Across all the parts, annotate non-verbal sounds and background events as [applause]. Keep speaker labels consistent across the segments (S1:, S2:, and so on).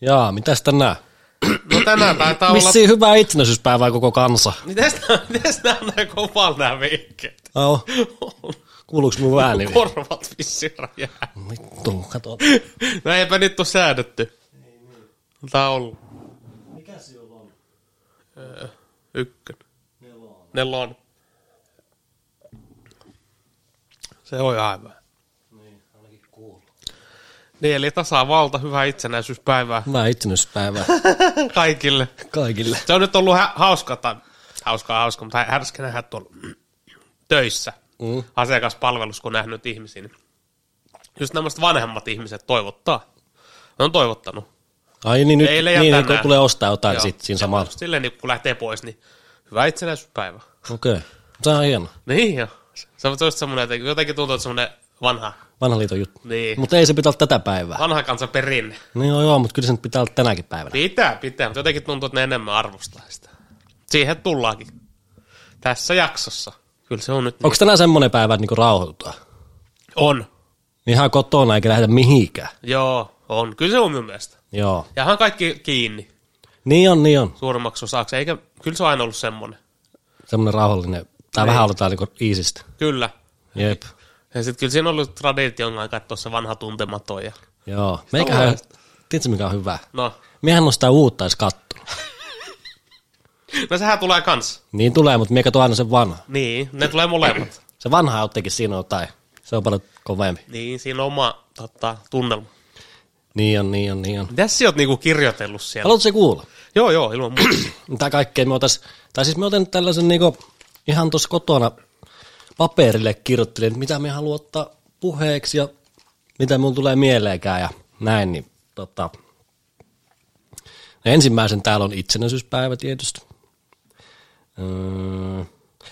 S1: Jaa, mitäs tänään?
S2: No tänään taitaa olla...
S1: Vissiin hyvää itsenäisyyspäivää koko kansa.
S2: Mites, mites nää on nää kovalla nää vinkkeet?
S1: Joo. Kuuluuko mun ääni?
S2: Korvat vissiin räjää.
S1: Vittu, kato.
S2: No eipä nyt oo säädetty. No, Tää on ollut Öö,
S1: Mikä se on?
S2: ykkönen. Nelonen. Se on ihan hyvä.
S1: Niin, ainakin kuuluu.
S2: Niin, eli tasavalta, hyvää itsenäisyyspäivää
S1: Hyvää itsenäisyyspäivää
S2: kaikille.
S1: kaikille.
S2: Se on nyt ollut hä- hauska, tai hauskaa hauska, mutta härskä nähdä tuolla töissä,
S1: Mm.
S2: mm. asiakaspalvelussa, kun nähnyt ihmisiä. Niin just nämä vanhemmat ihmiset toivottaa. Ne on toivottanut.
S1: Ai niin, nyt,
S2: Eilen ja
S1: niin, niin, kun
S2: tänään.
S1: tulee ostaa jotain
S2: Joo.
S1: sit, siinä samalla.
S2: Silleen, niin kun lähtee pois, niin hyvää itsenäisyyspäivää.
S1: Okei, okay. se on hieno.
S2: Niin joo. Se on just semmoinen, jotenkin, jotenkin tuntuu, että semmoinen vanha,
S1: Vanha liiton juttu.
S2: niin, Ah.
S1: Mutta ei se pitää olla tätä päivää.
S2: vanha kansan perinne.
S1: Niin joo, joo, mutta kyllä sen pitää olla tänäkin päivänä.
S2: Pitää, pitää, mutta jotenkin tuntuu, että ne enemmän arvostaa sitä. Siihen tullaankin. Tässä jaksossa. Kyllä se on nyt. niin.
S1: Onko tänään semmoinen päivä, että niinku rauhoitutaan?
S2: On.
S1: Ihan kotona eikä lähdetä mihinkään.
S2: Joo, on. Kyllä se on minun mielestä.
S1: Joo.
S2: Jähän kaikki kiinni
S1: Niin on, niin on.
S2: suurimmaksi osaksi, eikä, kyllä se on aina ollut semmoinen.
S1: Semmoinen rauhallinen.
S2: Niin.
S1: Tai vähän aloitetaan niinku iisistä.
S2: Kyllä.
S1: Jep.
S2: Ja sitten kyllä siinä on ollut tradition katsoa se vanha tuntematon ja,
S1: Joo. Meikähän, tiedätkö mikä on hyvä?
S2: no,
S1: Miehän on sitä uutta edes kattonut.
S2: no sehän tulee kans.
S1: Niin tulee, mutta mie katson aina sen vanha.
S2: Niin, ne tulee molemmat.
S1: Se vanha on jotenkin siinä jotain. Se on paljon kovempi.
S2: Niin, siinä on oma tota, tunnelma.
S1: Niin on, niin on, niin on.
S2: Mitäs sä oot niinku kirjoitellut siellä?
S1: Haluatko se kuulla?
S2: Joo, joo, ilman muuta.
S1: Mitä kaikkea me otais, tai siis me otan nyt tällaisen niinku, ihan tuossa kotona paperille kirjoittelin, että mitä me haluan ottaa puheeksi ja mitä mun tulee mieleenkään ja näin, niin tota. no Ensimmäisen täällä on itsenäisyyspäivä tietysti. Mm.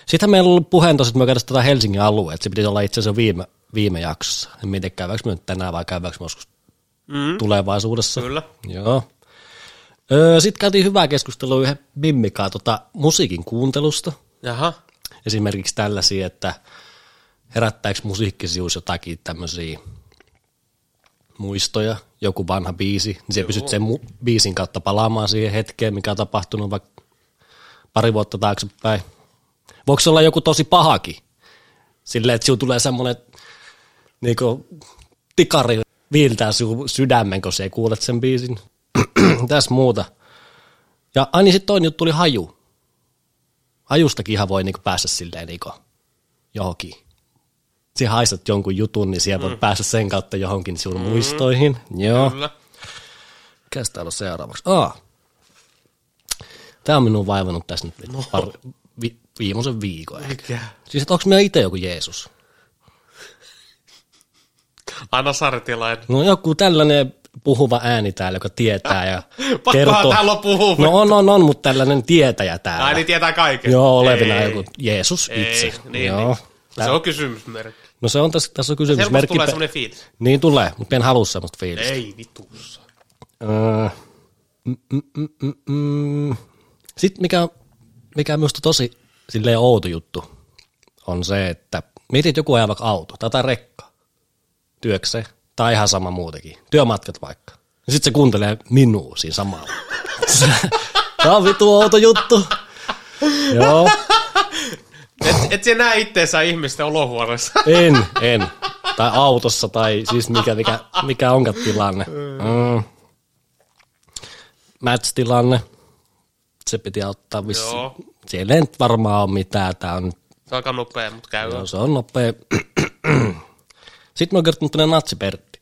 S1: Sitten meillä on ollut puheen tuossa, että me käydään tätä Helsingin alueet, että se piti olla itse asiassa viime, viime jaksossa. En mietin, käydäänkö me nyt tänään vai käydäänkö me joskus
S2: [clears throat] Mm,
S1: tulevaisuudessa.
S2: kyllä.
S1: Joo. Öö, Sitten käytiin hyvää keskustelua yhden Mimmikaan tota, musiikin kuuntelusta.
S2: Jaha.
S1: Esimerkiksi tällaisia, että herättääkö musiikkisius jotakin tämmöisiä muistoja, joku vanha biisi, niin se pystyt sen mu- biisin kautta palaamaan siihen hetkeen, mikä on tapahtunut vaikka pari vuotta taaksepäin. Voiko se olla joku tosi pahakin? Silleen, että sinulla tulee semmoinen niinku, tikari viiltää sinun sydämen, kun se kuulet sen biisin. [clears throat] Tässä muuta. Ja aina sitten toinen juttu oli haju. Hajustakin ihan voi niinku päästä silleen niinku, johonkin. Sä haistat jonkun jutun, niin siellä mm. voi päästä sen kautta johonkin sinun mm. muistoihin. Joo.
S2: Kyllä.
S1: Mikäs täällä on seuraavaksi? Aa. Tämä on minun vaivannut tässä nyt no. par, vi, viimeisen viikon ehkä.
S2: Mikä?
S1: Siis, että onko meillä itse joku Jeesus?
S2: Anna Sartilainen.
S1: No joku tällainen puhuva ääni täällä, joka tietää
S2: [laughs]
S1: ja
S2: Pakkohan
S1: kertoo.
S2: täällä on puhua.
S1: No on, on, on, mutta tällainen tietäjä täällä.
S2: Ai niin tietää kaiken.
S1: Joo, olevina
S2: Ei,
S1: joku Jeesus
S2: ei,
S1: itse.
S2: Niin,
S1: Joo.
S2: Niin. Se on kysymysmerkki.
S1: No se on tässä, tässä on kysymys.
S2: Helposti tulee
S1: Merkipä-
S2: semmoinen fiilis.
S1: Niin tulee, mutta en halua semmoista fiilistä.
S2: Ei vitussa.
S1: Öö, mm, mm, mm, mm, mm. Sitten mikä, mikä on minusta tosi silleen outo juttu on se, että mietit joku ajaa vaikka auto tai jotain rekkaa työkseen tai ihan sama muutenkin, työmatkat vaikka. Sitten se kuuntelee minua siinä samalla. [laughs] Tämä on vitu outo juttu. Joo,
S2: Et, et sä näe itteensä ihmisten olohuoneessa.
S1: en, en. Tai autossa tai siis mikä, mikä, mikä onkaan tilanne. Mm. Match-tilanne. Se piti ottaa vissiin.
S2: Joo.
S1: Siellä ei nyt varmaan ole mitään. Tää on,
S2: Se on aika nopea, mutta käy.
S1: no, se on nopea. [clears throat] Sitten mä oon kertonut tänne natsipertti.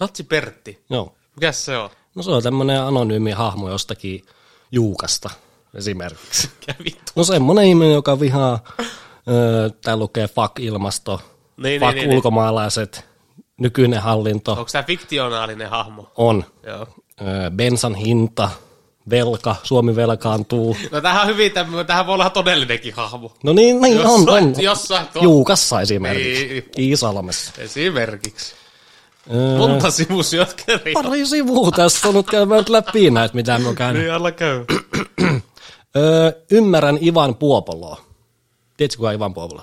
S2: Natsi Pertti.
S1: Joo.
S2: Mikäs se on?
S1: No se on tämmönen anonyymi hahmo jostakin Juukasta esimerkiksi.
S2: [laughs] Mikä vittu?
S1: No semmonen ihminen, joka vihaa, öö, tää lukee fuck ilmasto,
S2: Niin,
S1: fuck
S2: niin, niin, niin.
S1: ulkomaalaiset, nykyinen hallinto
S2: Onko tämä fiktionaalinen hahmo?
S1: on
S2: Joo.
S1: öö, bensan hinta, velka, Suomi velkaantuu.
S2: No tämähän on hyvin, tämmö, tämähän voi olla ihan todellinenkin hahmo.
S1: No niin, niin on,
S2: Jossain-
S1: on.
S2: jossain tuolla.
S1: Juukassa esimerkiksi,
S2: Niin.
S1: Iisalmessa.
S2: Esimerkiksi.
S1: Öö,
S2: Monta sivusi oot kerran.
S1: pari sivua tässä on nyt käymään nyt läpi näitä, mitä mä oon käynyt.
S2: Niin, alla
S1: [clears throat]
S2: käy. Niin.
S1: Öö, ymmärrän Ivan Puopoloa. Tiedätkö, kuka on Ivan Puopolo?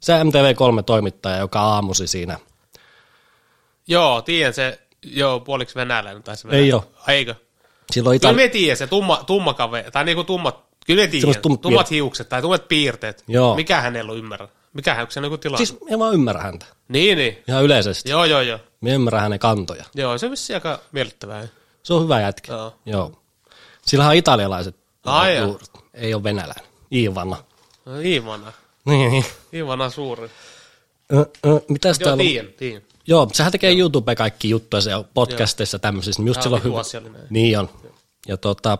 S1: Se MTV3-toimittaja, joka aamusi siinä.
S2: Joo, tiedän se Joo, puoliksi venäläinen tai se
S1: Ei
S2: venäläinen.
S1: oo.
S2: Ai, Eikö?
S1: Silloin
S2: Kyllä
S1: Itali-
S2: me tiedä se tumma, tumma kaveri, tai niinku tummat, kyllä me tiedä,
S1: Semmoset tummat
S2: tummat, tummat hiukset tai tummat piirteet.
S1: Joo.
S2: Mikä hänellä on ymmärrä? Mikä hän, onko se niinku tilanne?
S1: siis en vaan ymmärrä häntä.
S2: Niin, niin.
S1: Ihan yleisesti.
S2: Joo, joo, joo.
S1: Me ymmärrä hänen kantoja.
S2: Joo, se on vissiin aika miellyttävää.
S1: Se on hyvä jätkä.
S2: Joo.
S1: Joo. Sillähän on italialaiset
S2: Ai joo.
S1: juuret. Ei ole venäläinen. Iivana.
S2: No, Iivana.
S1: Niin, niin.
S2: Iivana suuri.
S1: Ö, ö, Mitäs
S2: Joo,
S1: täällä on?
S2: tiedän, tiedän.
S1: Joo, sehän tekee YouTubeen kaikki juttuja se on podcasteissa tämmöisissä, niin just
S2: Tää
S1: silloin
S2: on niinku
S1: hyvä.
S2: asiallinen.
S1: Niin on. Ja tota,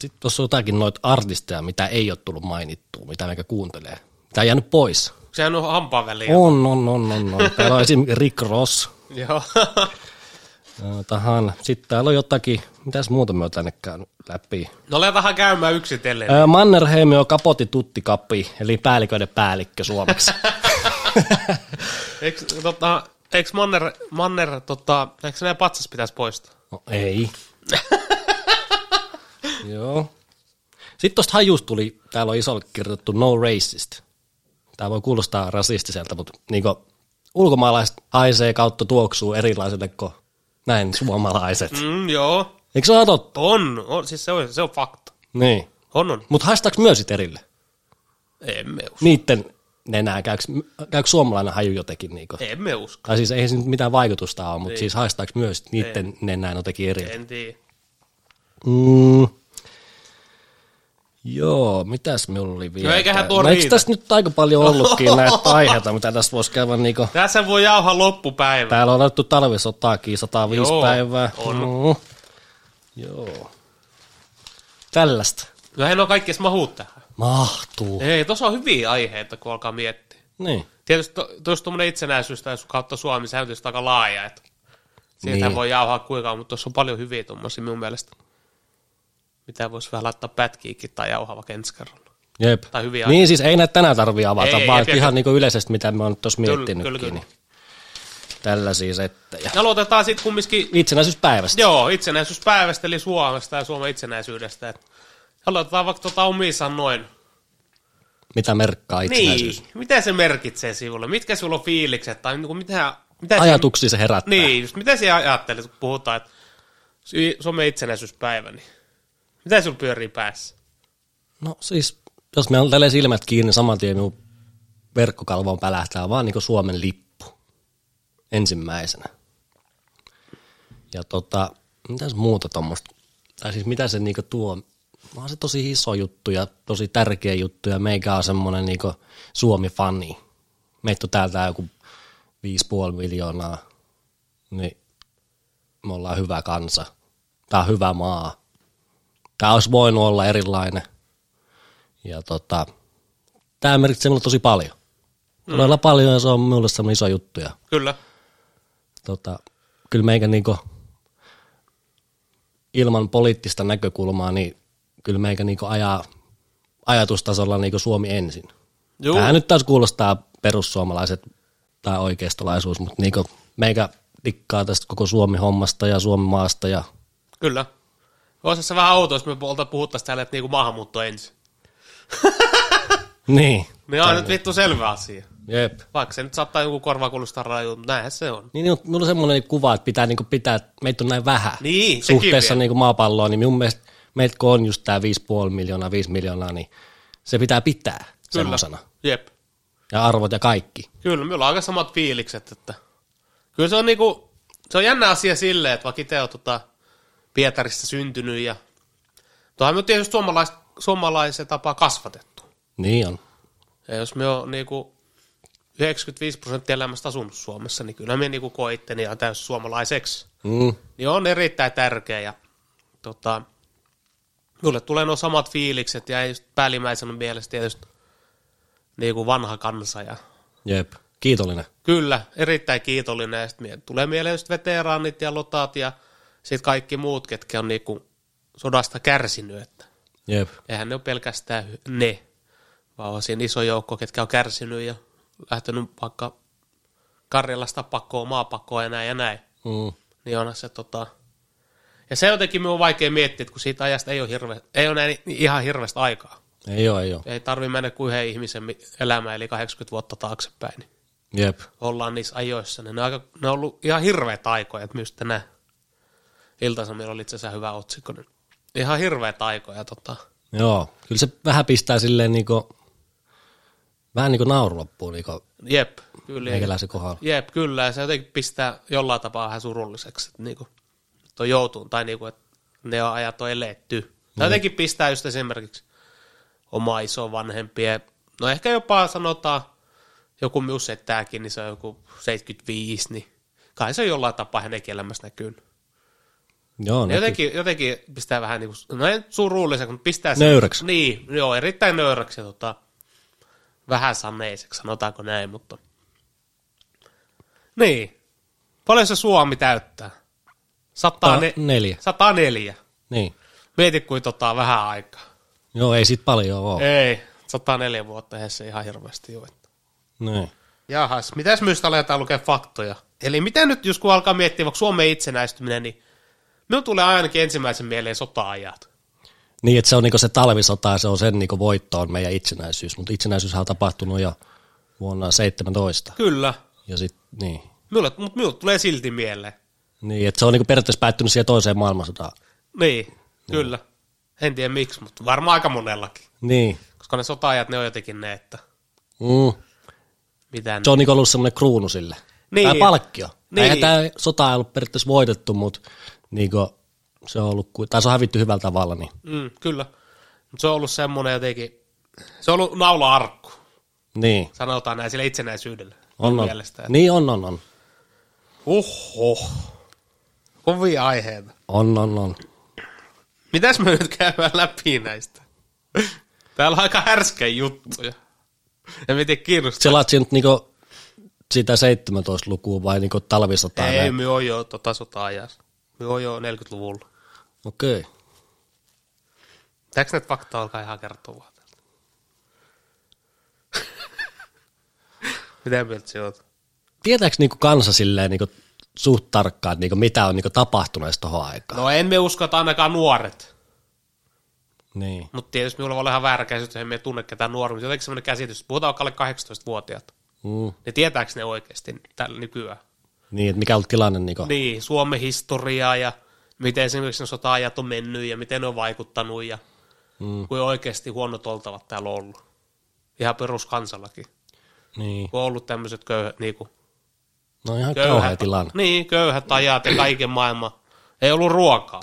S1: sitten tuossa on jotakin noita artisteja, mitä ei ole tullut mainittua, mitä meikä kuuntelee. Tämä on jäänyt pois.
S2: Sehän on hampaan väliin.
S1: On, on, on, on, on. Täällä on esimerkiksi Rick Ross.
S2: Joo. [laughs]
S1: Ö, Tahan. Sitten täällä on jotakin, mitäs muuta me on tänne käynyt läpi.
S2: no oletahan käymään yksitellen.
S1: Ö, Mannerheim on kapoti tuttikappi, eli päälliköiden päällikkö suomeksi.
S2: Eikö, tota, eikö Manner, Manner tota, eikö nämä patsas pitäisi poistaa?
S1: No, ei. Joo. Sitten tuosta hajusta tuli, täällä on isolla kirjoitettu no racist. Tämä voi kuulostaa rasistiselta, mutta niinku ulkomaalaiset haisee kautta tuoksuu erilaiselle kuin näin suomalaiset.
S2: Mm, joo.
S1: Eikö se ole totta?
S2: On, on, siis se on, se on fakta.
S1: Niin.
S2: On, on.
S1: Mutta haistaako myös sit erille?
S2: Emme usko.
S1: Niitten nenää, käykö, käykö suomalainen haju jotenkin? Niinku?
S2: Emme usko.
S1: Tai siis eihän siinä nyt mitään vaikutusta ole, mutta siis haistaako myös niiden nenää jotenkin erille?
S2: En tiedä.
S1: Mm. Joo, mitäs minulla oli vielä?
S2: eiköhän tuo
S1: no, eikö
S2: riitä?
S1: tässä nyt aika paljon ollutkin
S2: [laughs]
S1: näitä aiheita, mitä tässä voisi käydä? Niinku,
S2: Tässä voi jauhaa loppupäivä.
S1: täällä on otettu talvisotaakin 105
S2: Joo,
S1: päivää.
S2: on.
S1: Mm. Joo. Tällaista.
S2: Kyllähän en ole kaikki edes mahuut tähän.
S1: Mahtuu.
S2: Ei, tuossa on hyviä aiheita, kun alkaa miettiä.
S1: Niin.
S2: Tietysti to- tuossa tuommoinen itsenäisyys tai sun kautta Suomi, sehän on tietysti aika laaja. Että siitä
S1: Niin.
S2: niin. voi jauhaa kuinka, on, mutta tuossa on paljon hyviä tuommoisia minun mielestä. Mitä voisi vähän laittaa pätkiikin tai jauhaa vaikka ensi kerralla.
S1: Jep.
S2: Tai hyviä
S1: Niin siis ei näitä tänään tarvitse avata,
S2: Ei,
S1: vaan
S2: jep, jep,
S1: ihan niinku yleisesti, mitä mä oon tuossa
S2: Kyllä,
S1: miettinytkin.
S2: kyllä, kyllä.
S1: Niin. Tällaisia settejä.
S2: Ja aloitetaan sitten kumminkin,
S1: Itsenäisyyspäivästä.
S2: joo, itsenäisyyspäivästä, eli Suomesta ja Suomen itsenäisyydestä. Et aloitetaan vaikka tota omiin sanoin.
S1: Mitä merkkaa itsenäisyys?
S2: Niin, mitä se merkitsee sinulle? Mitkä sulla on fiilikset? Tai niinku mitä, mitä
S1: Ajatuksia se herättää.
S2: Niin, just mitä sinä ajattelet, kun puhutaan, että Sy- Suomen itsenäisyyspäivä, niin mitä sulla pyörii päässä?
S1: No siis, jos me on tälleen silmät kiinni, niin saman tien minun verkkokalvoon pälähtää vaan niin Suomen lippu ensimmäisenä. Ja tota, mitäs muuta tuommoista? Tai siis mitä se niinku tuo? Vaan se tosi iso juttu ja tosi tärkeä juttu ja meikä on semmoinen niinku Suomi-fani. Meitä on täältä joku 5,5 miljoonaa, niin me ollaan hyvä kansa. Tämä on hyvä maa. Tämä olisi voinut olla erilainen. Ja tota, tämä merkitsee minulle tosi paljon. Todella paljon ja se on minulle semmoinen iso juttu. Ja,
S2: Kyllä.
S1: tota, kyllä meikä niinku, ilman poliittista näkökulmaa, niin kyllä meikä niinku ajaa ajatustasolla niinku Suomi ensin.
S2: Juu.
S1: Tämähän nyt taas kuulostaa perussuomalaiset tai oikeistolaisuus, mutta niinku meikä dikkaa tästä koko Suomi-hommasta ja Suomen maasta ja
S2: Kyllä. Olisi se vähän outoa, jos me puolta puhuttaisiin täällä, että niinku maahanmuutto ensin.
S1: niin.
S2: Niin on nyt vittu selvä asia.
S1: Jep.
S2: Vaikka se nyt saattaa joku korva kuulostaa raju, mutta näinhän se on.
S1: Niin, niin, mutta mulla on semmoinen kuva, että pitää niinku pitää, meitä on näin vähän
S2: Niin, sekin
S1: suhteessa
S2: vielä.
S1: niinku maapalloon, niin mun mielestä meitä kun on just tämä 5,5 miljoonaa, 5 miljoonaa, niin se pitää pitää semmosena.
S2: Jep.
S1: Ja arvot ja kaikki.
S2: Kyllä, meillä on aika samat fiilikset, että kyllä se on niinku, se on jännä asia silleen, että vaikka itse on tota Pietarissa syntynyt ja tuohan me on tietysti suomalais, suomalaisen tapaa kasvatettu.
S1: Niin on.
S2: Ja jos me on niinku 95 prosenttia elämästä asunut Suomessa, niin kyllä me niinku koen itteni ihan täysin suomalaiseksi.
S1: Mm.
S2: Niin on erittäin tärkeä ja tota, mulle tulee nuo samat fiilikset ja just päällimmäisenä mielessä tietysti niinku vanha kansa ja
S1: Jep. Kiitollinen.
S2: Kyllä, erittäin kiitollinen. Ja sit mie- tulee mieleen just veteraanit ja lotat ja sitten kaikki muut, ketkä on niinku sodasta kärsinyt. Että
S1: Jep.
S2: eihän ne ole pelkästään hy- ne, vaan on siinä iso joukko, ketkä on kärsinyt ja lähtenyt vaikka Karjalasta pakkoon, maapakoon ja näin ja näin.
S1: Mm.
S2: Niin onhan se tota... Ja se jotenkin minun on vaikea miettiä, että kun siitä ajasta ei ole, hirve, ei ole näin ihan hirveästä aikaa.
S1: Ei oo, ei oo.
S2: Ei tarvi mennä kuin yhden ihmisen mi- elämään, eli 80 vuotta taaksepäin. Niin
S1: Jep.
S2: ollaan niissä ajoissa, niin ne on, aika, ne on ollut ihan hirveät aikoja, että myös tänään Ilta-Samilla oli itse asiassa hyvä otsikko, niin ihan hirveät aikoja tota.
S1: Joo, kyllä se vähän pistää silleen niinku, vähän niinku nauru loppuu niinku
S2: Jep, kyllä.
S1: meikäläisen kohdalla.
S2: Jep, kyllä, ja se jotenkin pistää jollain tapaa vähän surulliseksi, että niinku, että on joutuun, tai niinku, että ne on ajat on eletty. Mm. jotenkin pistää just esimerkiksi oma isovanhempien, no ehkä jopa sanotaan, joku minus settääkin, niin se on joku 75, niin kai se on jollain tapaa hänenkin elämässä näkyy.
S1: Joo,
S2: Ne
S1: ne,
S2: jotenkin, jotenkin pistää vähän niin kuin, no ei nyt surulliseksi, mutta pistää se-
S1: Nöyräksi.
S2: Niin, joo, erittäin nöyräksi ja tota, vähän saneiseksi, sanotaanko näin, mutta. Niin, paljon se Suomi täyttää?
S1: Ta-
S2: 104.
S1: neljä.
S2: 104.
S1: Niin.
S2: Mieti kuin tota, vähän aikaa.
S1: Joo, ei sit paljon oo.
S2: Ei, 104 vuotta eihän se ihan hirveästi ole.
S1: Niin.
S2: Jahas, mitäs myystä aletaan lukea faktoja? Eli mitä nyt, jos kun alkaa miettiä vaikka Suomen itsenäistyminen, niin minun tulee ainakin ensimmäisen mieleen sota-ajat.
S1: Niin, että se on niinku se talvisota ja se on sen niinku voitto on meidän itsenäisyys, mutta itsenäisyyshän on tapahtunut jo vuonna 17.
S2: Kyllä,
S1: Ja sit, niin.
S2: Minulle, mutta minulle tulee silti mieleen.
S1: Niin, että se on niinku periaatteessa päättynyt siihen toiseen maailmansotaan.
S2: Niin, kyllä. En tiedä miksi, mutta varmaan aika monellakin.
S1: Niin.
S2: Koska ne sotaajat, ne on jotenkin ne, että
S1: Mm.
S2: mitä ne.
S1: Se on niinku ollut semmoinen kruunu sille.
S2: Niin.
S1: Niin. Tai palkkio.
S2: Niin.
S1: Niin. Eihän tämä sota ei ollut periaatteessa voitettu, mutta niinku, se on ollut, ku- tai se on hävitty hyvällä tavalla. Niin.
S2: Mm, kyllä. Mut se on ollut semmoinen jotenkin, se on ollut naula-arkku,
S1: niin.
S2: sanotaan näin sille itsenäisyydelle.
S1: On,
S2: mun
S1: on.
S2: Mielestä.
S1: Niin on, on, on.
S2: Uhuh. Kovia aiheita.
S1: On, on, on.
S2: Mitäs me nyt käydään läpi näistä? Täällä on aika härskejä juttuja. En mä tiedä kiinnostaa.
S1: Selaat siinä nyt niinku sitä 17-lukua vai niinku talvisotaa?
S2: Ei,
S1: vai-
S2: me on jo tota sota-ajassa. Me on jo 40-luvulla.
S1: Okei. Okay.
S2: Pitääkö näitä faktaa alkaa ihan kertoa vaan täältä? [laughs] Mitä mieltä se oot?
S1: Tietääks niinku kansa silleen niinku suht tarkkaan, niinku mitä on niinku tapahtunut edes tohon aikaan?
S2: No en me usko, että ainakaan nuoret.
S1: No. Niin.
S2: Mutta tietysti minulla voi olla ihan väärä käsitys, en me tunne ketään nuoria, mutta jotenkin sellainen käsitys, että puhutaan alle 18-vuotiaat.
S1: Mm.
S2: Ne tietääkö ne oikeasti tällä nykyään?
S1: Niin, että mikä on ollut tilanne niinku? Niin.
S2: Niin, Suomen historiaa ja miten esimerkiksi ne sota-ajat on mennyt ja miten ne on vaikuttanut ja mm. kuin oikeasti huonot oltavat täällä on ollut. Ihan peruskansallakin.
S1: niin.
S2: Kun on ollut tämmöiset köyhät, niin kuin
S1: No ihan
S2: Köyhät-
S1: kauhea tilanne.
S2: Niin, köyhät ajat ja kaiken maailman. Ei ollut ruokaa.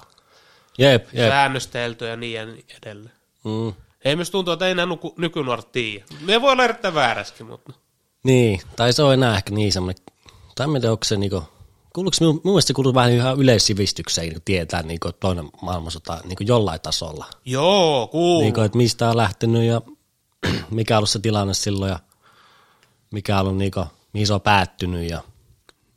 S1: Jep, jep.
S2: Säännöstelty ja niin ja niin edelleen.
S1: Mm.
S2: Ei myös tuntuu, että ei enää nuku, nykynuoret tiedä. Ne voi olla erittäin vääräskin, mutta
S1: Niin, tai se on enää ehkä niin semmoinen, tai en mä tiedä, onko se niinku, kuuluuko, minun, minun mielestä se kuuluu vähän ihan yleissivistykseen niinku tietää niinku toinen maailmansota niinku jollain tasolla.
S2: Niin. joo, kuuluu.
S1: Niinku, että mistä on lähtenyt ja [clears throat] mikä on ollut se tilanne silloin ja mikä on ollut niinku, mihin se on päättynyt ja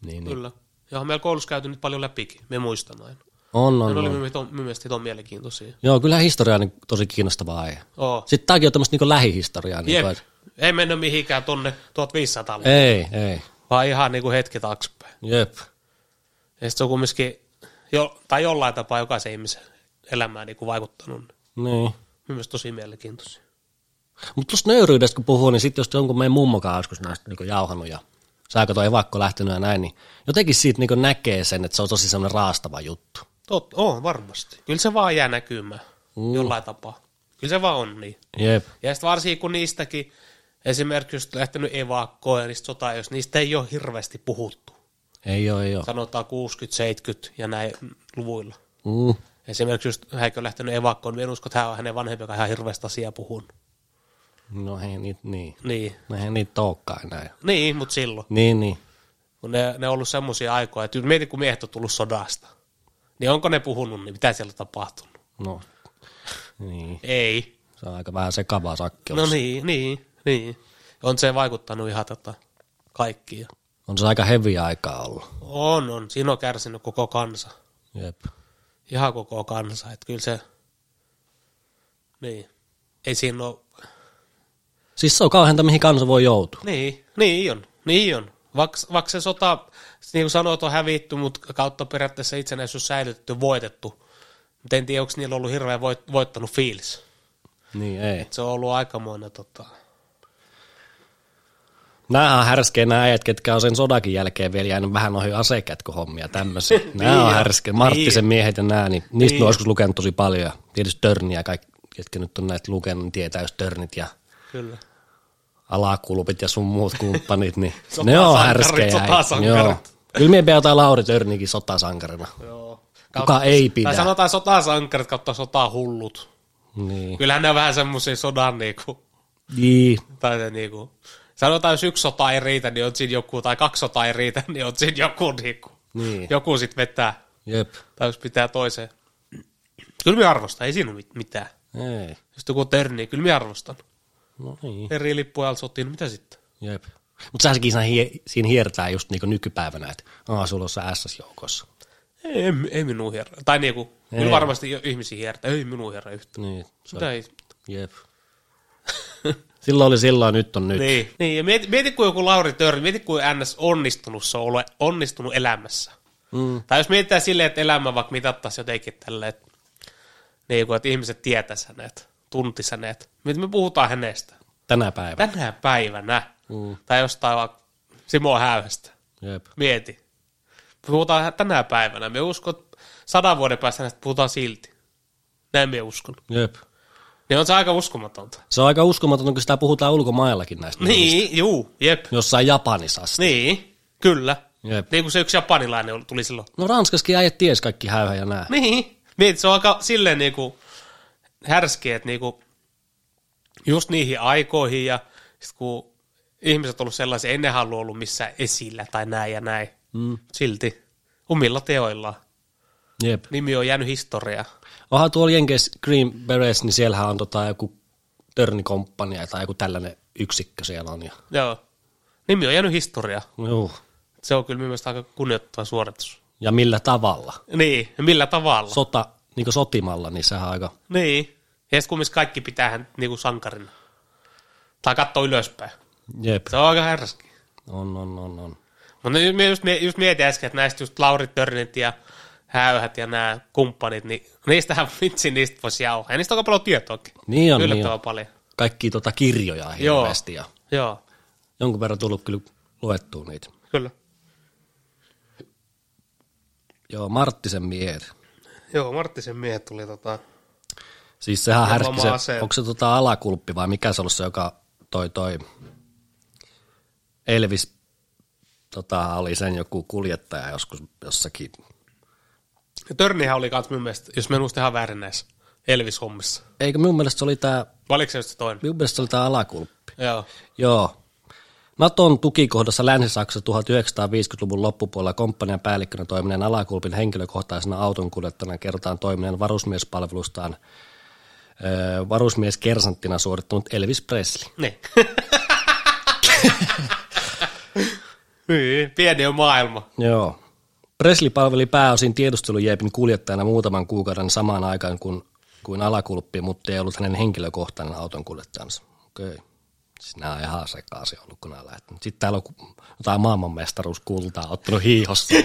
S1: niin, niin.
S2: Kyllä. Ja meillä koulussa käyty nyt paljon läpikin, me muistan aina.
S1: On, on,
S2: Ne oli
S1: on.
S2: minun mielestä- minun mielestä hiton mielenkiintoisia.
S1: Joo, kyllä historia on niinku tosi kiinnostava aihe.
S2: Oo.
S1: Sitten tämäkin on tämmöistä niinku lähihistoriaa.
S2: Jep.
S1: Niinku, et,
S2: Ei mennä mihinkään tonne 1500-luvulle,
S1: ei, ei.
S2: vaan ihan niin kuin hetki taaksepäin.
S1: Jep.
S2: Ja sitten se on kumminkin, jo, tai jollain tapaa jokaisen ihmisen elämään niin kuin vaikuttanut. Minun
S1: Niin.
S2: mielestä tosi mielenkiintoisia.
S1: Mutta tuosta nöyryydestä kun puhuu, niin sitten jos jonkun meidän mummokaan joskus näistä niin jauhannut ja saako tuo evakko lähtenyt ja näin, niin jotenkin siitä niin näkee sen, että se on tosi semmoinen raastava juttu.
S2: Totta, on varmasti. Kyllä se vaan jää näkymään mm. jollain tapaa. Kyllä se vaan on niin.
S1: Jep.
S2: Ja sitten varsinkin kun niistäkin, esimerkiksi jos lähtenyt evakkoon ja niistä sotaa, jos niistä ei ole hirveästi puhuttu.
S1: Ei ole, ei ole.
S2: Sanotaan 60-70 ja näin luvuilla.
S1: Mm.
S2: Esimerkiksi jos hänkin on lähtenyt evakkoon, niin en usko, että hän on hänen vanhempi, joka ihan hirveästä asiaa puhunut.
S1: No ei niitä, niin.
S2: Niin,
S1: No ei niitä olekaan enää.
S2: niin mutta silloin.
S1: Niin, niin.
S2: Kun ne, ne on ollut semmoisia aikoja, että mieti kun miehet on tullut sodasta. Niin onko ne puhunut, niin mitä siellä on tapahtunut?
S1: No. Niin.
S2: Ei.
S1: Se on aika vähän sekavaa sakki.
S2: No niin, niin, niin. On se vaikuttanut ihan tota kaikkia.
S1: On se aika heviä aikaa ollut.
S2: On, on. Siinä on kärsinyt koko kansa.
S1: Jep.
S2: Ihan koko kansa. Että kyllä se, niin. Ei siinä ole,
S1: Siis se on kauheinta, mihin kansa voi joutua.
S2: niin, niin on, niin on. Vaikka vaik se sota, niin kuin sanoit, on hävitty, mutta kautta periaatteessa itsenäisyys säilytetty, voitettu. Mutta en tiedä, onko niillä ollut hirveän voit, voittanut fiilis.
S1: Niin, ei.
S2: Se on ollut aikamoinen tota,
S1: Nämä on härskejä nämä äijät, ketkä on sen sodakin jälkeen vielä jäänyt vähän ohi asekätköhommia [laughs] tämmöisiä. Nämä on härskejä. Marttisen miehet ja nämä, niin niistä niin. on joskus lukenut tosi paljon. Ja Tietysti Törniä, kaikki, ketkä nyt on näitä lukenut, niin tietää just Törnit ja
S2: Kyllä.
S1: alakulpit ja sun muut kumppanit, [laughs] niin ne on
S2: Sotasankarit,
S1: härskejä. äijät.
S2: sotasankarit.
S1: Joo. Kyllä me jotain Lauri Törnikin sotasankarina.
S2: Joo.
S1: Kuka ei pidä.
S2: Tai sanotaan sotasankarit kautta sotahullut.
S1: Niin.
S2: Kyllähän ne on vähän semmoisia sodan niinku,
S1: Niin.
S2: tai ne niinku, sanotaan jos yksi sota ei riitä, niin on siinä joku, tai kaksi sotaa ei riitä, niin on siinä joku niinku,
S1: Niin.
S2: joku sit vetää,
S1: Jep.
S2: tai jos pitää toiseen. Kyllä minä arvostan, ei siinä ole mit- mitään.
S1: Ei.
S2: Jos joku törni, niin kyllä minä arvostan.
S1: No niin.
S2: Eri lippuja alta sotiin, no mitä sitten?
S1: Jep. Mutta säkin siinä, hie- siinä hiertää just niinku nykypäivänä, että aah, sulla on se SS-joukossa.
S2: Ei, ei, ei minun hierrä. Tai niinku, kyllä
S1: Ei.
S2: varmasti jo- ihmisiä hiertää, ei minun hierrä yhtään.
S1: Niin. Se,
S2: Mitä ei,
S1: jep. [laughs] Silloin oli silloin, nyt on nyt.
S2: Niin. niin ja mieti, mieti, kun joku Lauri Törni, mieti, kun NS onnistunut, se on ole, onnistunut elämässä. Mm. Tai jos mietitään silleen, että elämä vaikka mitattaisiin jotenkin tälleen, että, niin kuin, että ihmiset tietäisi hänet, tuntisi hänet. Mieti, me puhutaan hänestä
S1: Tänä päivänä.
S2: tänä päivänä. Mm. Tai jostain vaikka Simo Häyhästä.
S1: Jep.
S2: Mieti. Puhutaan hä- tänä päivänä. Me uskon, että sadan vuoden päästä hänestä puhutaan silti. Näin me uskon.
S1: Jep.
S2: Niin on se aika uskomatonta.
S1: Se on aika uskomaton, kun sitä puhutaan ulkomaillakin näistä. nimistä.
S2: Niin, juu, jep.
S1: Jossain Japanissa asti.
S2: Niin, kyllä.
S1: Jep.
S2: Niin kuin se yksi japanilainen oli- tuli silloin.
S1: No Ranskaskin äijät ties kaikki häyhä ja nää.
S2: Niin. Niin, se on aika silleen niinku härski, että niinku just niihin aikoihin ja sit kun ihmiset on ollut sellaisia, ei ne halua ollut missään esillä tai näin ja näin. Mm. Silti omilla teoillaan. Niin.
S1: Jep.
S2: Nimi on jäänyt historiaan.
S1: Onhan tuolla Jenkeissä Green Berets, niin siellähän on tota joku törnikomppania tai joku tällainen yksikkö siellä on. Ja...
S2: Joo. Nimi on jäänyt historiaan.
S1: Juu.
S2: Se on kyllä minun mielestä aika kunnioittava suoritus.
S1: ja millä tavalla?
S2: Niin, ja millä tavalla? So-
S1: Sota, niin sotimalla, niin sehän on aika...
S2: niin. Ja sitten kumminkin kaikki pitää hän niinku sankarina. Tai katsoo ylöspäin.
S1: Jep.
S2: Se on aika härski.
S1: On, on, on, on.
S2: Mutta no, just, just, mie- just mietin äsken, että näistä just Lauri Törnit ja Häyhät ja nämä kumppanit, niin niistähän vitsi niistä voisi jauhaa. Ja niistä on aika paljon tietoakin.
S1: Niin on, niin
S2: Yllättävän
S1: on.
S2: paljon.
S1: Kaikki tota kirjoja hirveästi ja
S2: Joo,
S1: jonkun verran tullut kyllä luettua niitä.
S2: kyllä.
S1: Joo, Marttisen miehet.
S2: Joo, Marttisen miehet tuli tota...
S1: Siis sehän on härski
S2: oma
S1: se,
S2: ase.
S1: onko se tota alakulppi vai mikä se ollut se, joka toi toi Elvis tota, oli sen joku kuljettaja joskus jossakin.
S2: Ja Törnihän oli kans mun mielestä, jos me ihan väärin näissä Elvis-hommissa.
S1: Eikö minun mielestä se oli tää,
S2: Vai oliko se just se toinen?
S1: minun mielestä se oli tää alakulppi.
S2: Joo.
S1: Joo. Naton tukikohdassa Länsi-Saksassa 1950-luvun loppupuolella komppanian päällikkönä toiminen alakulpin henkilökohtaisena autonkuljettajana kertaan toiminen varusmiespalvelustaan ö, varusmieskersanttina suorittanut Elvis Presley.
S2: Niin. [laughs] niin. Pieni on maailma. [laughs]
S1: Joo. Presley palveli pääosin tiedustelujeepin kuljettajana muutaman kuukauden samaan aikaan kuin, kuin alakulppi, mutta ei ollut hänen henkilökohtainen autonkuljettajansa. Okei. Siis nämä on ihan sekaisin ollut, kun nämä on lähtenyt. Sitten täällä on ku- jotain maailmanmestaruuskultaa ottanut hiihossa.
S2: Joo,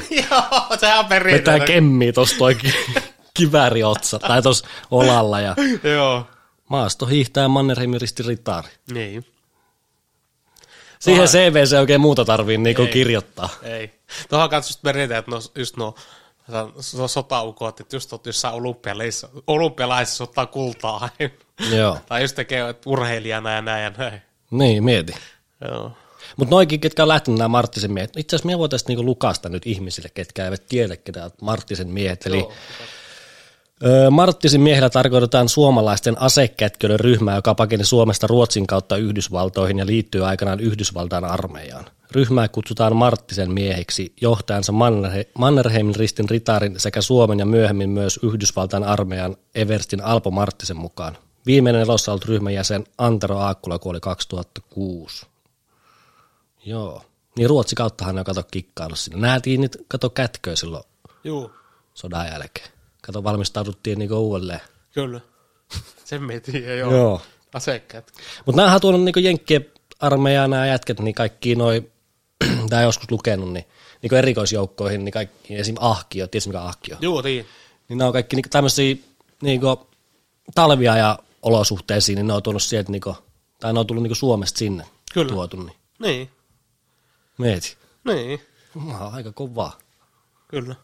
S2: sehän on
S1: vetää
S2: perinteinen.
S1: kemmiä tuossa toi ki- kivääri otsa, tai tuossa olalla, ja
S2: Joo.
S1: maasto hiihtää Mannerheimin risti ritaari.
S2: Niin.
S1: Siihen CV se oikein muuta tarvii niinku kirjoittaa.
S2: Ei. Tuohon kanssa just meritä, että no, just no so- sotaukot, että just oot jossain olympialaisissa, olympialaisissa ottaa kultaa aina.
S1: Joo.
S2: tai just tekee että urheilijana ja näin ja näin.
S1: Niin, mieti.
S2: Joo.
S1: Mutta noikin, ketkä on lähtenyt nämä Marttisen miehet, itse asiassa me voitaisiin niinku lukasta nyt ihmisille, ketkä eivät tiedä, ketä on Marttisen miehet. Eli Öö, Marttisen miehellä tarkoitetaan suomalaisten asekätköiden ryhmää, joka pakeni Suomesta Ruotsin kautta Yhdysvaltoihin ja liittyy aikanaan Yhdysvaltain armeijaan. Ryhmää kutsutaan Marttisen miehiksi, johtajansa Mannerhe- Mannerheimin ristin ritarin sekä Suomen ja myöhemmin myös Yhdysvaltain armeijan Everstin Alpo Marttisen mukaan. Viimeinen elossa ollut ryhmän jäsen Antero Aakkula kuoli 2006. Joo. Niin Ruotsi kauttahan ne on kato kikkaillut sinne. Nähtiin nyt kato kätköä silloin
S2: Joo,
S1: sodan jälkeen. Kato, valmistauduttiin niinku uudelleen.
S2: kyllä. Sen me tiedä, joo. joo.
S1: Joo.
S2: Asekkäät.
S1: Mutta näähän on tuonut niinku jenkkien armeijaa nämä jätket, niin kaikki noi, [clears throat] tämä joskus lukenut, niin, niinku erikoisjoukkoihin, niin kaikki, esim. ahkio, tiedätkö mikä ahkio?
S2: Joo, tiin.
S1: Niin nämä on kaikki niinku tämmöisiä niinku talvia ja olosuhteisiin, niin ne on tuonut sieltä, niinku, tai ne on tullut niinku Suomesta sinne
S2: Kyllä.
S1: tuotu. Niin.
S2: Niin.
S1: Meet.
S2: Niin,
S1: Jumala, aika kovaa.
S2: kyllä.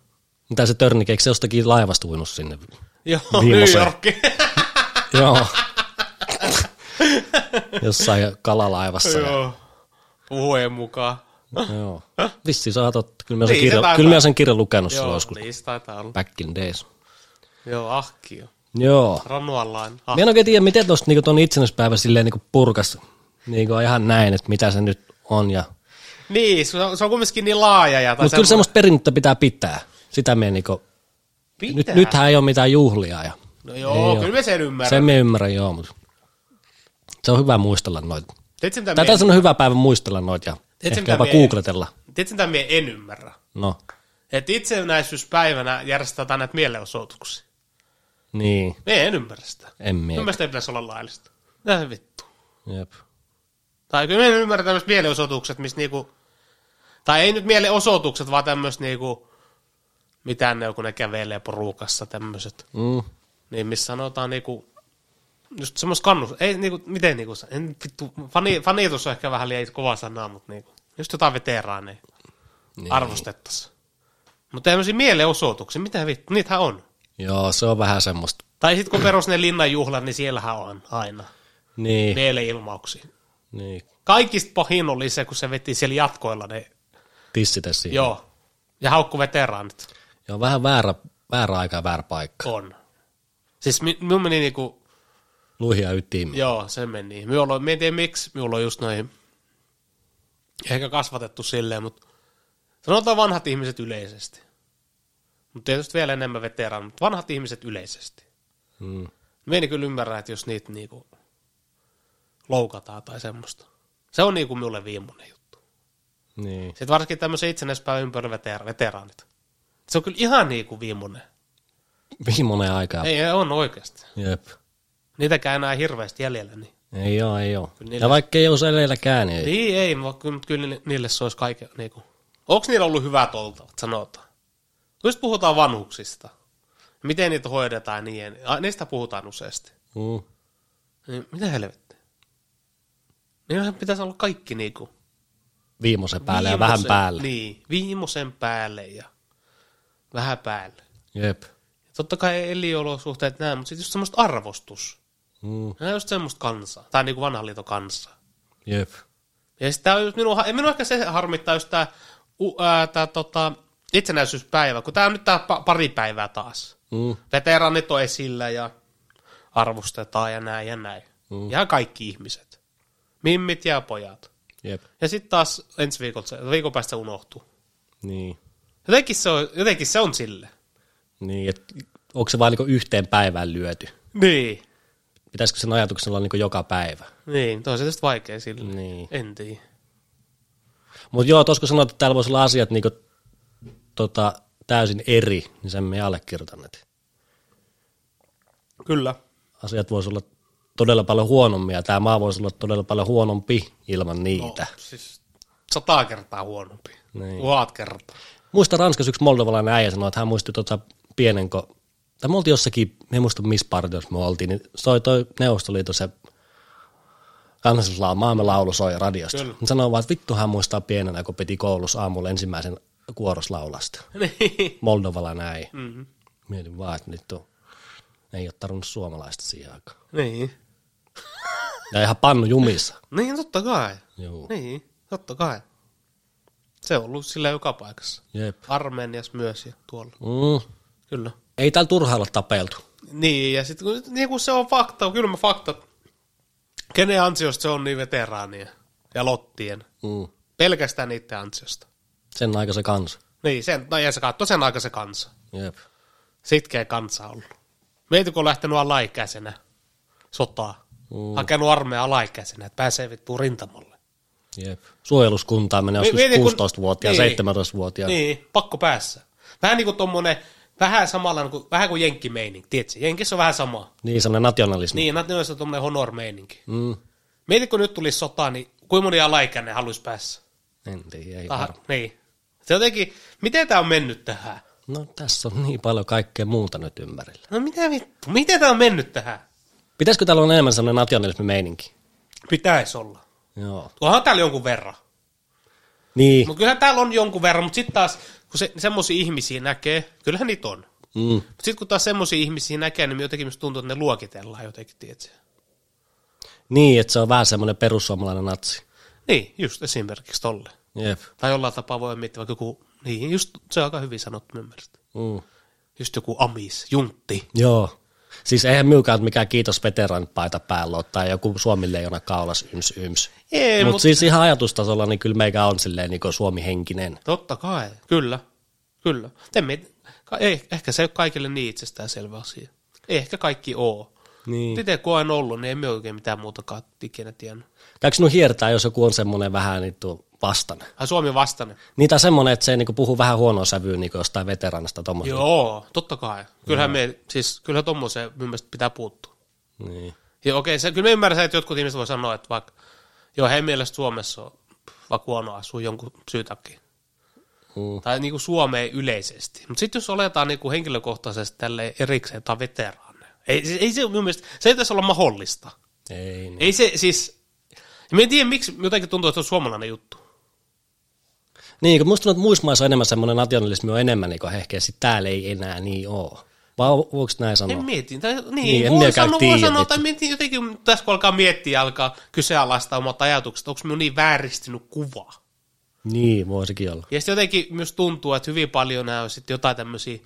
S1: Mitä se törnike, eikö se jostakin laivasta uinut sinne?
S2: Joo, New
S1: Viimoseen.
S2: Yorkki.
S1: Joo.
S2: [laughs]
S1: Jossain kalalaivassa. ja-
S2: Joo, puheen mukaan.
S1: Joo. Vissiin sä oot, kyllä mä sen,
S2: Niin, se
S1: kirja,
S2: taitaa.
S1: kyllä mä sen kirjan lukenut silloin
S2: Joo,
S1: joskus.
S2: niin se taitaa olla.
S1: Back in days.
S2: Joo, ahkio.
S1: Joo.
S2: Ranuallaan. Ah.
S1: Mä en oikein tiedä, miten tuosta niinku ton itsenäispäivä silleen niinku purkas niinku ihan näin, että mitä se nyt on. Ja...
S2: Niin, se on, se on kumminkin niin laaja. Ja, tai
S1: Mutta kyllä
S2: semmoinen-
S1: semmoista perinnettä pitää pitää. Sitä me niinku, nyt,
S2: Pitää.
S1: nythän ei ole mitään juhlia. Ja...
S2: No joo,
S1: Ei
S2: kyllä me sen ymmärrän.
S1: Niin Sen me ymmärrän, joo, mutta se on hyvä muistella noita.
S2: Tiedätkö, mitä
S1: Tätä
S2: mie-
S1: on hyvä päivä muistella noita ja
S2: Tiedätkö,
S1: ehkä
S2: mitä
S1: jopa
S2: mie-
S1: googletella.
S2: tiedätkö, mitä mie en ymmärrä?
S1: No,
S2: Että itsenäisyyspäivänä järjestetään näitä mielenosoituksia.
S1: niin,
S2: Me en ymmärrä sitä.
S1: en
S2: Mun
S1: mie.
S2: mielestä ei pitäisi olla laillista. Mitä vittu?
S1: Jep.
S2: Tai kyllä me en ymmärrä tämmöiset mielenosoitukset, missä niinku... Tai ei nyt mielenosoitukset, vaan tämmöiset niinku... Mitään ne on, kun ne kävelee porukassa tämmöiset.
S1: Mm.
S2: Niin missä sanotaan niinku... Just semmoista kannus... Ei niinku, miten niinku... sa- En, vittu, fani, fanitus on ehkä vähän liian kova sana, mutta niinku... Just jotain veteraaneja. Niin. Arvostettaisiin. Mutta tämmöisiä mielenosoituksia, mitä vittu, niitähän on.
S1: Joo, se on vähän semmoista.
S2: Tai sitten kun perus ne linnanjuhlat, niin siellähän on aina
S1: Niin, ne.
S2: mielenilmauksia.
S1: niin.
S2: Kaikista pahin oli se, kun se veti siellä jatkoilla ne
S1: Tissitä siihen. Joo.
S2: Joo. Ja haukku veteraanit.
S1: joo vähän väärä, väärä aika ja väärä paikka.
S2: On. Siis mi- minun meni niinku,
S1: Luihia ytimiä.
S2: joo, se meni. Minulla on, mä en tiedä miksi, minulla on just noin, ehkä kasvatettu silleen, mutta sanotaan vanhat ihmiset yleisesti. Mutta tietysti vielä enemmän veteraanit, mutta vanhat ihmiset yleisesti.
S1: Mm.
S2: Mä en kyllä ymmärrä, että jos niitä niinku loukataan tai semmoista. Se on niinku minulle viimeinen juttu.
S1: Niin.
S2: Sitten varsinkin tämmöisen itsenäispäivän ympäri veter- veteraanit. Se on kyllä ihan niinku viimeinen.
S1: Vihmonen aika. Ei.
S2: Ei, ei, on oikeasti.
S1: Jep.
S2: Niitäkään enää hirveästi jäljellä. Niin,
S1: Ei oo, ei oo.
S2: Kyllä niillä-
S1: Ja vaikka ei oo selleilläkään, niin ei.
S2: niin ei, mutta kyllä, mutta kyllä ni- niille se olisi kaiken. Niin kuin. Onko niillä ollut hyvät oltavat, sanotaan? Kun Just puhutaan vanhuksista. Miten niitä hoidetaan niin. A, niistä puhutaan useasti.
S1: Mm.
S2: Niin, mitä helvettiä? Niillähän pitäisi olla kaikki niinku.
S1: Viimosen päälle ja vähän
S2: viimosen-
S1: päälle.
S2: Niin, viimosen päälle ja vähän päälle.
S1: Jep.
S2: Totta kai eliolosuhteet näin, mutta sitten just semmoista arvostus.
S1: Mm.
S2: Nämä on just semmoista kansaa, tai niinku vanhan liiton kansaa.
S1: Jep.
S2: Ja sitä on just minua, minua ehkä se harmittaa just tämä ää, tää, tota, itsenäisyyspäivä, kun tämä on nyt tää pa- pari päivää taas.
S1: Mm.
S2: Veteranit on esillä ja arvostetaan ja näin ja näin. Mm. Ihan kaikki ihmiset. Mimmit ja pojat.
S1: Jep.
S2: Ja sitten taas ensi viikolta, se- viikon päästä se unohtuu.
S1: Niin.
S2: Jotenkin se on, jotenkin se on sille.
S1: Niin, et onko se vaan niinku yhteen päivään lyöty?
S2: Niin.
S1: Pitäisikö sen ajatuksena olla niinku joka päivä?
S2: Niin, toi on se tietysti vaikea sille.
S1: Niin.
S2: En tiedä.
S1: Mutta joo, tuossa kun sanoit, että täällä voisi olla asiat niinku, tota, täysin eri, niin sen me allekirjoitaneet.
S2: Kyllä.
S1: Asiat voisi olla todella paljon huonommin ja tämä maa voisi olla todella paljon huonompi ilman niitä.
S2: No, siis sataa kertaa huonompi.
S1: Niin.
S2: Tuhat kertaa. [laughs]
S1: Muista Ranskassa yksi moldovalainen äijä sanoi, että hän muisti tota pienen, kun, tai me oltiin jossakin, me en muista missä partiossa me oltiin, niin soi toi Neuvostoliiton se kansallislaulu, maamme laulu soi radiosta.
S2: Kyllä.
S1: Hän sanoi vaan, että vittu hän muistaa pienenä, kun piti koulussa aamulla ensimmäisen kuoroslaulasta.
S2: Niin.
S1: Moldovalainen äijä.
S2: Mm-hmm.
S1: Mietin vaan, että nyt on, ei ole tarvinnut suomalaista siihen aikaan.
S2: Niin.
S1: Ja ihan pannu jumissa.
S2: Niin, totta kai.
S1: Joo.
S2: Niin, totta kai. Se on ollut sillä joka paikassa.
S1: Jep.
S2: Armenias myös ja tuolla.
S1: Mm.
S2: Kyllä.
S1: Ei täällä turhaa olla tapeltu.
S2: Niin, ja sitten kun, niin kun se on fakta, kylmä fakta. Kenen ansiosta se on niin veteraanien ja lottien?
S1: Mm.
S2: Pelkästään niiden ansiosta.
S1: Sen aikaisen kanssa.
S2: Niin, sen, no ja se katsoi sen aikaisen kansa.
S1: Jep.
S2: Sitkeä kansa ollut. Mieti, kun on lähtenyt alaikäisenä sotaa. Mm. Hakenut armeija alaikäisenä, että pääsee vittuun rintamalle.
S1: Jep. Suojeluskuntaan menee joskus
S2: Mie- mie- kun-
S1: 16-vuotiaan,
S2: Niin.
S1: 17-vuotiaan.
S2: Niin, pakko päässä. Vähän niin kuin tommonen, vähän samalla kuin, vähän kuin jenkkimeininki, tiedätkö? Jenkissä on vähän sama.
S1: Niin, semmoinen nationalismi.
S2: Niin, näitä on tommonen honor-meininki.
S1: Mm.
S2: Mieti, kun nyt tulisi sota, niin kuinka moni alaikäinen haluaisi päässä?
S1: En tiedä, ei
S2: Aha,
S1: varmaan.
S2: niin. Se jotenkin, miten tämä on mennyt tähän?
S1: No tässä on niin paljon kaikkea muuta nyt ympärillä.
S2: No mitä vittu, miten tämä on mennyt tähän?
S1: Pitäisikö täällä olla enemmän semmoinen nationalismi meininki?
S2: Pitäisi olla.
S1: Joo.
S2: Onhan täällä jonkun verran.
S1: Niin,
S2: Mutta kyllähän täällä on jonkun verran, mutta sitten taas, kun se, semmoisia ihmisiä näkee, kyllähän niitä on.
S1: mm.
S2: Mutta sitten kun taas semmoisia ihmisiä näkee, niin jotenkin musta tuntuu, että ne luokitellaan jotenkin, tietsä.
S1: niin että se on vähän semmoinen perussuomalainen natsi.
S2: Niin, just esimerkiksi tolle.
S1: Jep.
S2: Tai jollain tapaa voi miettiä vaikka joku, niin just se on aika hyvin sanottu mun mielestä.
S1: Mm.
S2: Just joku amis, juntti.
S1: Joo. Siis eihän minkään mikään kiitos veteran paita päällä ole, tai joku Suomi leijona kaulas yms yms.
S2: Ei,
S1: Mutta
S2: mutta
S1: mut... siis ihan ajatustasolla niin kyllä meikä on silleen niin suomi-henkinen.
S2: totta kai, kyllä, kyllä. Temme, ka- ei, ehkä se ei ole kaikille niin itsestäänselvä asia. Ei ehkä kaikki oo.
S1: Niin.
S2: Itse kun on ollut, niin emme oikein mitään muutakaan ikinä tiennyt.
S1: Käykö sinun hiertää, jos joku on semmoinen vähän niin tuo vastainen?
S2: Ai Suomi vastainen.
S1: Niitä semmoinen, että se niin puhuu vähän huonoa sävyyn niin jostain veteranasta tuommoista.
S2: Joo, totta kai. Kyllähän me, siis kyllä tommoseen mun mielestä pitää puuttua.
S1: Niin.
S2: Ja okei, se, kyllä mä ymmärrän sen, että jotkut ihmiset voi sanoa, että vaikka, joo, heidän mielestä Suomessa on vaikka huono asua jonkun syyn takia.
S1: Mm.
S2: Tai niin kuin Suomeen yleisesti. Mutta sitten jos oletaan niin kuin henkilökohtaisesti tälle erikseen tai veteraaneja. Ei, siis ei se mun mielestä, se ei tässä olla mahdollista.
S1: Ei niin.
S2: Ei se siis, mä en tiedä miksi jotenkin tuntuu, että se on suomalainen juttu.
S1: Niin, kun musta tuntuu, että muissa maissa on enemmän semmoinen nationalismi on enemmän niin hehkeä, sit täällä ei enää niin oo. Vai on- voiko näin sanoa?
S2: En mietin. Tai, niin,
S1: Niin, en
S2: niin voi,
S1: minäkään
S2: sanoa, voi
S1: tiedä,
S2: sanoa,
S1: että-
S2: tai mietin jotenkin, tässä kun alkaa miettiä ja alkaa kyseenalaistaa omat ajatukset, onko minun niin vääristynyt kuva.
S1: Niin, voisikin olla.
S2: Ja sitten jotenkin myös tuntuu, että hyvin paljon nämä on sitten jotain tämmöisiä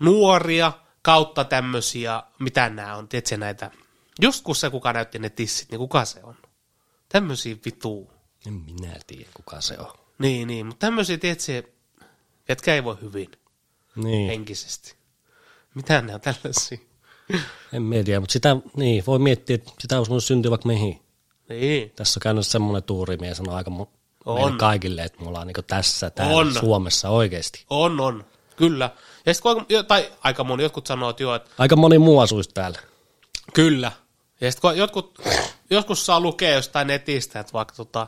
S2: nuoria kautta tämmöisiä, mitä nämä on, tiedätkö näitä, just kun se kuka näytti ne tissit, niin kuka se on? Tämmöisiä vituu.
S1: En minä tiedä, kuka se on.
S2: Niin, niin, mutta tämmöisiä, tiedätkö, ketkä ei voi hyvin
S1: Niin,
S2: henkisesti. Mitä nämä on tällaisia?
S1: en mä tiedä, mutta sitä niin, voi miettiä, että sitä olisi voinut syntyä vaikka mihin.
S2: Niin.
S1: Tässä on käynyt semmoinen tuuri, minä sanon aika mu-
S2: On.
S1: meille kaikille, että me ollaan niin tässä täällä
S2: On.
S1: Suomessa oikeasti.
S2: On, on. Kyllä. Ja sitten kun, aika- tai aika moni, jotkut sanoo, että joo, että
S1: Aika moni muu asuisi täällä.
S2: Kyllä. Ja sitten kun jotkut, joskus saa lukea jostain netistä, että vaikka tota,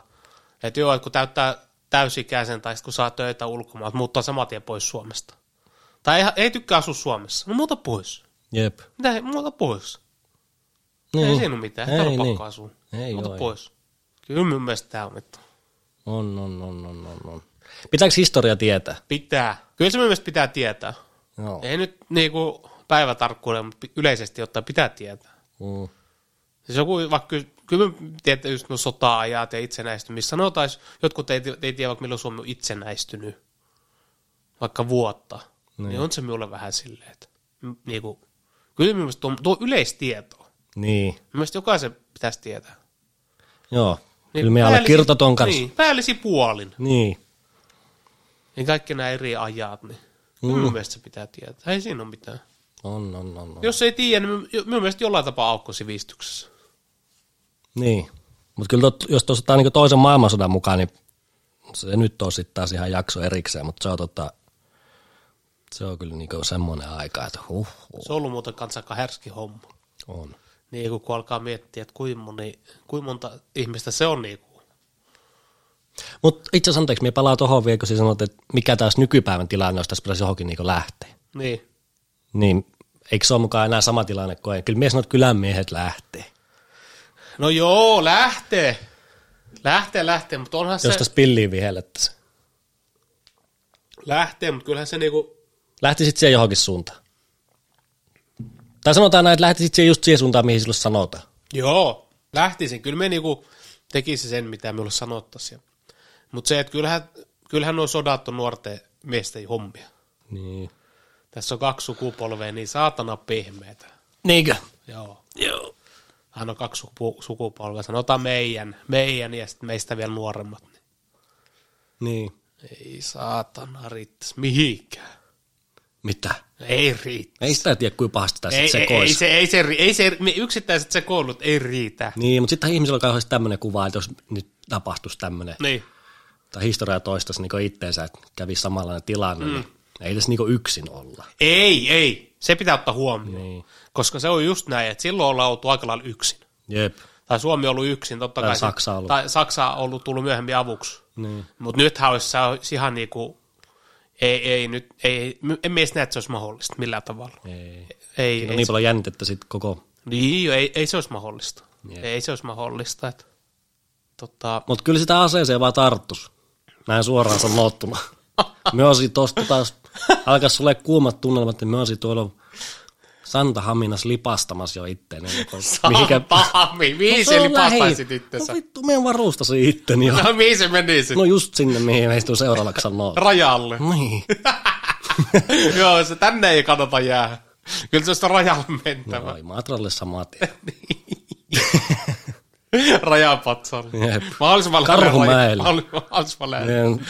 S2: että joo, että kun täyttää täysikäisen tai sit kun saa töitä ulkomailta, muuttaa saman tien pois Suomesta. Tai ei, ei tykkää asua Suomessa. No muuta pois.
S1: Jep.
S2: Mitä, muuta pois. Niin.
S1: Niin.
S2: Ei siinä ole mitään. Ei,
S1: Ei
S2: täällä on
S1: niin.
S2: pakko asua.
S1: Ei
S2: muuta
S1: oo, ei.
S2: pois. Kyllä mun mielestä tää on vittu.
S1: On, on, on, on, on, on. Pitääkö historia tietää?
S2: Pitää. Kyllä se mun mielestä pitää tietää.
S1: Joo.
S2: Ei nyt niinku päivätarkkuuden, mutta yleisesti ottaa pitää tietää.
S1: Mm.
S2: Siis joku vaikka, ky- kyllä me tiedätte just no sota-ajat ja itsenäistymistä. Sanotaan, jos jotkut ei, ti- ei tiedä vaikka milloin Suomi on itsenäistynyt, vaikka vuotta. Niin, niin on se minulle vähän silleen, että m- niinku, kyllä minusta tuo, tuo yleistieto.
S1: Niin.
S2: Mielestäni jokaisen pitäisi tietää.
S1: Joo.
S2: Niin
S1: Kyllä me allekirjoitan ton kanssa.
S2: Niin, päällisin puolin.
S1: Niin.
S2: Niin kaikki nämä eri ajat, niin mm. minun mielestä se pitää tietää. Ei siinä ole mitään.
S1: On, on, on, on.
S2: Jos ei tiedä, niin mi- minun mielestä jollain tapaa aukko sivistyksessä.
S1: Niin. Mutta kyllä tot, jos tuossa ottaa niinku toisen maailmansodan mukaan, niin se nyt on sitten taas ihan jakso erikseen, mutta se on, tota, se on kyllä niinku semmoinen aika, että huh, huh
S2: Se on ollut muuten kanssa aika härski homma.
S1: on.
S2: Niin kun kun alkaa miettiä, että kuinka, moni, kuinka monta ihmistä se on niin kuin.
S1: Mutta itse asiassa anteeksi, minä palaan tuohon vielä, kun sinä sanoit, että mikä taas nykypäivän tilanne, jos tässä pitäisi johonkin niinku lähteä.
S2: Niin.
S1: Niin, eikö se ole mukaan enää sama tilanne kuin ennen? Kyllä minä sanon, että kylän miehet lähtee.
S2: No joo, lähtee. Lähtee, lähtee, mutta onhan
S1: Jos
S2: se...
S1: tässä pilliin vihellettäisiin.
S2: Lähtee, mutta kyllähän se niinku...
S1: Lähtisit siihen johonkin suuntaan. Tai sanotaan näin, että lähtisit siihen just siihen suuntaan, mihin silloin sanotaan.
S2: Joo, lähtisin. Kyllä me niinku tekisi sen, mitä minulle sanottaisiin. Mutta se, että kyllähän, kyllähän nuo sodat on nuorten miesten hommia.
S1: Niin.
S2: Tässä on kaksi sukupolvea, niin saatana pehmeitä.
S1: Niinkö?
S2: Joo.
S1: Joo.
S2: Hän on kaksi suku- sukupolvea. Sanotaan meidän, meidän ja sitten meistä vielä nuoremmat. Niin.
S1: Niin.
S2: Ei saatana riittäisi mihinkään.
S1: Mitä?
S2: Ei riitä.
S1: Ei sitä tiedä, kuinka pahasti tässä
S2: Ei, ei,
S1: sekois.
S2: ei, se, ei, se, ri- ei se, ne yksittäiset sekoilut ei riitä.
S1: Niin, mutta sitten ihmisillä on kauheasti tämmöinen kuva, että jos nyt tapahtuisi tämmöinen,
S2: Niin.
S1: tai historia toistaisi niinku itteensä, että kävi samanlainen tilanne, mm. niin ei tässä niinku yksin olla.
S2: Ei, ei. Se pitää ottaa huomioon.
S1: Niin.
S2: Koska se on just näin, että silloin ollaan oltu aika lailla yksin.
S1: Jep.
S2: Tai Suomi on ollut yksin, totta
S1: Tai
S2: kai. se-
S1: Saksa ollut.
S2: Tai Saksa on ollut tullut myöhemmin avuksi.
S1: Niin.
S2: Mutta nythän olisi, se olisi ihan niin kuin, ei, ei nyt, ei, my- en mies näe, että se olisi mahdollista millään tavalla.
S1: Ei.
S2: Ei,
S1: Siinä on
S2: ei,
S1: niin
S2: se-
S1: paljon jännitettä sitten koko.
S2: niin, jo, ei, ei se olisi mahdollista.
S1: Jep.
S2: Ei se olisi mahdollista. Että, tota,
S1: Mutta kyllä sitä aseeseen vaan tarttus. Näin suoraan
S2: [laughs]
S1: sanottuna. Me osi tosta taas, alkaa sulle kuumat tunnelmat, että me osi tuolla Santahaminas lipastamassa jo itteen. ennen kuin-
S2: Mihinkä? Pahmi, mihin se lipastaisit
S1: No
S2: itsensä?
S1: vittu, me varustasi itteni jo.
S2: No mihin se
S1: [laughs]
S2: meni
S1: No
S2: sitten?
S1: just sinne, mihin me istun seuraavaksi sanoo. [laughs]
S2: Rajalle.
S1: Niin.
S2: Joo, se tänne ei kannata jäädä. Kyllä se on sitä rajalle
S1: No.
S2: mentävä.
S1: Joo, ei matralle samaa tie.
S2: Rajapatsalle.
S1: Jep.
S2: Mahdollisimman
S1: Karhumäelle.
S2: Mahdollisimman lähellä.
S1: Meen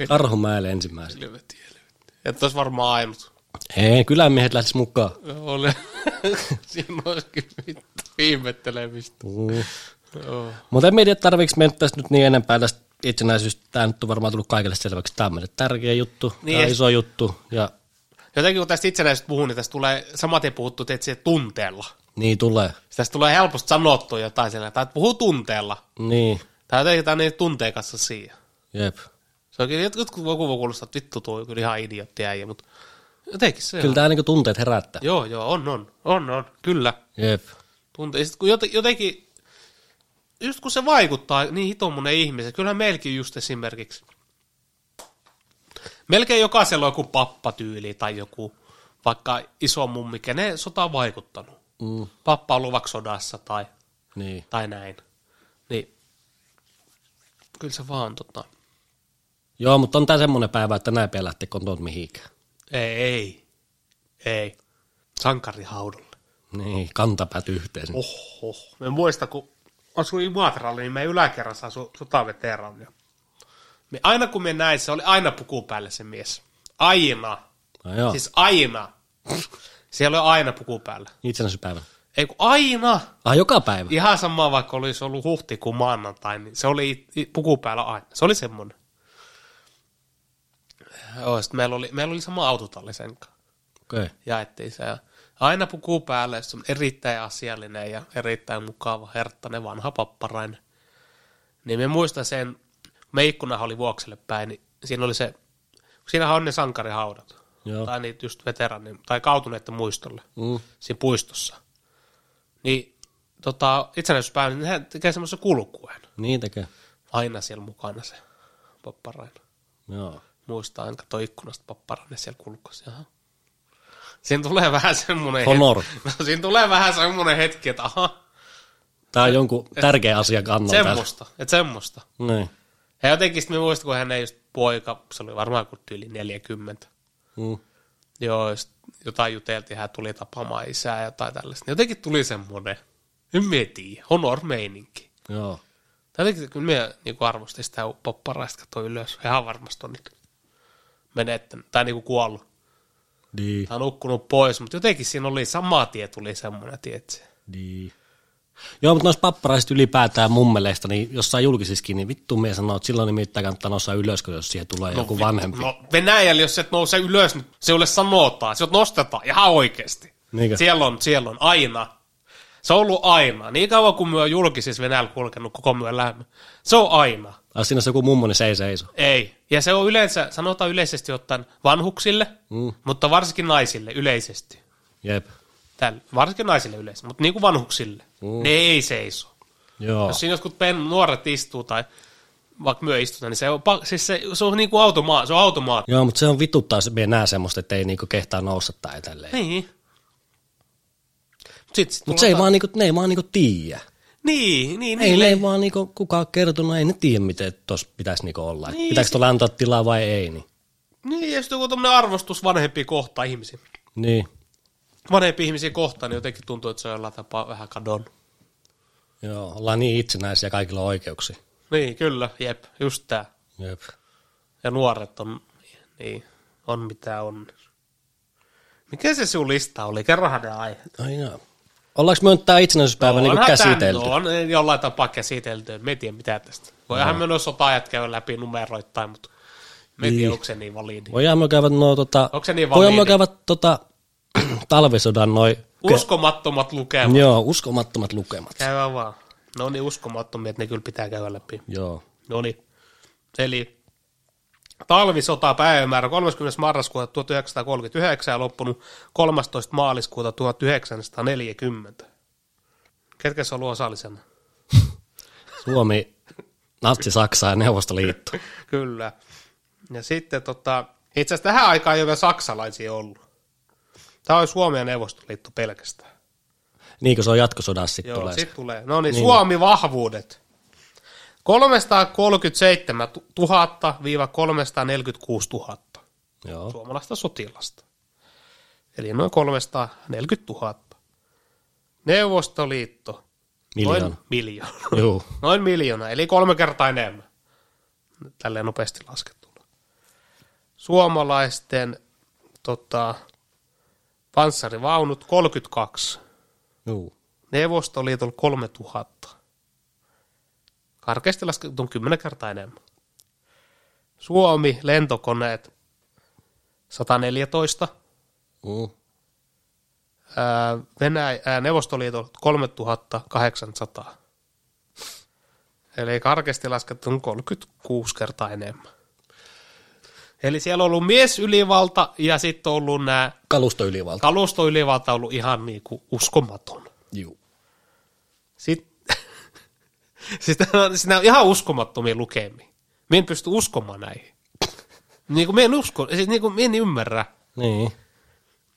S2: Ei
S1: Karhumäelle ensimmäisenä.
S2: helvetiä, helvetiä. Että olisi varmaan ainut.
S1: Hei, kylän miehet lähtis mukaan.
S2: Ole. [laughs] Siinä olisikin vittu ihmettelemistä.
S1: Mm.
S2: Joo.
S1: Mutta en tiedä, tarviiko me nyt tästä nyt niin enempää tästä itsenäisyydestä. Tämä nyt on varmaan tullut kaikille selväksi. Tämä on meille tärkeä juttu,
S2: Niin,
S1: niin
S2: ja-
S1: iso juttu. Ja
S2: Jotenkin kun tästä itsenäisyydestä puhuu, niin tästä tulee samaten puhuttu, että se tunteella.
S1: niin tulee.
S2: Tästä tulee helposti sanottua jotain sillä, tai että puhuu tunteella.
S1: Niin,
S2: Tai jotenkin tämä on niin tunteen kanssa siihen.
S1: jep.
S2: Se on kyllä, jotkut joku voi kuulostaa, että vittu tuo on kyllä ihan idiootti äijä, mutta jotenkin se
S1: Kyllä
S2: on.
S1: tämä niinku tunteet herättää.
S2: Joo, joo, on, on, on, on, kyllä.
S1: Jep.
S2: Tunte, ja sit kun jote- jotenkin, just kun se vaikuttaa niin hitomunen ihmiset, kyllähän meilläkin just esimerkiksi, melkein jokaisella on joku pappatyyli tai joku vaikka iso mummi, ne sota on vaikuttanut.
S1: Mm.
S2: Pappa on ollut vaikka sodassa tai,
S1: Niin.
S2: tai näin. Niin, kyllä se vaan tota,
S1: Joo, mutta on tämä semmoinen päivä, että näin ei lähteä kontoon mihinkään.
S2: ei, ei, ei, sankarihaudalle.
S1: Niin, kantapäät yhteen. Oh.
S2: Oho. Mä en muista, kun asuin Imatralla, niin me yläkerrassa asui sotaveteraaneja. Me aina kun me näin, se oli aina puku päällä se mies. Aina.
S1: No, joo, siis...
S2: Siis aina. Siellä oli aina puku päällä.
S1: itsenäisyyspäivänä.
S2: Ei kun aina.
S1: Ah, joka päivä?
S2: Ihan sama, vaikka olisi ollut huhtikuun maanantai, niin se oli it- it- puku päällä aina. Se oli semmoinen. Joo, sit meillä oli, meillä oli sama autotalli sen kanssa
S1: Okei. Okay.
S2: jaettiin se. Ja aina puku päälle, ja se on erittäin asiallinen ja erittäin mukava, herttainen, vanha papparainen. Niin me muistan sen, me ikkuna oli vuokselle päin, niin siinä oli se, siinähän on ne sankarihaudat.
S1: Joo.
S2: Tai niitä just veteranin, tai kautuneiden muistolle,
S1: Mm.
S2: siinä puistossa. Niin tota, itsenäisyyspäivänä, niin hän tekee semmoisen kulkuen.
S1: Niin tekee.
S2: Aina siellä mukana se papparainen
S1: Joo.
S2: muistaa, aina katsoi ikkunasta papparanne siellä kulkossa. Jaha. Siinä tulee vähän semmoinen
S1: Honor.
S2: [laughs] No, siinä tulee vähän semmoinen hetki, että aha,
S1: Tämä on jonkun tärkeä asia kannalta.
S2: semmoista, että semmoista.
S1: Niin.
S2: Ja jotenkin sitten muistan, kun hän ei just poika, se oli varmaan kuin yli 40.
S1: Mm.
S2: Joo, ja sit jotain juteltiin, hän tuli tapaamaan isää ja jotain tällaista. Jotenkin tuli semmoinen, en mä tiedä, honor-meininki.
S1: Joo.
S2: Tai Jotenkin kun me niin arvostin sitä popparaista, katsoi ylös, hän varmasti on nyt menettänyt, tai niin kuin kuollut.
S1: Niin.
S2: Tämä on nukkunut pois, mutta jotenkin siinä oli sama tie, tuli semmoinen, tietsä.
S1: Niin. Joo, mutta noista papparaisista ylipäätään mun mielestä, niin jossain julkisissakin, niin vittu me sanoo, että silloin nimittäin kannattaa nousta ylös, kun jos siihen tulee no, joku
S2: vittu,
S1: vanhempi.
S2: No Venäjällä, jos et nouse ylös, niin se sulle sanotaan, se nostetaan ihan oikeasti.
S1: Niinkö?
S2: Siellä on, siellä on aina. Se on ollut aina. Niin kauan kuin myö julkisissa Venäjällä kulkenut koko myö lämmö. Se on aina.
S1: Ai siinä se joku mummo, niin se ei seiso.
S2: Ei. Ja se on yleensä, sanotaan yleisesti ottaen vanhuksille,
S1: Mm.
S2: mutta varsinkin naisille yleisesti.
S1: Jep.
S2: Tällä, varsinkin naisille yleisesti, mutta niin kuin vanhuksille.
S1: Mm.
S2: Ne ei seiso.
S1: Joo.
S2: Jos siinä jotkut pen, nuoret istuu tai vaikka myö istutaan, niin se on, pa- siis se, se on niinku automaa, se on automaatti.
S1: Joo, mutta se on vituttaa, se me näe semmoista, että ei niinku kehtaa nousta tai tälleen.
S2: Niin. Sitten sit
S1: Mutta se ei vaan niinku, ne ei vaan niinku tiiä.
S2: Niin, Tuota- niin,
S1: Ei,
S2: niin.
S1: ne ei vaan niinku, kukaan ole kertonut, ei ne tiedä, miten tuossa pitäisi niinku olla. Niin. Pitäisikö tuolla antaa tilaa vai ei, niin.
S2: Niin, ja sitten joku tämmöinen arvostus vanhempi kohta ihmisiä.
S1: Niin.
S2: Vanhempi ihmisiä kohtaan, niin jotenkin tuntuu, että se on jollain tapaa vähän kadon.
S1: Joo, ollaan niin itsenäisiä, kaikilla on oikeuksia.
S2: Niin, kyllä, jep, just tää.
S1: Jep.
S2: Ja nuoret on, niin, on mitä on. Mikä se sun lista oli? Kerrohan ne aiheet.
S1: Ai joo. Ollaanko me nyt tää itsenäisyyspäivä niinku
S2: No Onhan tää
S1: käsitelty?
S2: nyt On jollain tapaa käsitelty, me ei tiedä mitään tästä. Voihan no. me noin sota-ajat käydä läpi numeroittain, mutta me ei tiedä, onko se niin validi.
S1: Voidaan me käydä nuo, tota,
S2: Onko se niin
S1: voidaan me
S2: validi?
S1: käydä tota, [clears throat] talvisodan noin,
S2: Uskomattomat lukemat.
S1: joo, uskomattomat lukemat.
S2: Käydään vaan. No niin, uskomattomia, että ne kyllä pitää käydä läpi.
S1: Joo,
S2: No niin. Eli talvisota päivämäärä 30. marraskuuta 1939 ja loppunut 13. maaliskuuta 1940. Ketkä se on ollut osallisena?
S1: Suomi Natsi-Saksa ja Neuvostoliitto.
S2: Kyllä. Ja sitten tota, itse asiassa tähän aikaan ei ole vielä saksalaisia ollut. Tämä on Suomen ja Neuvostoliitto pelkästään.
S1: Niin kuin se on jatkosodassa sitten
S2: Joo,
S1: tulee.
S2: sit tulee. No niin, Suomi vahvuudet. 337 000-346 000
S1: se. Joo.
S2: suomalaista sotilasta. Eli noin 340 000. Neuvostoliitto.
S1: Miljoona.
S2: Noin miljoona.
S1: Joo.
S2: Noin miljoona, eli kolme kertaa enemmän. Tälleen nopeasti laskettuna. Suomalaisten tota, panssarivaunut 32.
S1: Joo.
S2: Neuvostoliitolla 3000. Karkeasti laskettuna 10 kertaa enemmän. Suomi, lentokoneet 114.
S1: Mm.
S2: Ää, Venäjä, ää, Neuvostoliitolla 3800. Eli karkeasti laskettuna 36 kertaa enemmän. Eli siellä on ollut miesylivalta ja sitten on ollut nämä
S1: Kalustoylivalta.
S2: kalustoylivalta on ollut ihan niinku uskomaton.
S1: Joo.
S2: Sitten, [laughs] siis nämä on, siis nämä on ihan uskomattomia lukemia. Mä en pysty uskomaan näihin. Niin kuin mä en usko, siis niin kuin mä en ymmärrä,
S1: Niin.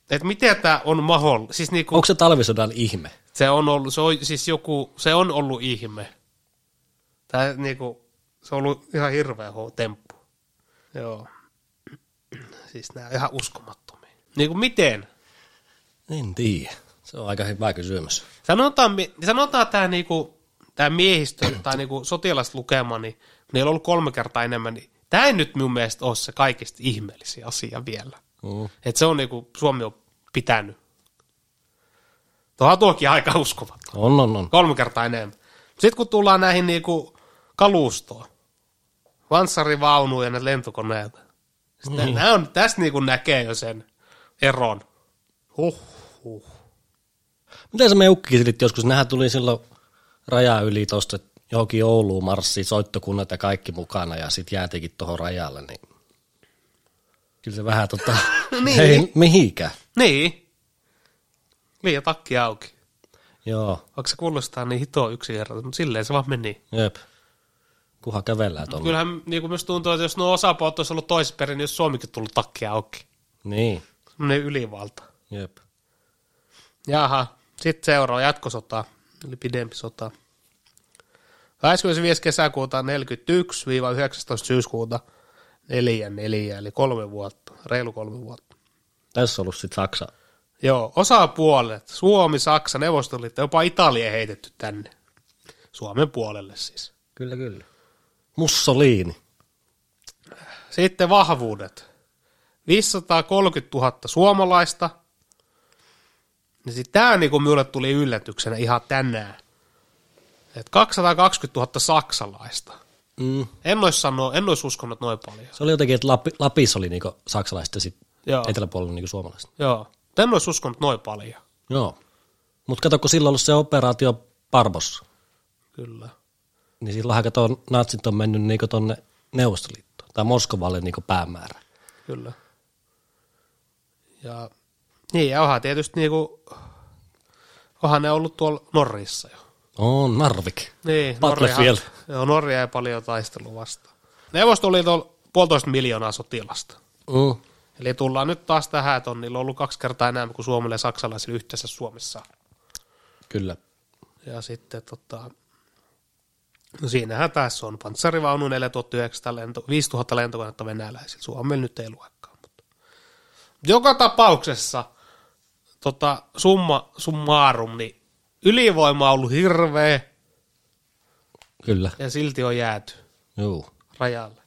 S2: että miten tämä on mahdollista. Siis niin kuin,
S1: Onko se talvisodan ihme?
S2: se on ollut, se on siis joku, se on ollut ihme. Tää niinku, se on ollut ihan hirveä ho- temppu. Joo. Siis nämä on ihan uskomattomia. Niinku miten?
S1: En tiedä. Se on aika hyvä kysymys.
S2: Sanotaan, mi- sanotaan tämä niinku, tää miehistö tai niinku sotilaslukema, niin niillä on ollut kolme kertaa enemmän, niin tämä ei nyt mun mielestä ole se kaikista ihmeellisin asia vielä.
S1: Mm.
S2: Et se on niinku, Suomi on pitänyt. Tuohan tuokin aika uskomaton.
S1: On, on, on.
S2: Kolme kertaa enemmän. Sitten kun tullaan näihin niinku kalustoon, panssarivaunuun ja ne lentokoneet. Sitten mm. on, tässä niinku näkee jo sen eron. Huh, huh.
S1: Miten se me ukkikin selitti joskus? Nähän tuli silloin raja yli tuosta johonkin Ouluun marssiin, soittokunnat ja kaikki mukana ja sitten jäätikin tuohon rajalle, niin kyllä se vähän tota,
S2: [laughs] [laughs] Niin.
S1: ei mihinkään.
S2: Niin. Liian takki auki.
S1: Joo,
S2: Vaikka se kuulostaa niin hitoa yksinkertaisesti, mutta silleen se vaan meni.
S1: jep. Kuha kävellään tuolla.
S2: Kyllähän niin kuin myös tuntuu, että jos nuo osapuolet olisi ollut toisinpäin, niin jos Suomikin tullut takki auki.
S1: Niin,
S2: Semmoinen ylivalta.
S1: jep.
S2: Jaha, sitten seuraa jatkosota, eli pidempi sota. 25. kesäkuuta 41-19 syyskuuta 44, eli kolme vuotta, reilu kolme vuotta.
S1: Tässä on ollut sitten Saksa.
S2: Joo, osapuolet, Suomi, Saksa, Neuvostoliitto, jopa Italia heitetty tänne. Suomen puolelle siis.
S1: Kyllä, kyllä. Mussolini.
S2: Sitten vahvuudet. 530 000 suomalaista. Ja sitten tämä niinku minulle tuli yllätyksenä ihan tänään. Et 220 000 saksalaista.
S1: Mm.
S2: En ois, sano, en ois uskonut noin paljon.
S1: Se oli jotenkin, että Lapi, Lapissa oli niinku saksalaiset ja sitten
S2: Joo.
S1: eteläpuolella niinku suomalaiset.
S2: Joo. En ois uskonut noin paljon.
S1: Joo. Mutta kato, kun silloin ollut se operaatio Barbossa,
S2: Kyllä.
S1: niin silloinhan kato, natsit on mennyt niinku tonne Neuvostoliittoon tai Moskovalle niinku päämäärä.
S2: Kyllä. Ja niin, ja onhan tietysti niinku, onhan ne ollut tuolla Norjassa jo.
S1: On, Narvik.
S2: Niin,
S1: Battlefield.
S2: Norjahan- Joo, Norja ei paljon taistelu vastaan. Neuvostoliitolla puolitoista miljoonaa sotilasta.
S1: Mm.
S2: Eli tullaan nyt taas tähän, että on niillä ollut kaksi kertaa enemmän kuin Suomelle ja saksalaisille yhteensä Suomessa.
S1: Kyllä.
S2: Ja sitten tota, no siinähän tässä on panssarivaunu 4900 lento, 5000 lentokonetta venäläisillä. Suomella nyt ei luekaan. Mutta. Joka tapauksessa tota, summa, summarum, niin ylivoima on ollut hirveä
S1: Kyllä.
S2: ja silti on jääty.
S1: Joo.
S2: rajalle.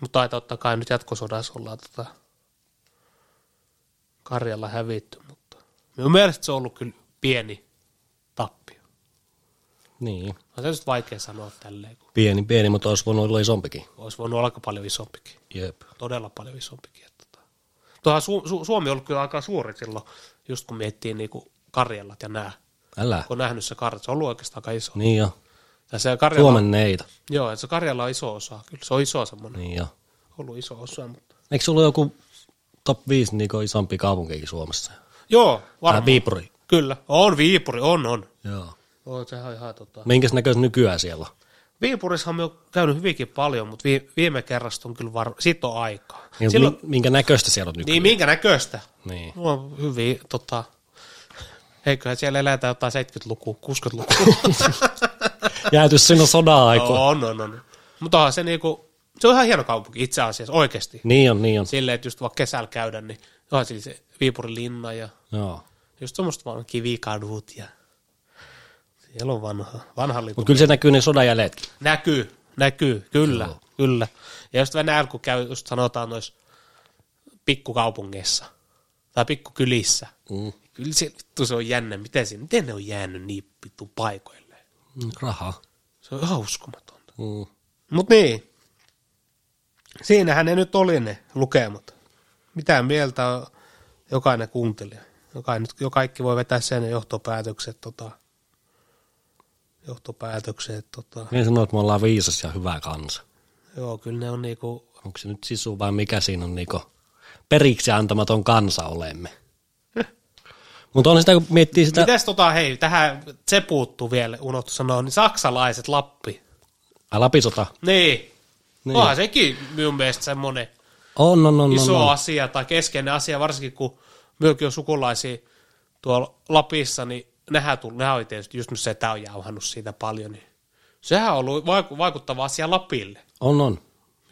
S2: Mutta ei totta kai nyt jatkosodassa ollaan tota Karjalla hävitty, mutta minun mielestä se on ollut kyllä pieni tappio.
S1: Niin.
S2: On se nyt vaikea sanoa tälleen, kun
S1: Pieni, pieni, mutta olisi voinut olla isompikin.
S2: olisi voinut olla aika paljon isompikin,
S1: Jep.
S2: todella paljon isompikin. Että tota. Tuohan Su- Su- Suomi on ollut kyllä aika suuri silloin, just kun miettii niin kuin Karjalat ja nämä.
S1: Älä.
S2: Kun on nähnyt se kartta, se on ollut oikeastaan aika iso.
S1: Niin jo.
S2: Ja se Karjala,
S1: Suomen neita.
S2: Joo, että se Karjala on iso osa, kyllä se on iso semmoinen,
S1: Niin jo.
S2: ollut iso osa, mutta
S1: Eikö sulla ole joku top 5 niinku isompi kaupunkikin Suomessa?
S2: joo,
S1: Tämä
S2: varmaan.
S1: Viipuri.
S2: Kyllä, on Viipuri, on, on.
S1: Joo.
S2: On, sehän on ihan tota.
S1: Minkäs näköistä nykyään siellä on?
S2: Viipurissahan me on käynyt hyvinkin paljon, mutta vi- viime kerrasta on kyllä var... Siitä on aikaa.
S1: Niin, Silloin... Minkä näköistä siellä on
S2: Niin,
S1: nykyään?
S2: minkä näköistä?
S1: Niin.
S2: No on hyviä, tota, eiköhän siellä eletä jotain 70-lukua, 60-lukua.
S1: Jääty sinne [laughs] sodan aikaan.
S2: no, on, on, on. Mutta onhan se niinku, se on ihan hieno kaupunki itse asiassa, oikeasti.
S1: Niin on, niin on.
S2: Silleen, että just vaikka kesällä käydä, niin onhan sillä se Viipurin linna ja
S1: Joo.
S2: just semmoista vaan kivikadut ja siellä on vanha, vanha lipu.
S1: Mutta kyllä se näkyy ne sodan jäljetkin.
S2: Näkyy, näkyy, kyllä, Joo. kyllä. Ja just Venäjällä, kun käy, just sanotaan noissa pikkukaupungeissa tai pikkukylissä,
S1: Mm.
S2: kyllä se, vittu, se on jännä, miten, se, miten ne on jäänyt niin vittu paikoille.
S1: Mm, Rahaa.
S2: Se on ihan uskomatonta.
S1: Mm.
S2: Mut niin, siinähän ne nyt oli ne lukemat. Mitä mieltä on jokainen kuuntelija? Jokainen, jo kaikki voi vetää sen johtopäätökset, tota, johtopäätökset, tota.
S1: Ne sanoo, että me ollaan viisas ja hyvä kansa.
S2: Joo, kyllä ne on niinku
S1: Onko se nyt sisu vai mikä siinä on niinku periksi antamaton kansa olemme? [laughs] Mutta on sitä, kun miettii sitä,
S2: Mites tota, hei, tähän se puuttuu vielä, unohtu sanoa, niin saksalaiset Lappi.
S1: Ai, Lapisota,
S2: Niin. niin.
S1: Niin.
S2: Onhan sekin minun mielestä semmoinen
S1: on, on, on,
S2: iso
S1: on,
S2: no, no.
S1: on.
S2: asia tai keskeinen asia, varsinkin kun myökin on sukulaisia tuolla Lapissa, niin nehän, tuli, nehän oli tietysti just nyt se, että on jauhannut siitä paljon, niin sehän on ollut vaiku- vaikuttava asia Lapille.
S1: On, on.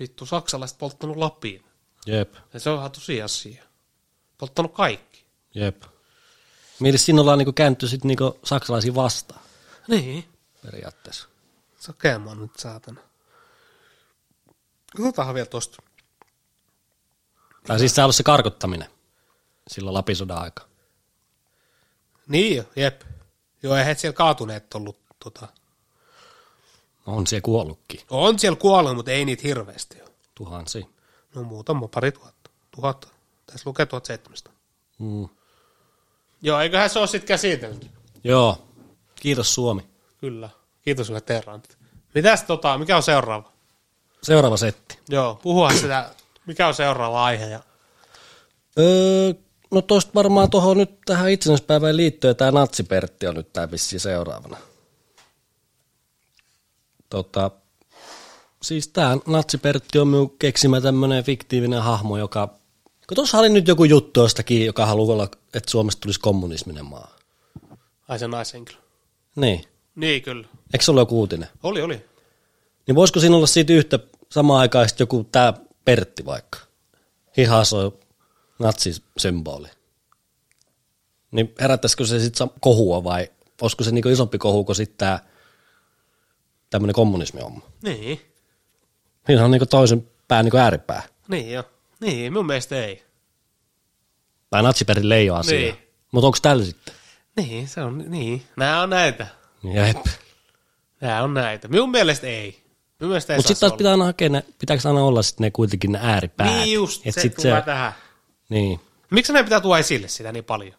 S2: Vittu, saksalaiset polttanut Lapin.
S1: Jep,
S2: Ja se on ihan tosiasia. Polttanut kaikki.
S1: jep. Mieti, siinä ollaan niinku kääntyy sit niinku saksalaisia vastaan
S2: Niin.
S1: periaatteessa.
S2: Sakemaan nyt saatana. Katsotaan vielä tosta.
S1: Tai siis se on ollut se karkottaminen silloin Lapisodan aika.
S2: Niin jo, jep. Joo, eihän siellä kaatuneet ollut. Tota.
S1: On siellä kuollutkin
S2: On siellä kuollut, mutta ei niitä hirveästi ole.
S1: tuhansia.
S2: No muutama, pari tuhatta. Tuhat. Tässä lukee 1700.
S1: Mm.
S2: Joo, eiköhän se ole sitten käsitelty.
S1: Joo, kiitos Suomi.
S2: Kyllä. Kiitos sulle Terrant. Mitäs tota, mikä on seuraava?
S1: Seuraava setti.
S2: Joo, puhua sitä, mikä on seuraava aihe. Ja...
S1: Öö, no tosta varmaan tuohon nyt tähän itsenäispäivään liittyen tämä natsipertti on nyt tämä vissi seuraavana. Tota, siis tämä natsipertti on minun keksimä tämmöinen fiktiivinen hahmo, joka... Kun tuossa oli nyt joku juttu jostakin, joka haluaa olla, että Suomesta tulisi kommunisminen maa.
S2: Ai se naishenkilö.
S1: Niin.
S2: Niin, kyllä.
S1: Eikö se ole joku uutinen?
S2: Oli, oli.
S1: Niin voisiko siinä olla siitä yhtä samaan aikaan sitten joku tämä Pertti vaikka? Hihas on natsisymboli. Niin herättäisikö se sitten kohua vai olisiko se niinku isompi kohu kuin sitten tämä tämmöinen kommunismihomma?
S2: Niin.
S1: Siinä on niinku toisen pää niinku ääripää.
S2: Niin joo. Niin, mun mielestä ei.
S1: Tai natsiperin ei ole asia.
S2: Niin.
S1: Niin. Mutta onko tällä sitten? Niin,
S2: Niin, se on, niin. Nää on näitä.
S1: Jep.
S2: Nää on näitä. Minun mielestä ei. Minun mielestä ei
S1: Mutta
S2: saa
S1: sitten
S2: se
S1: taas pitää aina hakea ne, pitääkö aina olla sitten ne kuitenkin ne ääripäät.
S2: Niin just,
S1: Et
S2: se
S1: sit
S2: tulee tähän.
S1: Niin,
S2: Miksi näin pitää tuoda esille sitä niin paljon?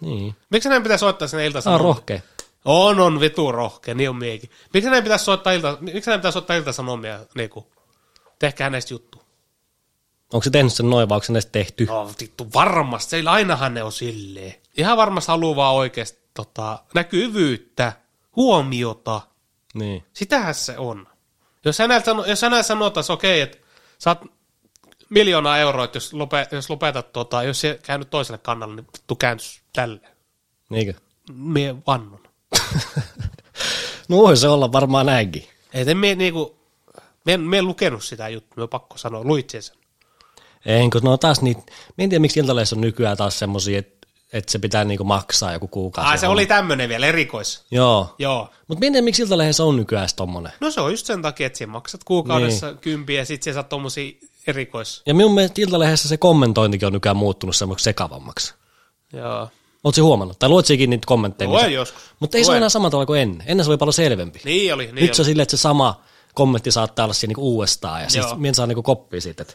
S1: niin.
S2: Miksi näin pitää soittaa sinne ilta
S1: Tämä on rohkea.
S2: On, on vitu rohkea, niin on miekin. Miksi näin pitää soittaa ilta, miksi näin pitää soittaa ilta sanomia, niinku? Tehkää näistä juttu.
S1: Onko se tehnyt sen noin vai onko se näistä tehty?
S2: No vittu, varmasti, se ainahan ne on silleen. Ihan varmasti haluaa vaan oikeasti tota, näkyvyyttä, huomiota.
S1: Niin.
S2: Sitähän se on. Jos hänellä, sano, jos hänellä sanotaan, okei, okay, että saat miljoonaa euroa, että jos, lope, jos lopetat, tota, jos se käynyt toiselle kannalle, niin vittu käänty tälle.
S1: Niinkö?
S2: Mie vannon.
S1: No voi se olla varmaan näinkin.
S2: Ei, te me, niinku, me, en, me en lukenut sitä juttua, me on pakko sanoa, luit sen sen.
S1: Enkö, no taas niitä, mä en tiedä miksi iltaleissä on nykyään taas semmosia, että et se pitää niinku maksaa joku kuukausi.
S2: Ai Ah, se oli tämmönen vielä, erikois.
S1: Joo.
S2: Joo.
S1: Mutta mä en tiedä miksi iltalehdessä on nykyään edes tommonen.
S2: No se on just sen takia, että sinä maksat kuukaudessa niin. kympiä ja sit sinä saat tommosia erikois.
S1: Ja minun mielestä iltalehdessä se kommentointikin on nykyään muuttunut semmoiksi sekavammaksi.
S2: Joo.
S1: Oletko huomannut? Tai luet sekin niitä kommentteja?
S2: Luen joskus.
S1: Mutta ei se
S2: Luen.
S1: ole enää samalla tavalla kuin ennen. Ennen se oli paljon selvempi. Niin,
S2: Niin oli, niin
S1: Nyt se
S2: oli.
S1: on silleen, että se sama kommentti saattaa olla siinä niinku uudestaan. Ja
S2: Joo.
S1: siis mien saa niinku koppia siitä, että,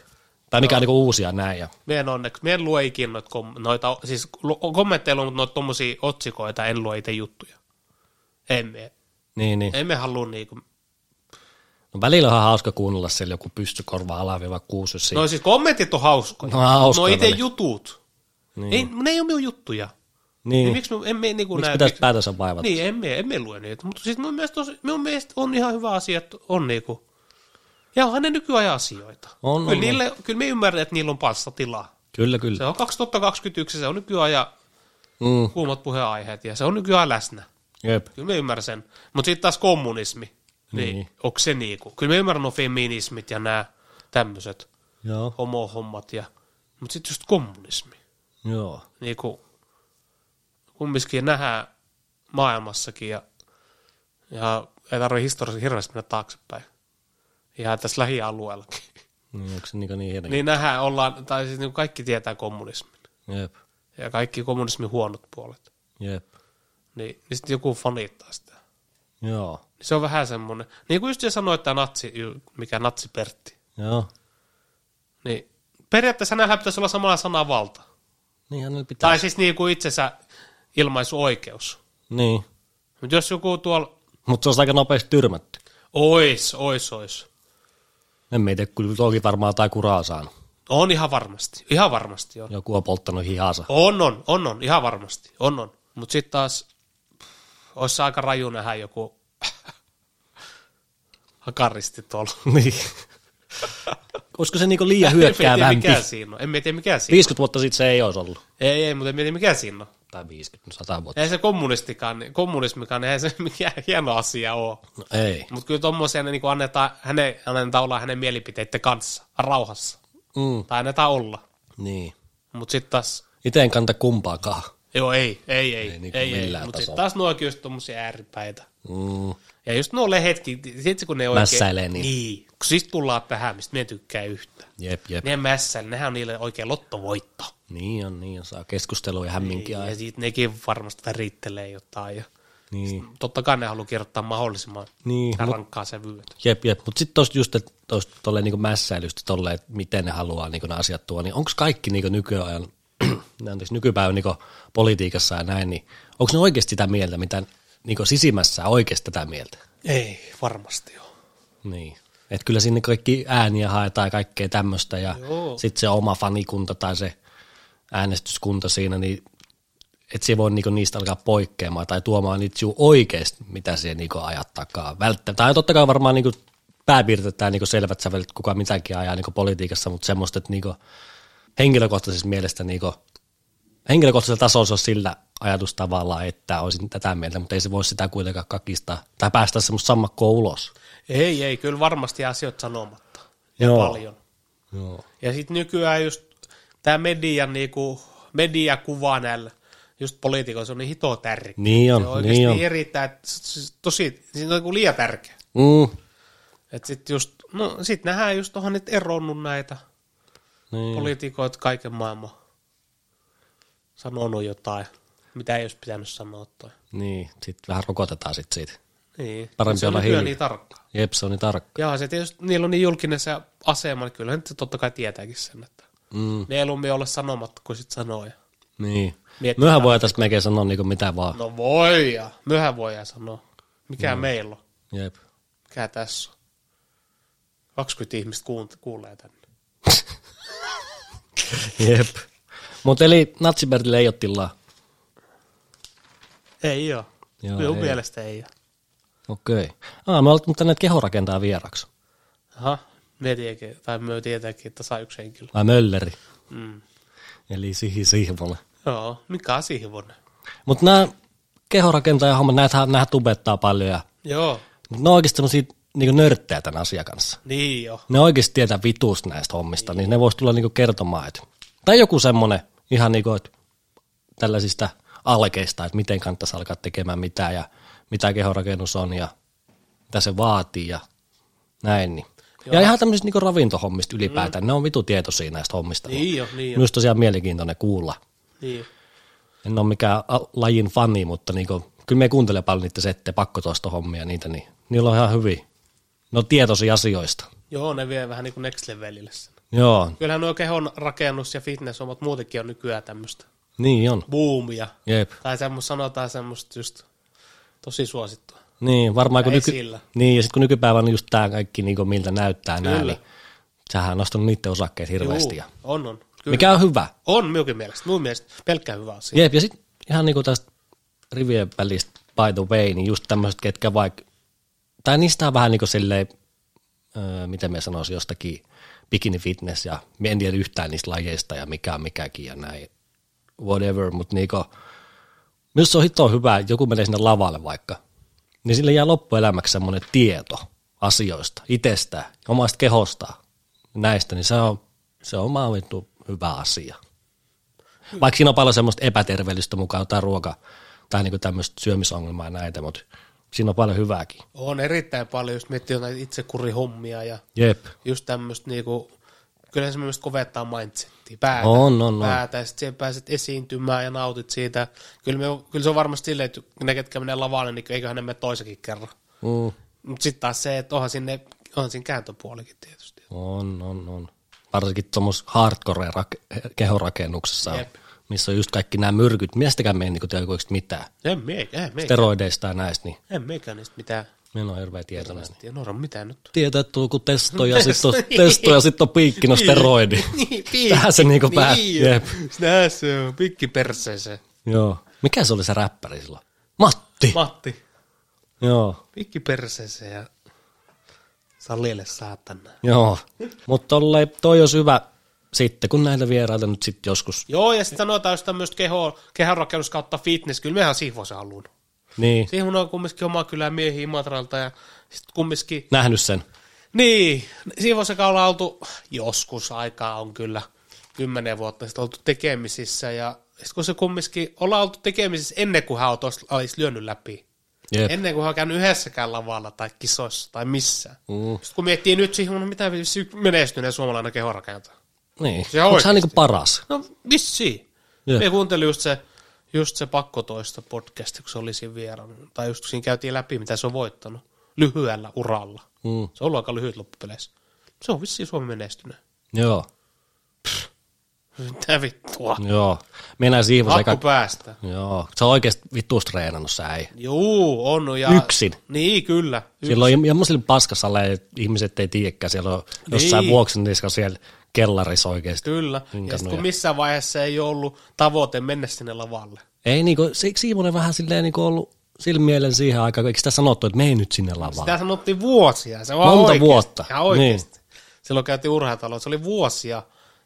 S1: tai mikä on niinku uusia näin. Ja,
S2: Mie en onneksi, mie en lue ikinä noita, kom- noita siis lu- kommentteja, on, mutta noita tommosia otsikoita, en lue itse juttuja. Emme,
S1: niin, niin.
S2: emme halua niinku.
S1: No välillä on ihan hauska kuunnella siellä joku pystykorva alaviva kuusi. jos siinä-
S2: No siis kommentit on hauskoja.
S1: No, hauskoja
S2: No itse
S1: välillä.
S2: jutut.
S1: Niin.
S2: Ei, ne ei ole minun juttuja. Niin.
S1: Niin,
S2: niin
S1: miksi,
S2: miksi me emme niin kuin näe,
S1: pitäisi
S2: miksi-
S1: päätänsä vaivata?
S2: Niin, emme, emme lue niitä, mutta siis mun mielestä, tosi, mun mielestä on ihan hyvä asia, että on niinku, ja onhan ne nykyajan asioita.
S1: On,
S2: kyllä,
S1: on,
S2: niille, kyllä me ymmärrän, että niillä on palstatilaa.
S1: Kyllä, kyllä.
S2: Se on 2021, se on nykyajan
S1: Mm,
S2: kuumat puheenaiheet ja se on nykyään läsnä.
S1: jep.
S2: Kyllä me ymmärrän sen. Mutta sitten taas kommunismi, niin,
S1: Niin.
S2: niin. onko se niinku? Kyllä me ymmärrän nuo feminismit ja nämä tämmöiset
S1: Joo.
S2: homohommat ja, mutta sitten just kommunismi.
S1: Joo.
S2: niinku, kumminkin nähdään maailmassakin ja, ja ei tarvitse historiallisesti hirveästi mennä taaksepäin. Ihan tässä lähialueellakin.
S1: [laughs] Niin, onko se niin, niin hieno?
S2: Niin nähdään, ollaan, tai siis niin kaikki tietää kommunismin
S1: Jep.
S2: ja kaikki kommunismin huonot puolet.
S1: Jep.
S2: Niin, niin sitten joku fanittaa sitä.
S1: Joo.
S2: Niin se on vähän semmoinen, niin kuin just se sanoi, että tämä natsi, mikä natsipertti.
S1: Joo.
S2: Niin periaatteessa näillä pitäisi olla samalla sanavalta.
S1: Niinhän ne pitää.
S2: Tai siis niin kuin itsensä ilmaisuoikeus.
S1: Niin.
S2: Mutta jos joku tuolla,
S1: Mutta se on aika nopeasti tyrmätty.
S2: ois, ois, ois.
S1: En meitä kyllä toki varmaan tai kuraa saanut.
S2: On ihan varmasti, ihan varmasti on.
S1: Joku on polttanut
S2: [laughs]
S1: hihansa.
S2: On, on, on, on, ihan varmasti, on, on. Mutta sitten taas, olisi se aika raju nähdä joku [laughs] hakaristi tuolla.
S1: Niin. Olisiko se niinku
S2: [laughs]
S1: liian
S2: En
S1: hyökkäävämpi?
S2: mietiä, mikä siinä on. En mietiä, mikä siinä
S1: 50 vuotta sitten se ei olisi ollut.
S2: on. Ei, ei, mutta en mietiä, mikä siinä on.
S1: Tai 50, no 100 vuotta.
S2: Ei se kommunistikaan, niin- kommunismikaan, niin ei se [laughs] mikään hieno asia ole.
S1: No, ei.
S2: Mutta kyllä tuommoisia ne niin annetaan, hänen, annetaan olla hänen mielipiteiden kanssa, rauhassa.
S1: Mm.
S2: Tai annetaan olla.
S1: Niin.
S2: Mutta sitten taas
S1: Itse en kanta kumpaakaan.
S2: Joo, ei, ei, ei,
S1: Ei
S2: ei,
S1: niinku
S2: ei, ei.
S1: millään
S2: mutta
S1: tasolla.
S2: sitten taas nuokin just tommosia ääripäitä.
S1: Mm.
S2: Ja just nuo lehetkin, sitten kun ne oikein...
S1: Mässäilee niitä.
S2: Niin, kun siis tullaan tähän, mistä me tykkää yhtään.
S1: Jep, jep.
S2: Ne mässäilee, nehän on niille oikein lottovoitto.
S1: Niin on, niin on. Saa keskustelua ja hämminkiä.
S2: Ja siitä nekin varmasti riittelee jotain. Ja
S1: Niin.
S2: totta kai ne haluaa kirjoittaa mahdollisimman
S1: Niin,
S2: niin, rankkaa sävyä.
S1: Jep, jep. Mutta sitten tuosta just, että tuosta tolleen niinku mässäilystä, tolleen, että miten ne haluaa niinku ne asiat tuoda, niin onko kaikki niinku nykyajan, [clears throat] anteeksi, nykypäivän niinku politiikassa ja näin, niin onko ne oikeasti sitä mieltä, mitä niinku sisimmässä oikeasti tätä mieltä?
S2: Ei, varmasti joo.
S1: Niin. Et kyllä sinne kaikki ääniä haetaan ja kaikkea tämmöistä ja
S2: Joo.
S1: sitten se oma fanikunta tai se äänestyskunta siinä, niin et se voi niinku niistä alkaa poikkeamaan tai tuomaan niitä sinun oikeasti, mitä se niinku ajat takaa. Välttä. Tai totta kai varmaan niinku pääpiirtetään niinku selvät sävelet, kuka mitäkin ajaa niinku politiikassa, mutta semmoista, että niinku henkilökohtaisessa mielestä niinku, henkilökohtaisella tasolla se on sillä ajatus tavallaan, että olisin tätä mieltä, mutta ei se voi sitä kuitenkaan kakistaa tai päästä semmoista sammakkoa ulos.
S2: Ei, ei, kyllä varmasti asiat sanomatta. Ja
S1: Joo.
S2: paljon.
S1: Joo.
S2: Ja sitten nykyään just tämä media, niinku, mediakuva näillä just poliitikoissa on niin hito tärkeä.
S1: Niin on,
S2: se on oikeasti
S1: niin on.
S2: erittäin, s- s- tosi, siinä on niin liian tärkeä.
S1: Mm.
S2: Et sit just, no sit nähdään just onhan nyt eronnut näitä
S1: Niin.
S2: poliitikoita kaiken maailman sanonut jotain, mitä ei olisi pitänyt sanoa toi.
S1: niin, sitten vähän rokotetaan sit siitä.
S2: Niin.
S1: Parempi
S2: se on
S1: olla
S2: nykyään
S1: hiljaa.
S2: niin tarkka.
S1: Jep, se on niin tarkka.
S2: Ja se tietysti, niillä on niin julkinen se asema, niin kyllä se totta kai tietääkin sen, että
S1: Mm.
S2: mieluummin olla sanomatta kuin sit sanoa. Ja
S1: Niin.
S2: miettiä
S1: Myöhän voi tässä melkein sanoa niinku mitä vaan.
S2: No voi ja, myöhän voidaan sanoa. Mikä
S1: Mm.
S2: no. meillä on?
S1: Jep. [laughs]
S2: Mikä tässä on? 20 ihmistä kuunt- kuulee tänne.
S1: Jep. Mutta eli Natsibertille ei ole tilaa.
S2: Ei ole.
S1: Joo,
S2: Minun
S1: ei.
S2: mielestä ei ole.
S1: Okei. Okay. Ah, me oltiin tänne kehorakentaa vieraksi.
S2: Aha, ne tiekin, tai me tietääkin, että saa yksi henkilö.
S1: Vai mölleri.
S2: Mm.
S1: Eli Sihi Sihvonen.
S2: Joo, Mika on Sihvonen.
S1: Mutta nämä kehorakentajahommat, näitähän näitä tubettaa paljon. Ja,
S2: Joo,
S1: mut ne on oikeasti sellaisia niinku nörttejä tämän asian kanssa.
S2: niin jo.
S1: ne oikeasti tietää vitusta näistä hommista, niin ne voisi tulla niinku kertomaan, että, tai joku semmoinen ihan niinku, että tällaisista alkeista, että miten kannattaisi alkaa tekemään mitä ja mitä kehorakennus on ja mitä se vaatii ja näin. Niin. Ja ihan tämmöisistä niinku ravintohommista ylipäätään, mm. ne on vitu tietoisia näistä hommista.
S2: Niin jo, niin jo.
S1: Minusta tosiaan mielenkiintoinen kuulla.
S2: Niin. jo.
S1: En ole mikään a- lajin fani, mutta niinku, kyllä me kuuntelee paljon niitä sette, pakkotoisto hommia niitä, niin niillä on ihan hyvin. Ne on tietoisia asioista.
S2: Joo, ne vie vähän niin kuin next levelille sen.
S1: Joo,
S2: Kyllähän nuo kehon rakennus ja fitnesshommat muutenkin on nykyään tämmöistä
S1: niin on.
S2: boomia.
S1: Jep.
S2: Tai semmoista, sanotaan semmoista just tosi suosittua.
S1: Niin, varmaan kun,
S2: Ja
S1: nyky...
S2: esillä.
S1: niin, ja sit kun nykypäivänä on just tämä kaikki, niin kuin miltä näyttää nää,
S2: Kyllä.
S1: niin sähän on nostanut niiden osakkeet hirveästi. Ja...
S2: on, on. Kyllä.
S1: Mikä on hyvä.
S2: On minunkin mielestä, minun mielestä pelkkä hyvä asia.
S1: Jep, ja sitten ihan niin kuin tästä rivien välistä by the way, niin just tämmöiset, ketkä vaikka, tai niistä on vähän niin kuin silleen, öö, miten me sanoisin, jostakin bikini fitness ja me en tiedä yhtään niistä lajeista ja mikä on mikäkin ja näin, whatever, mutta niinku, myös se on hito hyvä, että joku menee sinne lavalle vaikka, niin sille jää loppuelämäksi semmoinen tieto asioista, itsestään, omasta kehostaan, näistä, niin se on, se on maavittu hyvä asia. Vaikka siinä on paljon semmoista epäterveellistä mukaan, tai ruoka, tai niinku tämmöistä syömisongelmaa ja näitä, mutta siinä on paljon hyvääkin.
S2: On erittäin paljon, just miettii näitä itsekurihommia ja
S1: Jep.
S2: just tämmöistä niinku, kyllä se myös kovettaa mindsettiä, päätä.
S1: On, on, on.
S2: Päätä, ja sit siihen pääset esiintymään ja nautit siitä. Kyllä, me, kyllä se on varmasti silleen, että ne ketkä menee lavalle, niin eiköhän ne mene toisakin kerran.
S1: Mm.
S2: Mutta sitten taas se, että onhan, sinne, onhan siinä kääntöpuolikin tietysti.
S1: On, on, on. Varsinkin tuommoisessa hardcore-kehorakennuksessa,
S2: Jep.
S1: missä on just kaikki nämä myrkyt. Miestäkään me ei niin tiedä oikeasti mitään.
S2: En mie, en mie,
S1: Steroideista ja näistä, niin
S2: en miekään niistä mitään.
S1: minä on hirveä tietoinen.
S2: Ja Noora, mitä nyt?
S1: Tietää, että on joku testo ja sitten on, [laughs] testo ja sit on piikkinä No, steroidi. [laughs]
S2: [laughs] Niin,
S1: Tähän se niinku pääsi. Jep. Niin.
S2: Nää se on, pikki perseeseen.
S1: Joo. Mikä se oli se räppäri silloin? Matti.
S2: Matti,
S1: Joo.
S2: pikki perseeseen ja salille saatana.
S1: Joo. Mutta toi olisi hyvä sitten, kun näitä vieraita nyt sitten joskus.
S2: Joo, ja sitten sanotaan just tämmöistä keho, kehonrakennus kautta fitness, kyllä mehän Sihvosen haluun.
S1: Niin.
S2: Sihvon on kumminkin oma kylä miehiä Imatralta ja sitten kumminkin
S1: Nähnyt sen.
S2: Niin, siivousaikaa ollaan oltu joskus aikaa on kyllä kymmenen vuotta sitten oltu tekemisissä ja sitten kun se kumminkin ollaan oltu tekemisissä ennen kuin hän on tuossa olisi lyönyt läpi.
S1: Jep.
S2: Jep. Ennen kuin hän on käynyt yhdessäkään lavalla tai kisoissa tai missään.
S1: Mm.
S2: Sitten kun miettii nyt siihen, no mitä vitsi menestyneen suomalainen kehorakentaja.
S1: Niin.
S2: Se
S1: Onko
S2: oikeesti.
S1: hän niinku paras?
S2: No vissiin.
S1: Jep.
S2: Jep. Me kuuntelin just se, just se pakkotoista podcast, kun se oli siinä vieraana. Tai just kun siinä käytiin läpi, mitä se on voittanut lyhyellä uralla.
S1: Mm.
S2: Se on ollut aika lyhyt loppupeleissä. Se on vissiin Suomen menestyneen.
S1: Joo.
S2: Mitä vittua?
S1: Joo. Minä siivos
S2: Hakku
S1: Mm. aika...
S2: päästä.
S1: Joo. Se on oikeasti vittuus treenannut se äijä.
S2: Juu, on. Ja...
S1: Yksin.
S2: Niin, kyllä. Y-
S1: Siellä on jemmosilla paskasalla ja ihmiset ei tiedäkään. Siellä on jossain
S2: Niin.
S1: vuoksi niska siellä kellarissa oikeasti.
S2: kyllä.
S1: Minkä
S2: Ja sitten
S1: noja?
S2: kun missään vaiheessa ei ole ollut tavoite mennä sinne lavalle.
S1: Ei niinku, se, Siivonen vähän silleen niinku ollut silmielen siihen aikaan, kun eikö sitä sanottu, että mene nyt sinne lavaan.
S2: Sitä sanottiin vuosia. Se vaan
S1: Monta
S2: oikeasti.
S1: vuotta.
S2: Ihan oikeasti. Niin. Silloin käytiin urheilutalolla. Se oli vuosia.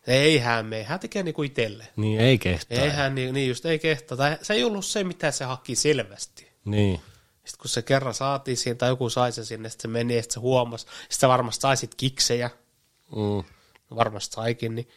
S2: Ei hän mene. Hän tekee niinku itselleen.
S1: Niin ei kehtaa.
S2: Ei hän niin, niin just, ei kehtaa. Tai se ei ollut se, mitä se haki selvästi.
S1: Niin.
S2: Sitten kun se kerran saatiin siihen, tai joku sai sen sinne, sitten se meni, ja sitten se huomasi. Sitten se varmasti saisit kiksejä.
S1: Mm.
S2: varmasti saikin, niin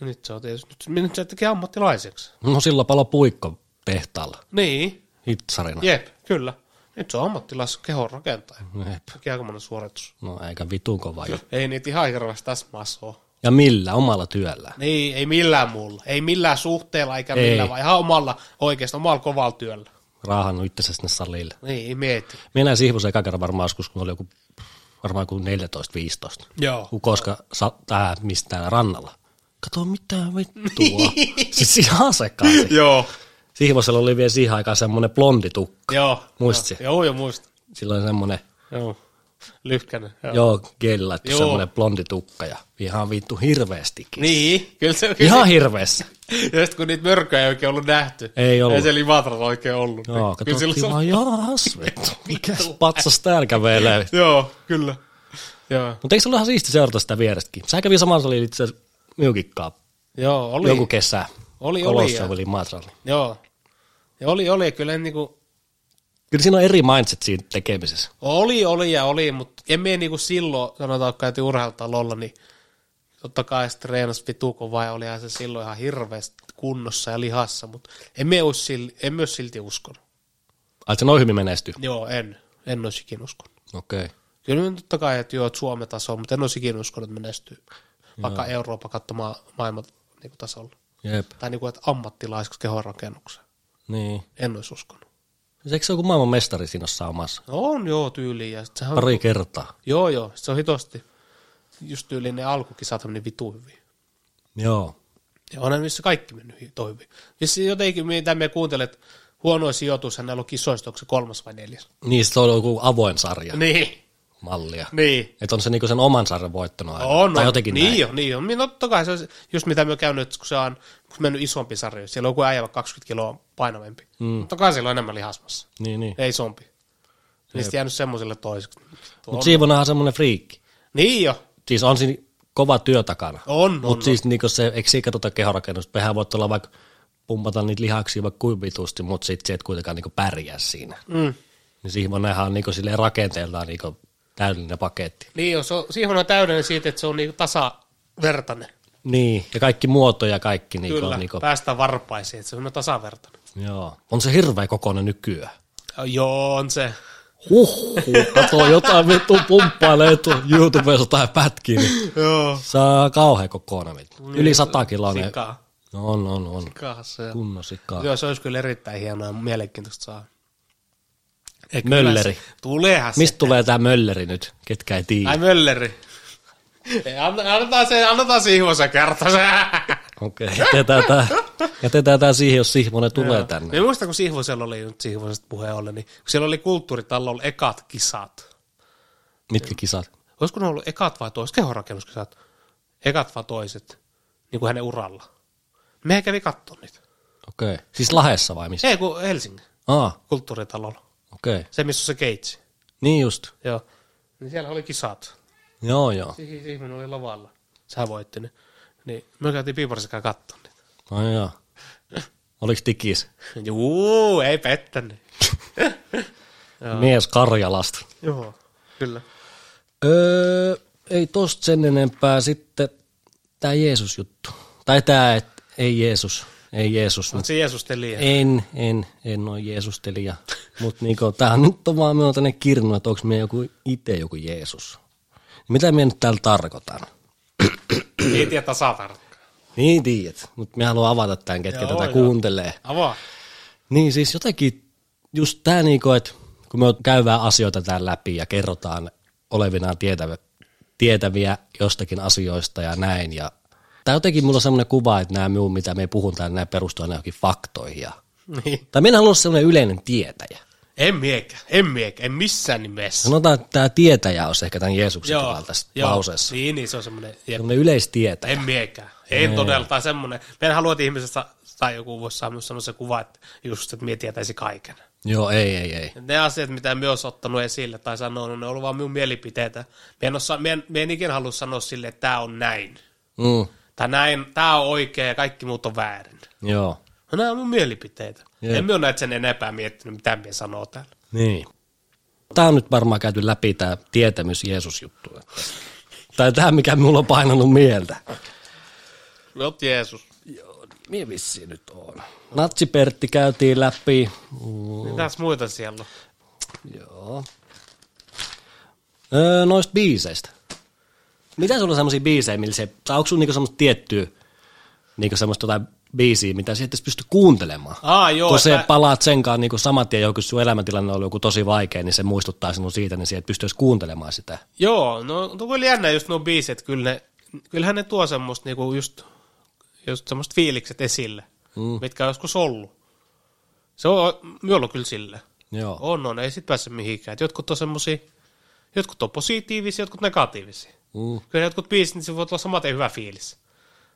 S2: nyt se on tietysti, nyt, nyt se teki ammattilaiseksi.
S1: No silloin palo puikko tehtaalla,
S2: Niin,
S1: hitsarina.
S2: jep, kyllä. Nyt se on ammattilais kehon rakentaja.
S1: Jep.
S2: Sekin aikamoinen suoritus.
S1: No eikä vitun kova juttu.
S2: Ei niitä ihan hirveästi tässä maassa ole.
S1: Ja millä? Omalla työllä.
S2: Niin, ei millään muulla. Ei millään suhteella eikä
S1: Ei.
S2: ei. millään, vaan ihan omalla, oikeasti omalla kovalla työllä.
S1: Raahannut itsensä sinne salille.
S2: Niin, mieti.
S1: Minä Sihvosen eka kerran varmaan joskus, kun oli joku, varmaan joku 14-15.
S2: Joo.
S1: Koska sa, tää mistään rannalla. Kato mitään
S2: [laughs]
S1: vittua. siis ihan sekaisin.
S2: Joo.
S1: Sihvosella oli vielä siihen aikaan semmoinen blonditukka.
S2: Joo.
S1: Muisti?
S2: Joo, joo, joo muistin.
S1: Silloin semmoinen,
S2: Joo. Lyhkänen. Joo. joo.
S1: joo, gella,
S2: Joo.
S1: semmoinen blonditukka ja ihan vittu hirveästikin.
S2: Niin, kyllä se oikein.
S1: Ihan hirveessä.
S2: Ja sitten kun niitä mörköjä ei oikein ollut nähty.
S1: Ei ollut.
S2: Ei se Limatralla oikein ollut.
S1: Joo,
S2: kyllä silloin
S1: katsottiin
S2: se
S1: vaan, jaas vittu, mikä patsas täällä
S2: [laughs]
S1: kävelee.
S2: Joo, kyllä. Joo.
S1: Mutta eikö se ollut ihan siisti seurata sitä vierestäkin? Sä kävi samalla, oli itse asiassa miukikkaa
S2: Joo, oli.
S1: joku kesä.
S2: Oli, oli,
S1: Kolossa
S2: joo.
S1: oli Matralla.
S2: Joo. Ja oli, oli kyllä niinku,
S1: Kyllä siinä on eri mindset siinä tekemisessä.
S2: oli, oli ja oli, mutta en mie niinku silloin, sanotaan, kun käytiin urheilutalolla, niin totta kai se treenasi vitu kovaa ja olihan se silloin ihan hirveästi kunnossa ja lihassa, mutta en mie olisi silti, en myös silti uskonut.
S1: Ai se noin hyvin menestyy.
S2: Joo, en. En olisi ikinä uskonut.
S1: Okei. Okay.
S2: Kyllä minä totta kai, että joo, että Suomen taso, mutta en olisi ikinä uskonut, että menestyy. Vaikka Eurooppa katsomaan maailman niinku, tasolla.
S1: Jep.
S2: Tai niinku, että ammattilaiseksi kehonrakennukseen.
S1: Niin.
S2: En olisi uskonut.
S1: Siis Eikö se ole maailman mestari siinä jossain omassa?
S2: No on joo tyyliin. Ja sit sehän on,
S1: Pari kertaa.
S2: joo joo, sit se on hitosti. Just tyyliin ne alkukisat meni vitu hyvin.
S1: Joo.
S2: Ja onhan missä kaikki mennyt hito hyvin. Vissi jotenkin, mitä me kuuntelet, huonoin sijoitus hänellä on kisoista, onko se kolmas vai neljäs?
S1: Niin, sit se on joku avoin sarja.
S2: Niin.
S1: mallia.
S2: Niin.
S1: Että on se niinku sen oman sarjan voittanut aina.
S2: On,
S1: tai
S2: on.
S1: jotenkin
S2: niin
S1: näin.
S2: on, niin on. Niin, No, totta kai se on se- just mitä me käynyt, kun se on kun mennyt isompi sarja. Siellä on joku äijä vaikka 20 kiloa painavempi. Mm. Totta kai siellä on enemmän lihasmassa.
S1: Niin, niin.
S2: Ei isompi. Niistä jäänyt semmoiselle toiseksi. Tuo on-
S1: Mutta Siivonahan on semmoinen friikki.
S2: Niin jo.
S1: Siis on siinä kova työ takana.
S2: On, on,
S1: Mutta siis niinku se, eikö siinä katsota kehorakennusta? Mehän voit olla vaikka pumpata niitä lihaksia vaikka kuin vitusti, mutta sit se et kuitenkaan niinku pärjää siinä.
S2: Mm.
S1: Niin Siivonahan on niinku silleen rakenteeltaan niinku täydellinen paketti.
S2: Niin jo. Se on, siihen on täydellinen siitä, että se on niinku tasavertainen.
S1: Niin, ja kaikki muoto ja kaikki niinku,
S2: Kyllä,
S1: on niinku,
S2: päästään varpaisiin, että se on tasavertainen.
S1: joo. On se hirveä kokoinen nykyään.
S2: Äh, Joo, on se.
S1: Huh, katsoo jotain vittu pumppailee tu YouTubessa tai pätkiä, niin
S2: Joo.
S1: saa kauhean kokoinen. vittu.
S2: Niin.
S1: Yli sata kiloinen.
S2: Sikaa.
S1: No on, on, on.
S2: Sikahassa, joo.
S1: Kunnon sikaa.
S2: Joo, se olisi kyllä erittäin hienoa ja mielenkiintoista saa. Ei,
S1: Mölleri.
S2: kyllä se- Tuleehan se.
S1: Mistä tulee tää mölleri nyt, ketkä ei tiedä?
S2: Ai mölleri. Ei, anna- annetaan se, annetaan se ihmosen kerta se.
S1: Okei, okay. jätetään, tää, jätetään tää siihen, jos Sihmonen tulee [laughs] tänne.
S2: Me Niin muistan, kun Sihvosella oli nyt Sihvosesta puheen ollen, niin kun siellä oli kulttuuritalolla ekat kisat.
S1: Mitkä kisat?
S2: Olisiko ne ollut ekat vai toiset, kehorakennuskisat? Ekat vai toiset, niin kuin hänen uralla. Me kävi katsoa niitä.
S1: Okei. Okay. Siis Lahessa vai missä?
S2: Ei, kun Helsingin
S1: Aa,
S2: kulttuuritalolla.
S1: okei. Okay.
S2: Se, missä on se keitsi.
S1: Niin just.
S2: Joo. Niin siellä oli kisat.
S1: Joo, joo.
S2: Siihen se ihminen oli lavalla. Sä voitti ne. Niin me käytiin piiparisikaan kattoo niitä.
S1: Ai joo. Oliks tikis?
S2: Juu, ei pettänyt.
S1: Mies Karjalasta.
S2: Joo, kyllä.
S1: Öö, ei tosta sen enempää sitten tää Jeesus-juttu. Tai tää, et, ei Jeesus, ei Jeesus.
S2: Mutta se Jeesus teli.
S1: En, en, en ole Jeesustelija. Mutta niinku, tää on nyt on vaan me on tänne kirnu, että onko me joku itse joku Jeesus. Mitä me nyt täällä tarkoitan?
S2: Ei tiedä tasatarkkaan.
S1: Niin tiedät, mutta me haluan avata tämän, ketkä
S2: Joo,
S1: tätä
S2: joo.
S1: kuuntelee.
S2: Avaa.
S1: Niin siis jotenkin just tämä, niinku, että kun me käydään asioita tämän läpi ja kerrotaan olevinaan tietäviä, tietäviä jostakin asioista ja näin. Ja, tai jotenkin mulla on semmoinen kuva, että nämä minun, mitä me puhun täällä, nämä perustuu aina johonkin faktoihin. Ja,
S2: Niin.
S1: tai minä haluan semmoinen yleinen tietäjä.
S2: En miekään, en miekään, en missään nimessä.
S1: Sanotaan, että tämä tietäjä olisi ehkä tämän Jeesuksen kaltaista lauseessa.
S2: Niin, niin, se on semmoinen, jep.
S1: Semmoinen yleistietäjä.
S2: en miekään, en todella, tai semmoinen. Meidän haluat että ihmiset saa, tai joku voisi saada myös semmoisen kuvan, että just, että mie tietäisi kaiken.
S1: Joo, ei, ei, ei.
S2: Ne asiat, mitä me olisi ottanut esille tai sanonut, ne on ollut vaan minun mielipiteitä. Me en, osaa, me en, me en ikinä halua sanoa sille, että tämä on näin.
S1: Mm,
S2: Tai näin, tämä on oikein ja kaikki muut on väärin.
S1: joo.
S2: No nämä on mun mielipiteitä.
S1: Jep.
S2: Yeah. En minä näitä sen enempää miettinyt, mitä minä sanoo täällä.
S1: Niin. Tämä on nyt varmaan käyty läpi tämä tietämys Jeesus-juttu. että- Tai tämä, mikä mulla on painanut mieltä.
S2: No Jeesus.
S1: Mie vissiin nyt on. Natsipertti käytiin läpi. Mm,
S2: Mitäs muita siellä on?
S1: joo. Öö, noista biiseistä. Mitä sulla on semmoisia biisejä, millä se, tai onko sulla niinku semmoista tiettyä, niinku semmoista jotain biisiä, mitä sä et edes pysty kuuntelemaan?
S2: Aa, Ah, joo,
S1: Kun se
S2: että-
S1: palaat senkaan niin saman tien, johonkin sun elämäntilanne on ollut joku tosi vaikea, niin se muistuttaa sinun siitä, niin sä et pysty edes kuuntelemaan sitä.
S2: Joo, no tuo oli jännä just nuo biiset, kyllä ne, kyllähän ne tuo semmoista niinku just, just semmoista fiilikset esille, mm. mitkä on joskus ollut. Se on, minulla on kyllä sille.
S1: Joo.
S2: On, on, ei sit pääse mihinkään. Et jotkut on semmosia, jotkut on positiivisia, jotkut negatiivisia.
S1: Mm.
S2: Kyllä jotkut biisit, niin se voi olla samaten hyvä fiilis.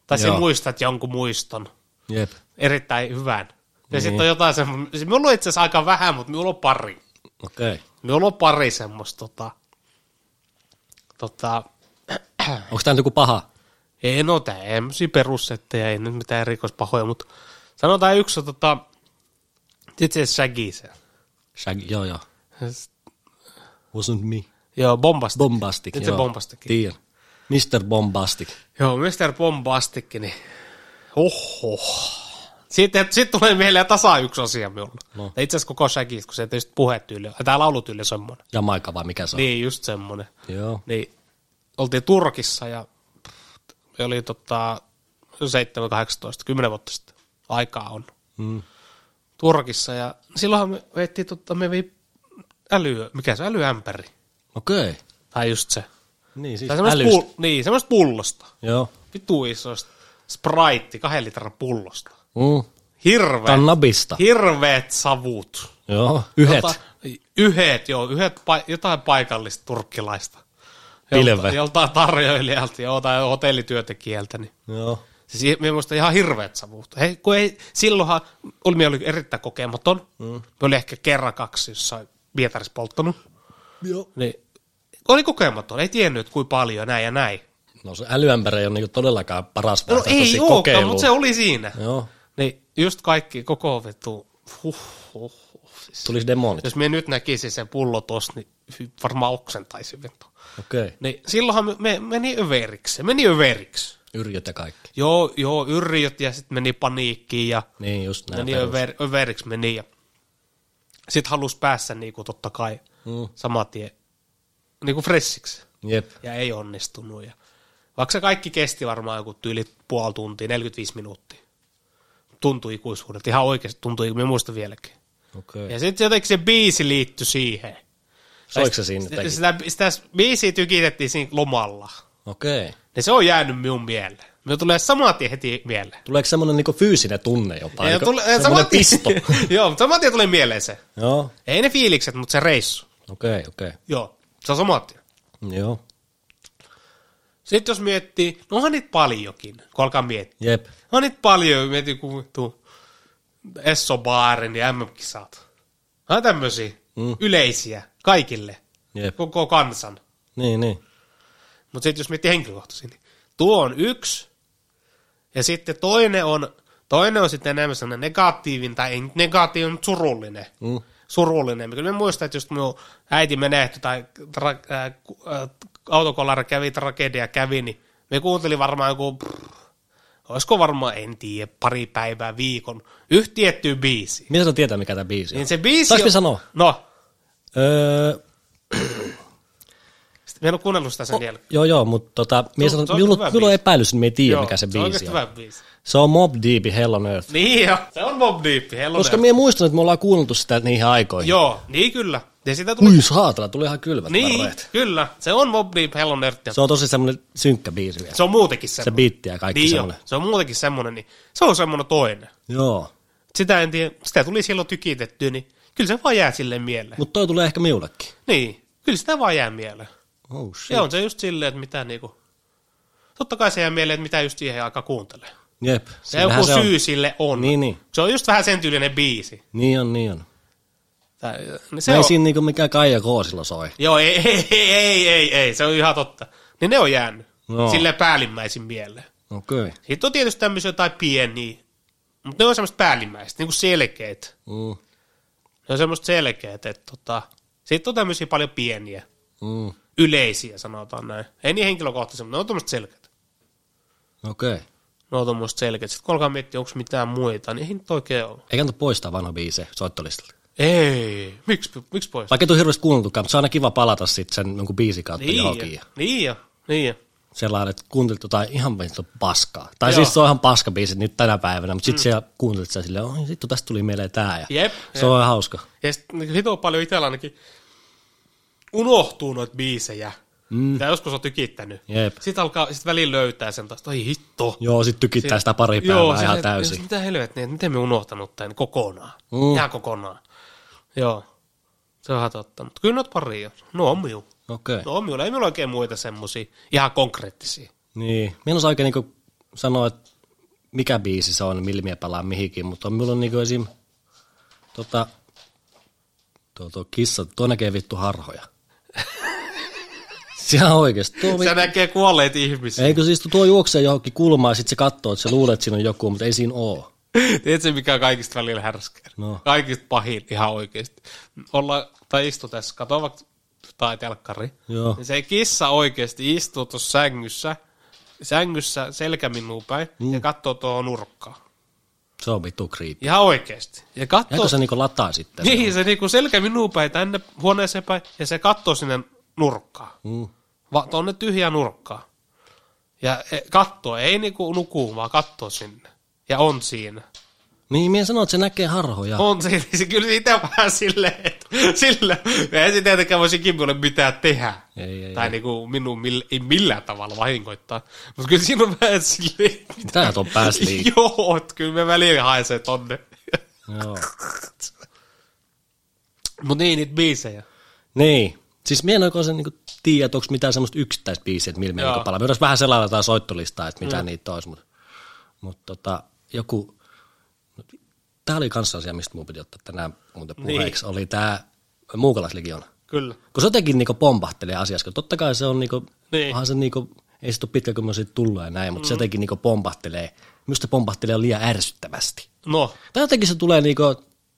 S2: Tai se
S1: Joo.
S2: muistat jonkun muiston
S1: Jep.
S2: erittäin hyvän. Ja niin. sitten on jotain semmoista, minulla on itse asiassa aika vähän, mutta minulla on pari.
S1: Okei. Okay.
S2: Minulla on pari semmoista tota, tota,
S1: Onko tämä nyt joku paha?
S2: ei no tämmöisiä perussettejä, ei nyt mitään erikoispahoja, mutta sanotaan yksi on tota, itse asiassa Shaggy se.
S1: Shag, joo, joo. Wasn't me.
S2: Joo, Bombastic.
S1: Bombastic,
S2: Nyt se
S1: joo.
S2: Bombastic.
S1: Tiedän. Mr. Bombastic.
S2: Joo, Mr. Bombastic, niin oho. Sitten, sitten tulee mieleen tasa yksi asia minulla. No. Itse asiassa koko Shaggy, kun se tietysti puhetyyli, on- tai laulutyyli on semmoinen.
S1: Jamaika vai mikä se on?
S2: Niin, just semmoinen.
S1: Joo.
S2: Niin, oltiin Turkissa ja pff, oli tota 7, 18, 10 vuotta sitten. Aikaa on.
S1: Mm.
S2: Turkissa ja silloinhan me veittiin, totta, me vei äly, mikä se älyämpäri,
S1: Okei. Okay.
S2: tai just se.
S1: Niin, siis
S2: Tai semmoista,
S1: älystä.
S2: pull, niin, semmoista pullosta,
S1: Joo.
S2: vitu isoista, sprite, kahden litran pullosta.
S1: Mm.
S2: Hirveet,
S1: Kannabista.
S2: hirveet savut.
S1: Joo. Yhdet.
S2: Tota, Yhdet, joo, yhdet, pa- jotain paikallista turkkilaista.
S1: Pilve.
S2: Joltain tarjoilijalta, joo, tai hotellityöntekijältä, niin
S1: Joo.
S2: Siis minusta ihan hirveät savut. Hei, kun ei, silloinhan Ulmi oli erittäin kokematon. Mm. Me oli ehkä kerran kaksi jossain Pietarissa polttanut.
S1: Joo.
S2: Niin. Oli kokematon, ei tiennyt että kuinka paljon näin ja näin.
S1: No se älyämpäri ei ole niinku todellakaan paras
S2: No ei olekaan,
S1: kokeiluun.
S2: mutta se oli siinä.
S1: Joo.
S2: Niin just kaikki koko vittu. Huh, huh, huh. Siis,
S1: Tulisi demonit.
S2: jos me nyt näkisin sen pullo tossa, niin hy- varmaan oksentaisin vittu.
S1: Okei. Okay.
S2: Niin silloinhan me, me, meni överiksi, se meni överiksi.
S1: Yrjöt ja kaikki.
S2: Joo, joo, yrjöt ja sitten meni paniikkiin ja
S1: Niin just näin.
S2: meni
S1: perus.
S2: över, överiksi meni ja sitten halusi päässä niinku totta kai
S1: Mm.
S2: saman tien niinku fressiksi
S1: Jep.
S2: ja ei onnistunut. Ja vaikka se kaikki kesti varmaan joku tyyli puoli tuntia, 45 minuuttia. Tuntui ikuisuudelta, ihan oikeasti tuntui, me muista vieläkin.
S1: Okei. Okay.
S2: Ja sitten jotenkin se biisi liittyi siihen.
S1: Soiko se siinä
S2: sitä,
S1: jotenkin?
S2: sitä, sitä biisiä tykitettiin siinä lomalla.
S1: Okei. Okay.
S2: Ja se on jäänyt minun mieleen. Me tulee saman tien heti mieleen.
S1: Tuleeko semmoinen niinku fyysinen tunne jopa?
S2: Ja
S1: Niinku
S2: tule-
S1: semmoinen
S2: [laughs]
S1: pisto.
S2: joo, mutta saman tien tulee mieleen se.
S1: Joo.
S2: Ei ne fiilikset, mutta se reissu.
S1: Okei, okay, okei.
S2: Joo, se on saman tien.
S1: Okay. Joo.
S2: Sitten jos miettii, no onhan niitä paljonkin, kun alkaa miettiä.
S1: Jep.
S2: On niitä paljon, mietin kun tuu Esso Baaren ja MM-kisat. Nämä on tämmöisiä
S1: Mm.
S2: mm. yleisiä kaikille,
S1: Jep.
S2: koko kansan.
S1: Niin, niin.
S2: Mutta sitten jos miettii henkilökohtaisesti, niin tuo on yksi. Ja sitten toinen on, toinen on sitten enemmän sellainen negatiivinen, tai ei nyt negatiivinen, mutta surullinen.
S1: Mm.
S2: Surullinen. Kyllä mä muistan, että just minun äiti menehtyi tai tra- äh, ku- äh, autokolari kävi, tragedia kävi, niin me kuuntelin varmaan joku, brrr, olisiko varmaan, en tiedä, pari päivää, viikon, yhtä tiettyä biisiä.
S1: Miten sä tietää, mikä tämä biisi on?
S2: Niin se biisi
S1: Saanko
S2: on-
S1: mä sanoa?
S2: No,
S1: Öö,
S2: sit mä en ole kuunnellut sitä sen jälkeen.
S1: joo, joo, mutta tota, minä
S2: on-
S1: sanon,
S2: se on
S1: minulla,
S2: hyvä
S1: minulla on
S2: biisi.
S1: epäilys, niin me ei tiedä,
S2: Joo,
S1: mikä se
S2: se on
S1: biisi
S2: oikeasti
S1: on.
S2: hyvä biisi.
S1: Se on Mob Deep Hell on Earth.
S2: Niin jo, se on Mob Deep, Hello
S1: Koska minä muistan, että me ollaan kuunneltu sitä niihin aikoihin.
S2: Joo, niin kyllä. Ja sitä tuli...
S1: Ui, saatana, tuli ihan kylmät
S2: niin,
S1: varreet.
S2: kyllä. Se on Mob Deep, Hello Nerd.
S1: Se on tosi semmoinen synkkä biisi vielä.
S2: Se on muutenkin
S1: Se
S2: semmoinen.
S1: biitti ja kaikki
S2: niin
S1: semmoinen.
S2: Jo, se on muutenkin semmoinen, niin se on semmoinen toinen.
S1: Joo.
S2: Sitä en tiedä, sitä tuli silloin tykitettyä, niin kyllä se vaan jää sille mieleen. Mut.
S1: Mutta toi tulee ehkä miullekin.
S2: Niin, kyllä sitä vaan jää mieleen.
S1: Oh
S2: Ja on se just silleen, että mitä niinku... Totta kai se jää mieleen, että mitä just siihen aikaan kuuntelee.
S1: Jep.
S2: Se joku
S1: Sillähän
S2: se
S1: on.
S2: syy on. sille on.
S1: Niin, niin.
S2: Se on just vähän sen tyylinen biisi.
S1: Niin on, niin on.
S2: Tai, niin
S1: Se
S2: se
S1: ei
S2: on.
S1: siinä niinku mikään Kaija Koosilla soi.
S2: Joo, ei, ei, ei, ei, ei, ei, se on ihan totta. Niin ne on jäänyt
S1: Joo.
S2: no. sille päällimmäisin mieleen.
S1: Okei. Okay.
S2: Sitten on tietysti tämmöisiä jotain pieniä, mutta ne on semmoista päällimmäistä, niin kuin selkeät.
S1: Mm,
S2: Ne on semmoista selkeät, että tota, sitten on tämmöisiä paljon pieniä,
S1: mm,
S2: yleisiä sanotaan näin. Ei niin henkilökohtaisia, mutta ne on tämmöistä selkeät.
S1: Okei. Okay.
S2: Ne on tämmöistä selkeät. Sitten kun alkaa miettiä, onko mitään muita, niin ei nyt oikein ole.
S1: Ei kannata poistaa vanha biise soittolistalta.
S2: Ei, miksi, miksi pois?
S1: Vaikka ei tule hirveästi kuunneltukaan, mutta se on aina kiva palata sitten sen jonkun biisin kautta niin. johonkin.
S2: niin,
S1: Ja
S2: ja, niin, ja, niin. ja.
S1: sellainen, että kuuntelit jotain ihan vittu paskaa. Tai Joo.
S2: Joo.
S1: siis se on ihan paska biisi nyt tänä päivänä, mutta sitten mm. siellä kuuntelit sitä silleen, oi vittu tästä tuli mieleen tää. Ja
S2: Jep,
S1: se on ihan hauska.
S2: Ja sitten niin hito paljon itsellä ainakin unohtuu noita biisejä, mm. mitä joskus on tykittänyt.
S1: Jep.
S2: Sitten alkaa, sit välillä löytää sen taas, että oi hitto.
S1: Joo, sit tykittää sitä pari päivää Joo, ihan
S2: et-
S1: täysin.
S2: Mitä helvettiä, että miten me unohtanut tämän kokonaan.
S1: Mm.
S2: Mm. Ihan kokonaan. Joo. Se on ihan totta. Mutta kyllä noita pari on. No on miu.
S1: Okei.
S2: No on miu. Ei meillä oikein muita semmosia ihan konkreettisia.
S1: Niin. Minä en osaa oikein niinku sanoa, että mikä biisi se on, millä minä palaan mihinkin, mutta on minulla on niinku esim. Tota, tuo, tuo kissa, tuo näkee vittu harhoja. Sehän oikeesti. Tuo,
S2: Se
S1: vi-
S2: näkee kuolleet ihmisiä.
S1: eikö siis tuo juoksee johonkin kulmaan ja sit se katsoo, että se luulee, että siinä on joku, mutta ei siinä oo.
S2: [laughs] Tiedätkö, mikä on kaikista välillä härskeä?
S1: No.
S2: Kaikista pahin ihan oikeasti. Olla, tai istu tässä, katso vaikka tai telkkari.
S1: Joo.
S2: Niin se kissa oikeasti istuu tuossa sängyssä, sängyssä selkä minuun päin
S1: Niin.
S2: mm. ja katsoo tuohon nurkkaan.
S1: Se on vittu kriipi.
S2: Ihan oikeasti. Ja katsoo,
S1: Jääkö
S2: [laughs]
S1: se niinku lataa sitten?
S2: niin se niinku selkä minuun päin tänne huoneeseen päin ja se katsoo sinne nurkkaan.
S1: Mm.
S2: Va, tuonne tyhjää nurkkaa. Ja e, katsoo, ei niinku nukuu, vaan katsoo sinne. Ja on siinä.
S1: Niin, minä sanoin, että se näkee harhoja.
S2: On se, niin se kyllä sitä vähän silleen, että sillä, ei se tietenkään voisi Kimmolle mitään tehdä.
S1: Ei, ei,
S2: tai niinku minun mill, ei millään tavalla vahinkoittaa. Mutta kyllä siinä on vähän silleen,
S1: Tää on pääsi
S2: [laughs]
S1: liikaa.
S2: joo, että kyllä me väliin haisee tonne.
S1: Joo.
S2: Mut niin, niitä biisejä.
S1: Niin. Siis mie en oikein niinku tiedä, että onko mitään semmoista yksittäisbiisiä, että millä me
S2: Joo.
S1: niinku palaa. Me voidaan vähän selailla jotain soittolistaa, että mitä mm. niitä olisi, mutta mut tota, joku... Tämä oli kanssa asia, mistä mun piti ottaa tänään muuten
S2: Niin.
S1: puheeksi, oli tämä Muukalaislegiona.
S2: Kyllä.
S1: Kun se jotenkin niinku pompahtelee asiassa, kun totta kai se on niinku,
S2: Niin.
S1: niin. onhan se niinku, ei se ole pitkä, kun me siitä tullut ja näin, mutta mm. se jotenkin niinku pompahtelee. Minusta pompahtelee liian ärsyttävästi.
S2: No,
S1: Tai jotenkin se tulee niinku,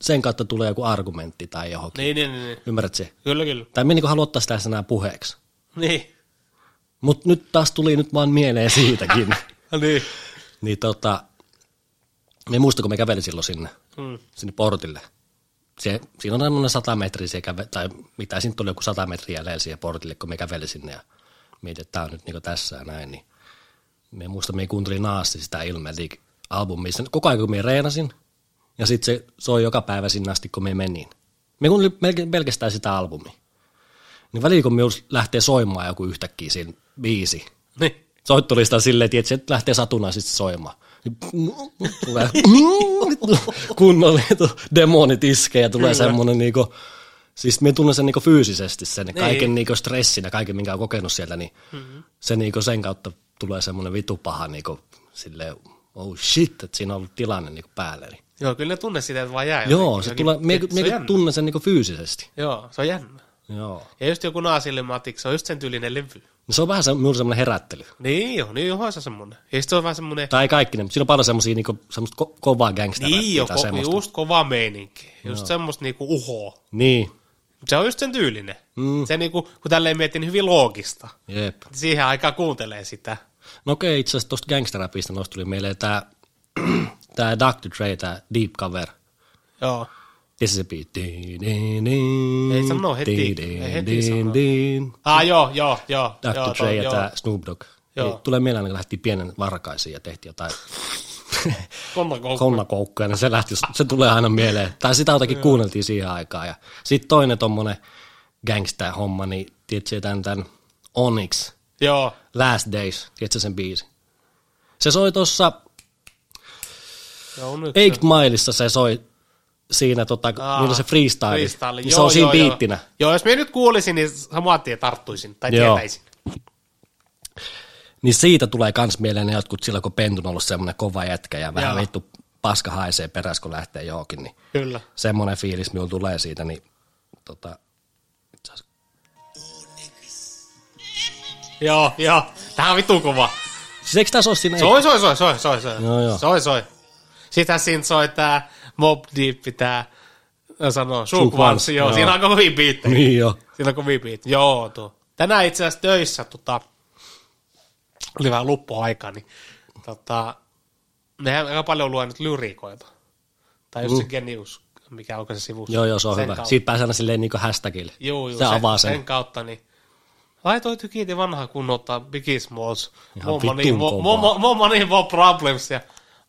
S1: sen kautta tulee joku argumentti tai johonkin.
S2: niin, niin, niin. niin.
S1: Ymmärrät se?
S2: Kyllä, kyllä.
S1: Tai me niinku haluan ottaa sitä sanaa puheeksi.
S2: Niin.
S1: Mutta nyt taas tuli nyt vaan mieleen siitäkin.
S2: niin.
S1: niin tota, me muista, kun me kävelin silloin sinne,
S2: Mm.
S1: sinne portille. Se, siinä on tämmöinen sata metriä, se käve, tai mitä siinä oli joku sata metriä jäljellä siihen portille, kun me kävelin sinne ja mietin, että tämä on nyt niinku tässä ja näin. Niin me muista, me kuuntelin naasti sitä ilmeeltä albumia. Sen Koko ajan, kun me reenasin, ja sitten se soi joka päivä sinne asti, kun me menin. Me kuuntelin melkein- pelkästään sitä albumia. Niin välillä, kun me lähtee soimaan joku yhtäkkiä siinä biisi,
S2: Niin.
S1: soittolistan silleen, että se lähtee satunnaisesti soimaan. Tulee kunnollinen demonit iskee ja tulee semmoinen niinku, siis me tunnen sen niinku fyysisesti sen
S2: Niin.
S1: kaiken niinku stressin ja kaiken minkä on kokenut sieltä, niin
S2: Mm-hmm.
S1: se niinku sen kautta tulee semmoinen vitu paha niinku silleen, oh shit, että siinä on ollut tilanne niinku päällä. Niin.
S2: Joo, kyllä ne tunne sitä, että vaan jää.
S1: Joo,
S2: jotenkin.
S1: se
S2: Jokin-
S1: tulee, me,
S2: se on
S1: me
S2: jännä.
S1: tunnen sen niinku fyysisesti.
S2: Joo, se on jännä.
S1: Joo.
S2: Ja just joku Naasille Matik, se on just sen tyylinen levy.
S1: No Se on vähän se, minulla semmoinen herättely.
S2: Niin joo, niin joo, se on semmonen. Ja sit se on vähän semmonen,
S1: Tai ei kaikki ne, mutta siinä on paljon semmoisia niinku, semmoista ko- kovaa gangster
S2: niin joo,
S1: tai semmoista.
S2: ko- just kova meininki. Just semmoista niinku uhoa.
S1: Niin,
S2: Se on just sen tyylinen. Mm. Se niinku, kun tälleen mietin, niin hyvin loogista.
S1: jep.
S2: Siihen aikaan kuuntelee sitä.
S1: No okei, itse asiassa tuosta gangsterapista noista tuli mieleen tämä, [clears throat] tämä Dr. Dre, tämä Deep Cover.
S2: Joo.
S1: Ja se biitti. Ei
S2: Ei sano heti. Ei heti sano.
S1: din.
S2: Ah, joo, joo, joo. joo,
S1: Dr.
S2: toi-
S1: Dre ja
S2: joo.
S1: tämä Snoop Dogg.
S2: Joo.
S1: Niin tulee mieleen, kun lähti pienen varkaisiin ja tehtiin
S2: [laughs]
S1: jotain
S2: Konna koukku.
S1: konnakoukkuja, niin se, lähti, se tulee aina mieleen. Tai sitä jotakin kuunneltiin siihen aikaan. Ja sitten toinen tuommoinen gangster-homma, niin tiedätkö tämän, tämän Onyx,
S2: Joo.
S1: Last Days, tiedätkö sen biisin? Se soi tuossa
S2: Joo, nyt.
S1: Eight Mileissa se soi siinä, tota,
S2: Aa,
S1: milloin se freestyle.
S2: freestyle.
S1: Niin se on siinä biittinä.
S2: Joo. joo, jos mä nyt kuulisin, niin saman tien tarttuisin tai
S1: Joo.
S2: tietäisin.
S1: Niin siitä tulee kans mieleen ne jotkut silloin, kun Pentu on ollut semmoinen kova jätkä ja vähän
S2: Joo.
S1: vittu paska haisee perässä, kun lähtee johonkin. Niin
S2: Kyllä.
S1: semmoinen fiilis minulla tulee siitä, niin tota, itse asiassa-
S2: Joo, joo. Tää on vitun kova.
S1: siis eikö tässä ole siinä?
S2: Soi, soi, soi, soi, soi, soi.
S1: Joo, joo.
S2: Soi, soi. Sitä siinä soi tää Mob Deep, tää no sanoo,
S1: Shook
S2: Shukvans,
S1: Vance,
S2: joo,
S1: joo.
S2: siinä on kovin biittejä.
S1: Niin joo.
S2: Siinä on kovin biittejä, joo tuo. Tänään itse asiassa töissä, tota, oli vähän luppoaika, niin tota, nehän aika paljon luen nyt lyriikoita. Tai just mm. se genius, mikä onko se sivussa.
S1: Joo, joo, se on
S2: Sen
S1: hyvä.
S2: kautta.
S1: Siitä pääsee aina silleen niin hashtagille.
S2: Joo, joo,
S1: se, avaa
S2: sen.
S1: sen.
S2: sen kautta, niin Ai toi tykiiti vanha kun ottaa Big Smalls. niin-
S1: Ihan
S2: More money,
S1: vitun
S2: mo-
S1: kovaa.
S2: mo- mo- money, more niin problems. Ja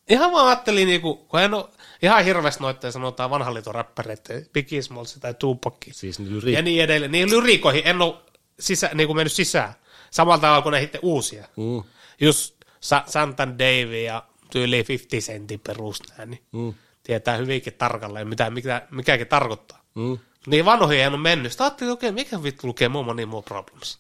S2: ihan vaan ajattelin, niinku, kun en ole ihan hirveästi noitteen sanotaan vanhan liiton räppäreitä, Big Smalls tai Tupac.
S1: Siis
S2: Ja
S1: lyri.
S2: niin edelleen. Niin lyriikoihin en ole sisä, niinku mennyt sisään. Samalla tavalla kuin ne sitten uusia.
S1: Mm,
S2: Just Sa- Santan Davey ja tyyli 50 sentin perustaa, niin
S1: mm,
S2: tietää hyvinkin tarkalleen, mitä, mikä, mikäkin tarkoittaa.
S1: mm.
S2: Niin vanhoja en ole mennyt. Sitten ajattelin, okei, mikä vittu lukee More Money More Problems?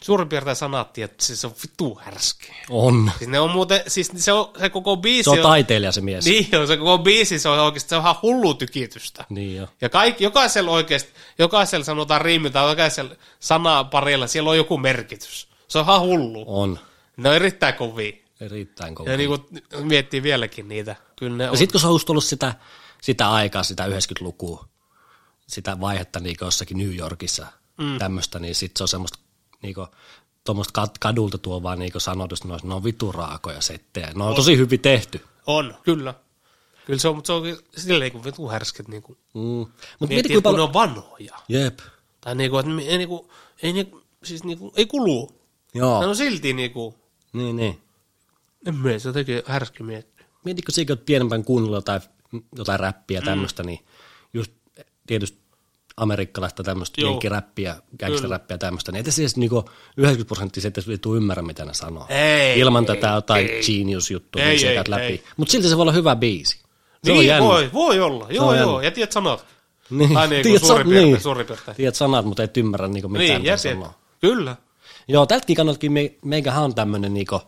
S2: Suurin piirtein sanat, että siis se on vittu härski.
S1: On.
S2: Siis ne on muuten, siis se, on, se koko biisi
S1: Se on taiteilija se mies.
S2: niin on, se koko biisi, se on oikeasti se on ihan hullu tykitystä.
S1: Niin joo.
S2: Ja kaikki, jokaisella oikeasti, jokaisella sanotaan riimi tai jokaisella sanaa parilla, siellä on joku merkitys. Se on ihan hullu.
S1: On.
S2: Ne on erittäin kovia.
S1: Erittäin kova.
S2: Ja niin kuin miettii vieläkin niitä. Kyllä ne on.
S1: No sit kun se on just ollut sitä, sitä aikaa, sitä 90-lukua, sitä vaihetta niin jossakin New Yorkissa, mm. tämmöistä, niin sit se on semmoista niin tuommoista kad- kadulta tuovaa niin sanotusta, noista, ne on vitu raakoja settejä. Ne on tosi hyvin tehty.
S2: On, kyllä. Kyllä se on, mutta se on silleen niin vitu härsket niin kuin
S1: Mm. Mutta mieti,
S2: Mieti,
S1: kuinka
S2: kun ne
S1: paljon...
S2: on vanhoja.
S1: Jep.
S2: Tai niinku, että ei, niinku, ei, niinku, siis niinku, ei kulu.
S1: Joo.
S2: Oh. Ne
S1: No.
S2: on silti niinku,
S1: Niin, niin.
S2: en mene, se on jotenkin härski miettiä.
S1: Mieti, kun sekin oot pienempään kuunnellut jotain, jotain
S2: Mm.
S1: räppiä tämmöistä, niin just tietysti amerikkalaista tämmöistä
S2: Joo.
S1: jenkkiräppiä, gangsteräppiä tämmöistä, niin ettei siis niinku 90 prosenttia se ettei tuu ymmärrä, mitä ne sanoo.
S2: Ei,
S1: Ilman
S2: ei,
S1: tätä jotain
S2: ei.
S1: genius-juttua,
S2: Ei,
S1: ei, ei,
S2: ei,
S1: läpi.
S2: ei.
S1: Mutta silti se voi olla hyvä biisi. Se on
S2: niin,
S1: jännä.
S2: voi, voi olla. Joo,
S1: on
S2: joo.
S1: jännä.
S2: Ja tiedät sanat.
S1: Niin. [laughs]
S2: Tai niin kuin
S1: Tiedät,
S2: suurin
S1: sa-
S2: piirtein,
S1: niin.
S2: suurin piirtein.
S1: Tiedät sanat, mutta et ymmärrä niinku mitään,
S2: Niin,
S1: mitä
S2: jep,
S1: sanoo.
S2: jep. Kyllä.
S1: Joo, tältäkin kannaltakin me, meikähän on tämmöinen, niinku,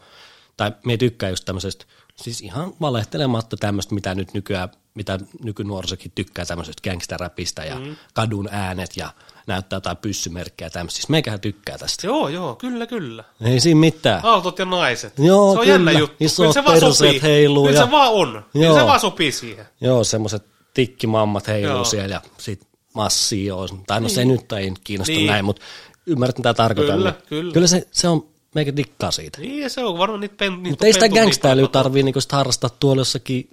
S1: tai me tykkää just tämmöisestä, siis ihan valehtelematta tämmöistä, mitä nyt nykyään, mitä nykynuorisokin tykkää tämmöisestä gangsteräpistä ja mm. kadun äänet ja näyttää jotain pyssymerkkejä ja tämmöistä. Siis meikähän tykkää tästä.
S2: Joo, joo, kyllä, kyllä.
S1: Ei siinä mitään.
S2: Aaltot ja naiset.
S1: Joo,
S2: se on
S1: kyllä.
S2: jännä juttu.
S1: Isot
S2: Kyllä se vaan
S1: perseet
S2: sopii.
S1: heiluu
S2: Kyllä
S1: ja-
S2: se vaan on. Kyllä
S1: Joo.
S2: se vaan sopii siihen.
S1: Joo, semmoiset tikkimammat heiluu
S2: Joo.
S1: siellä ja sit massia on. Tai no se nyt ei nyt kiinnosta
S2: Niin.
S1: näin, mutta ymmärrät mitä tarkoitan.
S2: Kyllä,
S1: niin.
S2: kyllä.
S1: kyllä se, se on, meikä dikkaa siitä.
S2: Niin, ja se on varmaan niitä pen, niitä
S1: Mutta ei sitä
S2: pentunia
S1: gangstäilyä
S2: tarvitse.
S1: tarvii niinku sitä harrastaa tuolla jossakin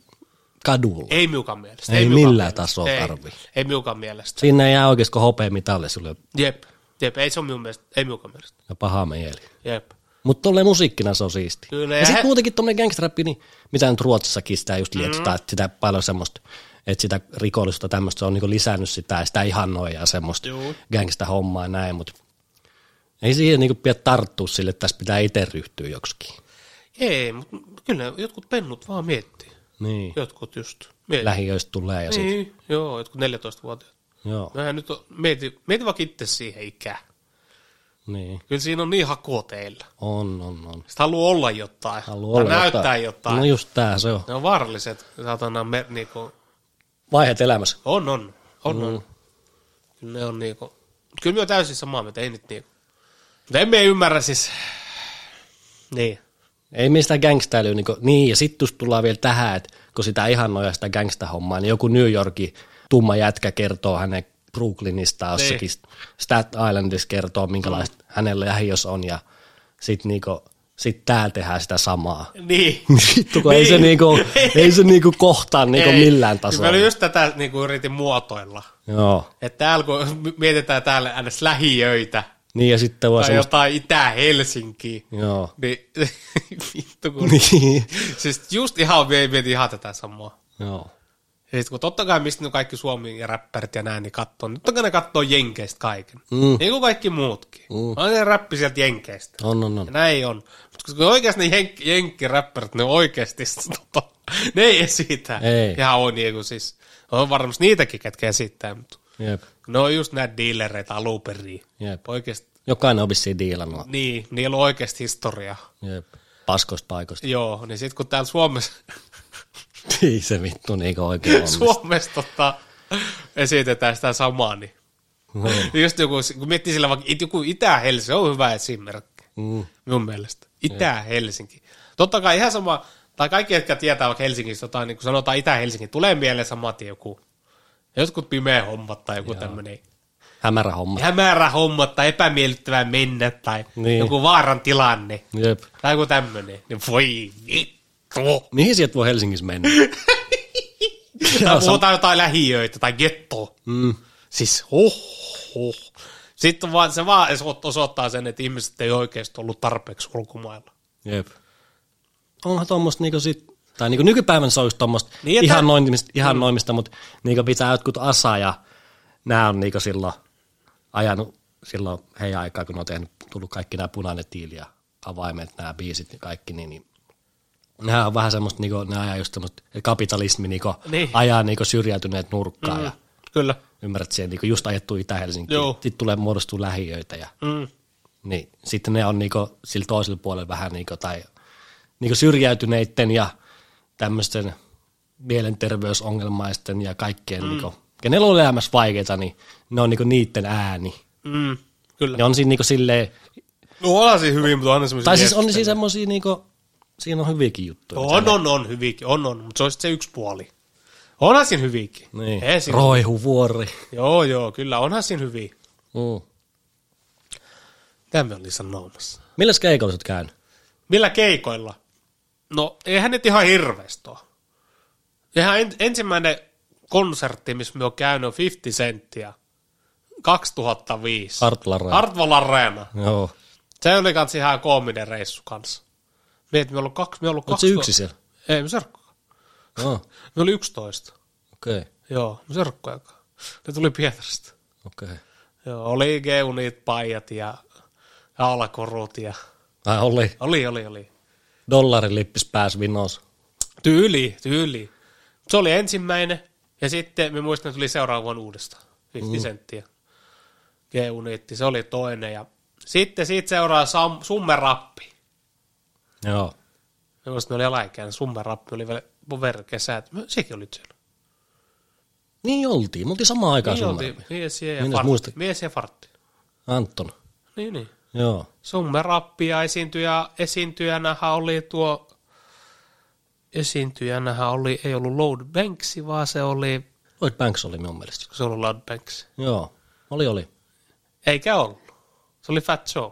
S1: kadulla.
S2: Ei miukan mielestä.
S1: Ei
S2: miukan
S1: millään
S2: mielestä.
S1: tasolla
S2: ei,
S1: tarvii.
S2: Ei miukan mielestä.
S1: Siinä ei jää oikeasti hopea mitalle sulle
S2: Jep, jep, ei se ole minun mielestä. Ei miukan mielestä.
S1: ja paha mieli.
S2: Jep.
S1: Mutta tolleen musiikkina se on siisti.
S2: Kyllä, ja
S1: ja sitten
S2: he-
S1: muutenkin tuommoinen gangsterappi, niin mitä nyt Ruotsissakin sitä just
S2: Mm.
S1: lietsotaan, että sitä paljon semmoista, että sitä rikollisuutta tämmöistä se on niinku lisännyt sitä ja sitä ihannoi ja semmoista
S2: Juu.
S1: gangsta hommaa ja näin, mutta ei siihen niinku pidä tarttua sille, että tässä pitää itse ryhtyä joksikin.
S2: Ei, mutta kyllä jotkut pennut vaan miettii.
S1: Niin.
S2: Jotkut just miettii.
S1: Lähiöistä tulee ja sitten.
S2: Niin, joo, jotkut 14-vuotiaat.
S1: Joo,
S2: Mähän nyt on, mieti, mieti vaikka itse siihen ikään.
S1: niin.
S2: Kyllä siinä on niin hakua teillä.
S1: On, on, on.
S2: Sitä haluaa olla jotain.
S1: Haluaa
S2: tai
S1: olla
S2: näyttää jotain.
S1: No just tää se on.
S2: Ne on vaaralliset, saatana, me, niinku,
S1: Vaiheet elämässä.
S2: on, on, on, mm.
S1: Mm-hmm.
S2: on. Kyllä ne on niinku, kyllä me on täysin samaa mieltä, ei nyt niinku. Mutta emme ymmärrä siis, niin,
S1: Ei meistä gangstäilyä, niin, niin ja sitten tullaan vielä tähän, että kun sitä ihannoja sitä gangsta-hommaa, niin joku New Yorkin tumma jätkä kertoo hänen Brooklynista
S2: Niin.
S1: jossakin, Staten Islandissa kertoo, minkälaista mm. hänellä lähiös on, ja sitten niinku, sit täällä tehdään sitä samaa.
S2: niin.
S1: [laughs] Vittu, kun ei se,
S2: Niin. [laughs]
S1: niinku, ei se niinku kohtaa niinku
S2: Ei. Niin
S1: millään
S2: Mä
S1: tasolla.
S2: olin just tätä niinku yritin muotoilla.
S1: Joo.
S2: Että täällä kun [laughs] mietitään täällä äänes lähiöitä,
S1: Niin ja sitten voi
S2: tai
S1: semmoista,
S2: jotain Itä-Helsinkiä,
S1: joo. [laughs]
S2: niin [laughs] vittu kun...
S1: Niin.
S2: Siis just ihan, me ei mieti ihan tätä samaa.
S1: joo.
S2: Ja sit kun totta kai mistä ne kaikki suomi ja räppärit ja näin, niin kattoo. Nyt totta kai ne kattoo Jenkeistä kaiken.
S1: Mm.
S2: Niin kuin kaikki muutkin. Mm. On ne räppi sieltä Jenkeistä.
S1: On, on,
S2: Ja
S1: on.
S2: näin on. Mutta kun oikeasti ne jenk- jenkkiräppärit, ne on oikeasti, [laughs] tota, ne ei esitä.
S1: Ei.
S2: Ihan on niin kuin siis, on varmasti niitäkin, ketkä esittää, mutta
S1: Jep,
S2: ne on just näitä dealereita alun perin.
S1: jep.
S2: Oikeasti,
S1: Jokainen on vissiin diilannut.
S2: niin, niillä on oikeasti historiaa.
S1: Jep. Paskoista paikoista.
S2: Joo, niin sitten kun täällä Suomessa,
S1: [laughs] Ei se vittu niinku oikein onnistu.
S2: Suomessa tota, esitetään sitä samaa, niin
S1: No.
S2: [laughs] Just joku, kun miettii sillä vaikka it- joku Itä-Helsinki, se on hyvä esimerkki
S1: Mm.
S2: minun mielestä. Itä-Helsinki. Totta kai ihan sama, tai kaikki, jotka tietää vaikka Helsingistä jotain, niin kun sanotaan Itä-Helsinki, tulee mieleen saman tien joku, jotkut pimeä hommat tai joku tämmöinen
S1: Hämärä homma.
S2: hämärä hommat tai epämiellyttävää mennä tai niin.
S1: Niin.
S2: joku vaaran tilanne
S1: Jep.
S2: tai joku tämmöinen. Niin voi vittu.
S1: Mihin sieltä voi Helsingissä mennä?
S2: Tai puhutaan jotain lähiöitä tai gettoa.
S1: Mm.
S2: Siis hoho. Sitten vaan, se vaan eso- osoittaa sen, että ihmiset ei oikeasti ollut tarpeeksi ulkomailla.
S1: Jep. Onhan tuommoista niinku sit, tai niinku nykypäivän se on just tuommoista
S2: Niin,
S1: niin,
S2: että- Mm.
S1: ihannoimista, ihannoimista mutta niinku pitää jotkut asa ja nämä on niinku silloin ajanut silloin heidän aikaa, kun ne on tehnyt, tullut kaikki nämä punainen tiili ja avaimet, nämä biisit ja kaikki, niin, niin nämä on vähän semmoista, niinku, ne ajaa just semmoista, että kapitalismi niinku,
S2: Niin.
S1: niin. ajaa niinku syrjäytyneet nurkkaan mm. ja
S2: Kyllä.
S1: ymmärrät siihen, niinku just ajettu Itä-Helsinkiin,
S2: Joo.
S1: sitten tulee muodostua lähiöitä ja
S2: Mm.
S1: Niin. Sitten ne on niinku sillä toisella puolella vähän niinku, tai niinku syrjäytyneiden ja tämmöisten mielenterveysongelmaisten ja kaikkien, mm. niinku, kenellä on elämässä vaikeita, niin ne on niinku niiden ääni.
S2: Mm. Kyllä.
S1: Ne on siinä niinku silleen,
S2: No onhan siinä hyvin, mutta on ne semmoisia.
S1: tai siis on siinä semmoisia, niinku, siinä on hyviäkin juttuja.
S2: On, on, on hyvinkin, on, on, mutta se on sit se yksi puoli. Onhan siinä hyvinkin.
S1: Niin.
S2: Ei siinä.
S1: Roihuvuori.
S2: Joo, joo, kyllä, onhan siinä hyvin.
S1: Mm.
S2: Mitä me oli sanomassa?
S1: Milläs keikolla sä oot käynyt?
S2: Millä keikoilla? No, eihän nyt ihan hirveästi ole. Ihan en, ensimmäinen konsertti, missä me on käynyt, on 50 senttiä. 2005.
S1: Hartlaraa.
S2: Hartwall Arena.
S1: Joo.
S2: Se oli kans ihan koominen reissu kanssa. Mietit, me ollut kaksi, me ollut
S1: Oot
S2: kaksi.
S1: se yksi siellä?
S2: Ei, me serkkuja.
S1: Joo, okei,
S2: Me oli 11.
S1: okei.
S2: Joo, no me serkkuja. Ne tuli Pietarista. Joo, oli geunit, paijat ja alakorut ja...
S1: Ai oli,
S2: Oli, oli, oli.
S1: dollarilippis pääs vinos.
S2: Tyyli, tyyli. Se oli ensimmäinen. Ja sitten me muistan, että tuli seuraavan vuonna uudestaan. 50 mm. senttiä. G-uniitti, se oli toinen. Ja sitten siitä seuraa sam- summerappi.
S1: Joo.
S2: Mä muistan, että oli alaikäinen. Summerappi oli vielä mun verran kesä. että mä- Sekin oli siellä.
S1: Niin oltiin, me oltiin samaan aikaan
S2: Niin
S1: niin
S2: oltiin. Mies ja,
S1: Minä
S2: fartti.
S1: muistan.
S2: mies ja fartti.
S1: Anton.
S2: Niin, niin.
S1: Joo.
S2: Summerappia esiintyjä, esiintyjänähän oli tuo, esiintyjänähän oli, ei ollut Load Banksi, vaan se oli,
S1: Lloyd Banks oli minun mielestä.
S2: se oli Load Banks.
S1: Joo. Oli, oli.
S2: Eikä ollut. Se oli Fat Joe.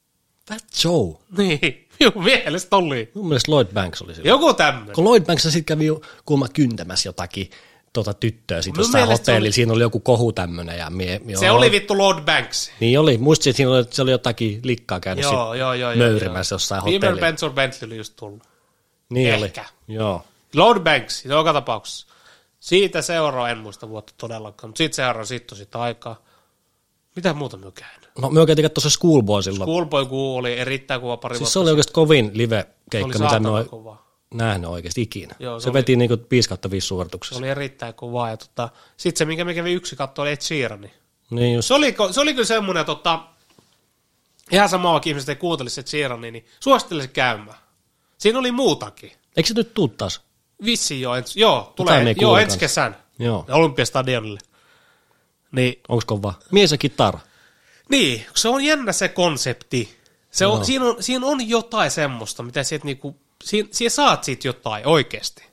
S2: [laughs]
S1: Fat Joe.
S2: Niin, minun mielestä oli.
S1: Mun mielestä Lloyd Banks oli silloin.
S2: Joku tämmöinen.
S1: Kun Lloyd Banks sitten kävi ju- kuulemma kyntämässä jotakin tota tyttöä sit
S2: Mun
S1: jossain
S2: mielestä se
S1: hotellilla.
S2: oli-
S1: Oli... Siinä oli joku kohu tämmöinen. Ja mie, joo.
S2: Se oli vittu Load Banks.
S1: Niin oli. Muistin, että siinä oli, että se oli jotakin likkaa käynyt sit
S2: Joo, joo, joo. joo,
S1: möyrimässä
S2: joo.
S1: jossain
S2: Viimeinen
S1: hotellilla.
S2: Benson Bentley oli just tullut.
S1: Niin
S2: Ehkä.
S1: oli. Joo.
S2: Load Banks, joka tapauksessa. Siitä seuraa, en muista vuotta todellakaan, mutta siitä seuraa sitten sitä aikaa. Mitä muuta me käynyt?
S1: No me oikein tuossa Schoolboy silloin. School...
S2: Schoolboy Q oli erittäin kova pari
S1: Siis
S2: siis
S1: se oli oikeasti kovin live-keikka,
S2: oli
S1: mitä me
S2: saatana
S1: oon
S2: kova.
S1: nähnyt oikeasti ikinä.
S2: Joo,
S1: Joo,
S2: se
S1: se,
S2: oli-
S1: se veti niinku 5 5
S2: Se
S1: suorituksessa.
S2: oli erittäin kovaa. Ja tota, sitten se, minkä me kävi yksi katto, oli Ed Sheerani.
S1: Niin just.
S2: Se oli, ko- se oli kyllä semmoinen, tota, ihan samaa, vaikka ihmiset ei kuuntelisi Ed Sheerania, niin suosittelisin käymään. Siinä oli muutakin.
S1: Eikö se nyt tuu taas?
S2: Vissi jo, ens, joo,
S1: Jotain me
S2: tulee
S1: ei
S2: joo,
S1: kuule
S2: ensi
S1: kanssa.
S2: kesän
S1: Joo.
S2: Olympiastadionille. Niin,
S1: Onko kova? Mies ja kitara.
S2: niin, se on jännä se konsepti. Se on, siinä, on, siinä on jotain semmoista, mitä sieltä niinku, siinä, siinä saat siitä jotain oikeasti.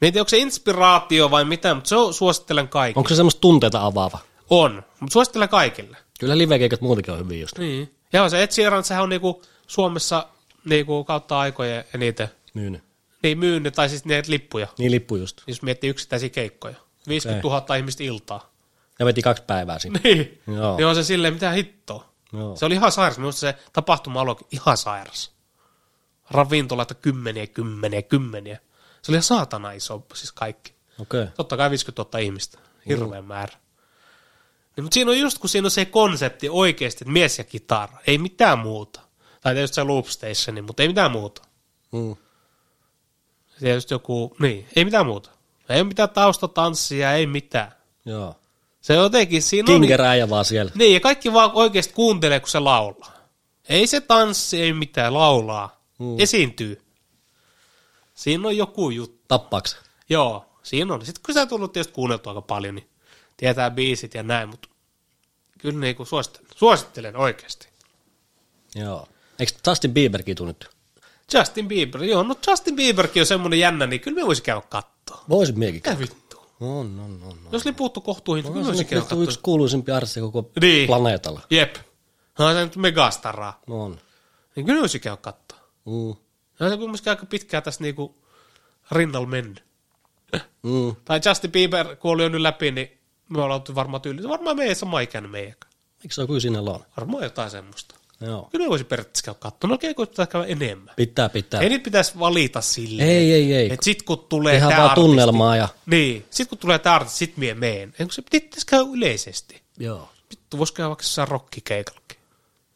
S2: Mietin, onko se inspiraatio vai mitä, mutta se on, suosittelen kaikille.
S1: Onko se semmoista tunteita avaava?
S2: On, mutta suosittelen kaikille.
S1: Kyllä livekeikat muutenkin on hyviä just.
S2: Niin. Ja se Ed Sheeran, sehän on niinku Suomessa niinku kautta aikojen eniten
S1: Myynyt.
S2: niin myynyt, tai siis niitä lippuja,
S1: Niin lippu just.
S2: jos miettii yksittäisiä keikkoja. 50 000 ihmistä iltaa. [laughs]
S1: Ja veti kaksi päivää siinä.
S2: Niin.
S1: Joo.
S2: Niin on se silleen, mitä hittoa.
S1: [laughs] Joo.
S2: Se oli ihan sairas. Minusta se tapahtuma alkoi ihan sairas. Ravintolaita kymmeniä, kymmeniä, kymmeniä. Se oli ihan saatana iso, siis kaikki.
S1: Okei. Okay.
S2: Totta kai 50 000 ihmistä. Hirveä määrä. Niin, mutta siinä on just, kun siinä on se konsepti oikeasti, että mies ja kitara. Ei mitään muuta. Tai tietysti se loopstation, mutta ei mitään muuta.
S1: Mm.
S2: Tietysti joku, niin, ei mitään muuta. Ei mitään taustatanssia, ei mitään.
S1: Joo.
S2: Se jotenkin siinä on...
S1: Kinkerää ja vaan siellä.
S2: Niin, ja kaikki vaan oikeasti kuuntelee, kun se laulaa. Ei se tanssi, ei mitään, laulaa. Mm. Esiintyy. Siinä on joku juttu.
S1: Tappaaks?
S2: Joo, siinä on. Sitten kun se on tullut tietysti kuunneltu aika paljon, niin tietää biisit ja näin, mutta kyllä niin kuin suosittelen. Suosittelen oikeasti.
S1: Joo. Eikö Justin Bieberkin tuu nyt?
S2: Justin Bieber, joo, no Justin Bieberkin on semmoinen jännä, niin kyllä me voisi käydä kattoo.
S1: Voisin miekin.
S2: Mitä vittu?
S1: On, on, on. on.
S2: Jos liputtu kohtuuhinta, kyllä me
S1: No,
S2: voisi
S1: se
S2: käydä
S1: on
S2: kattoo.
S1: yksi kuuluisempi artisti koko
S2: Niin.
S1: niin. planeetalla.
S2: Jep. No on se nyt megastaraa.
S1: No on.
S2: Niin kyllä me voisi käydä kattoo.
S1: Mm.
S2: No se kumminkin aika pitkään tässä niinku rinnalla mennyt.
S1: Mm.
S2: Tai Justin Bieber kuoli jo nyt läpi, niin me ollaan oltu varmaan tyyli. Varmaan me ei sama ikäinen meidän.
S1: Eikö se ole kuin sinne on?
S2: Varmaan jotain semmoista.
S1: Joo.
S2: Kyllä me voisi periaatteessa käydä katsomaan. No keikoita pitää käydä enemmän.
S1: Pitää, pitää.
S2: Ei niitä pitäisi valita silleen.
S1: Ei, ei, ei.
S2: Et sit kun tulee
S1: Ihan
S2: tää
S1: vaan
S2: artisti-
S1: tunnelmaa ja...
S2: Niin. Sit kun tulee tää artisti, sit mie meen. Eikö se pitäisi käydä yleisesti?
S1: Joo.
S2: Vittu, vois käydä vaikka jossain rockikeikallakin.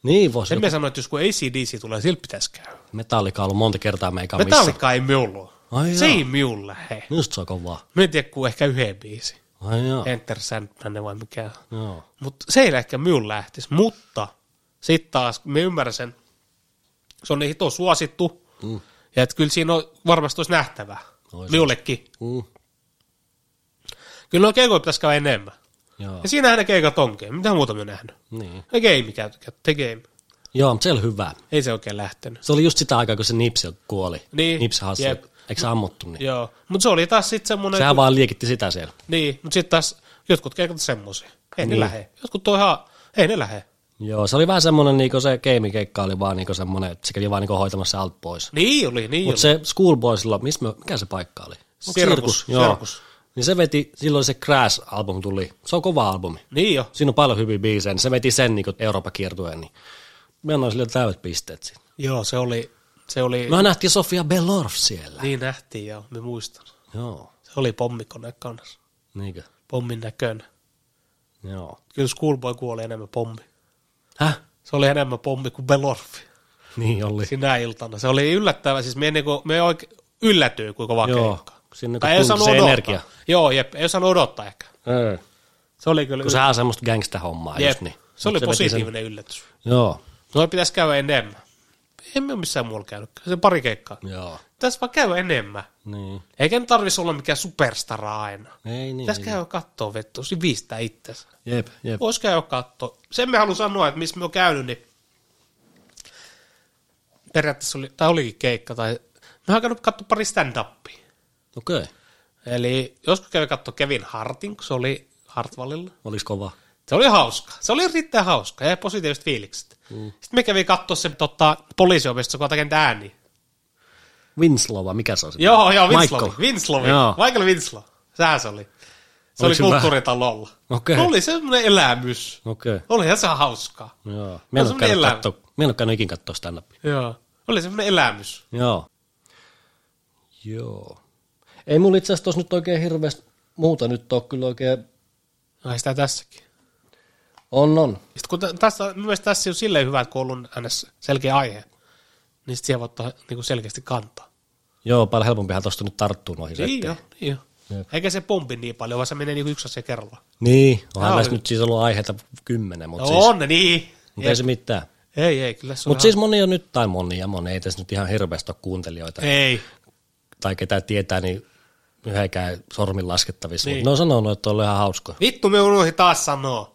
S1: Niin voisi.
S2: Sen me sanoin, että jos kun ACDC tulee, sillä pitäisi käydä.
S1: Metallica on ollut monta kertaa meikä missä.
S2: Metallica ei minulla.
S1: Ai
S2: Se
S1: joo.
S2: ei minulla, he.
S1: Minusta se on kovaa.
S2: Mä en tiedä, kuin ehkä yhden biisin.
S1: Ai joo.
S2: No. Enter Sandman vai mikä.
S1: Joo.
S2: Mutta se ei ehkä minun lähtisi, mutta sitten taas mä ymmärrän sen, se on niin hito suosittu, mm. ja että kyllä siinä on, varmasti olisi nähtävää,
S1: Ois.
S2: liullekin.
S1: Mm.
S2: Kyllä on keikoja pitäisi käydä enemmän.
S1: Joo.
S2: Ja siinähän ne keikat onkin, mitä muuta mä oon nähnyt.
S1: Niin.
S2: Ja game, käy- käy- the game,
S1: Joo, mutta se oli hyvä.
S2: ei se oikein lähtenyt.
S1: Se oli just sitä aikaa, kun se Nipsi kuoli.
S2: Niin.
S1: Nipsi Hassi.
S2: Jep. No
S1: Eikö se ammuttu niin?
S2: Joo, mutta se oli taas sitten semmoinen,
S1: Sehän vaan liekitti sitä siellä.
S2: niin, mutta sitten taas jotkut keikat on semmoisia, ei niin. ne
S1: Niin.
S2: lähe. Jotkut on ihan, ei ne lähe.
S1: Joo, se oli vähän semmoinen, niin se keimikeikka oli vaan niin semmoinen, että se kävi vaan niin hoitamassa alt pois.
S2: Niin oli, niin oli.
S1: Mutta se Schoolboy silloin, missä me, mikä se paikka oli? Onko
S2: Sirkus,
S1: Joo.
S2: Sirkus.
S1: Niin se veti, silloin se Crash-album tuli. Se on kova albumi.
S2: Niin jo.
S1: Siinä on paljon hyviä biisejä, niin se veti sen niin Euroopan kiertueen, niin me annoin sille täydet pisteet siinä.
S2: Joo, se oli, se oli,
S1: Me nähtiin Sofia Belorf siellä.
S2: niin nähtiin joo, me muistan.
S1: Joo,
S2: Se oli pommikone kanssa.
S1: niinkö?
S2: Pommin näköinen.
S1: Joo.
S2: Kyllä Schoolboy kuoli enemmän pommi.
S1: Häh?
S2: Se oli enemmän pommi kuin Belorfi
S1: Niin oli.
S2: sinä iltana. Se oli yllättävää. Siis me, niinku, me oike- yllätyin, kuinka kova
S1: Joo.
S2: keikka.
S1: Sinne kun
S2: Tai ei
S1: tuntuu
S2: osannut
S1: se
S2: odottaa.
S1: energia.
S2: Joo, jep, ei osannut odottaa ehkä.
S1: Öö.
S2: Se oli kyllä
S1: Kun sehän on semmoista gangsta-hommaa
S2: jep,
S1: just niin.
S2: se oli
S1: Mut veti
S2: positiivinen yllätys.
S1: Sen, joo,
S2: Noin pitäisi käydä enemmän. Emme ole missään muualla käynyt. Se pari keikkaa.
S1: joo,
S2: Tässä vaan käy enemmän.
S1: niin.
S2: Eikä nyt tarvitsisi olla mikään superstara aina.
S1: Ei niin.
S2: Pitäisi käydä kattoo vettu, se viistää itsensä.
S1: Jep, jep.
S2: Voisi käydä kattoo. Sen me haluan sanoa, että missä me on käynyt, niin periaatteessa oli, tai olikin keikka, tai me oon käynyt katsoa pari stand-upia.
S1: Okei. Okay.
S2: Eli joskus kävi katsoa Kevin Hartin, kun se oli Hartwallilla.
S1: Olis kova.
S2: Se oli hauska. Se oli riittävän hauska ja positiiviset fiilikset. Mm. Sitten me kävi katsoa se tota, poliisiopistossa, kun on tekemään ääni.
S1: Winslow, vai mikä se on? se?
S2: Joo, joo, Winslow.
S1: Michael.
S2: Winslow.
S1: Joo.
S2: Michael Winslow. Sehän se oli. Se
S1: Oliko se
S2: oli kulttuuritalolla.
S1: Okei.
S2: No Oli semmoinen elämys.
S1: Okei. Okay.
S2: Olihan se hauskaa.
S1: Joo. Mä en
S2: No,
S1: oo käynyt
S2: semmonen
S1: kattoo, mä en oo käynyt ikin kattoo stand-upia.
S2: Joo. Oli semmoinen elämys.
S1: Joo. Joo. Ei mulla itse asiassa tossa nyt oikein hirveästi muuta nyt oo kyllä oikein.
S2: Ai No sitä tässäkin.
S1: On, on.
S2: Sitten kun tä- tässä, myös tässä on silleen hyvä, että kun on ollut ns. selkeä aihe, niin sitten siihen voi ottaa niin kuin selkeästi kantaa.
S1: Joo, paljon helpompihan tosta nyt tarttuu noihin
S2: Niin
S1: setteihin.
S2: jo, niin jo. Eikä se pompi niin paljon, vaan se menee niin kuin yksi asia kerrallaan.
S1: Niin, onhan
S2: Joo.
S1: näissä nyt siis ollut aiheita kymmenen, mutta
S2: No
S1: siis,
S2: on ne niin.
S1: mut ei se mitään.
S2: Ei, ei, kyllä se on.
S1: Mutta siis moni on nyt, tai moni ja moni, ei tässä nyt ihan hirveästi ole kuuntelijoita ei.
S2: Ei.
S1: tai ketään tietää, niin yhdenkään sormin laskettavissa. Niin.
S2: Niin.
S1: Mutta ne on sanonut, että on ollut ihan hauskoja.
S2: Vittu, me unohdin taas sanoa,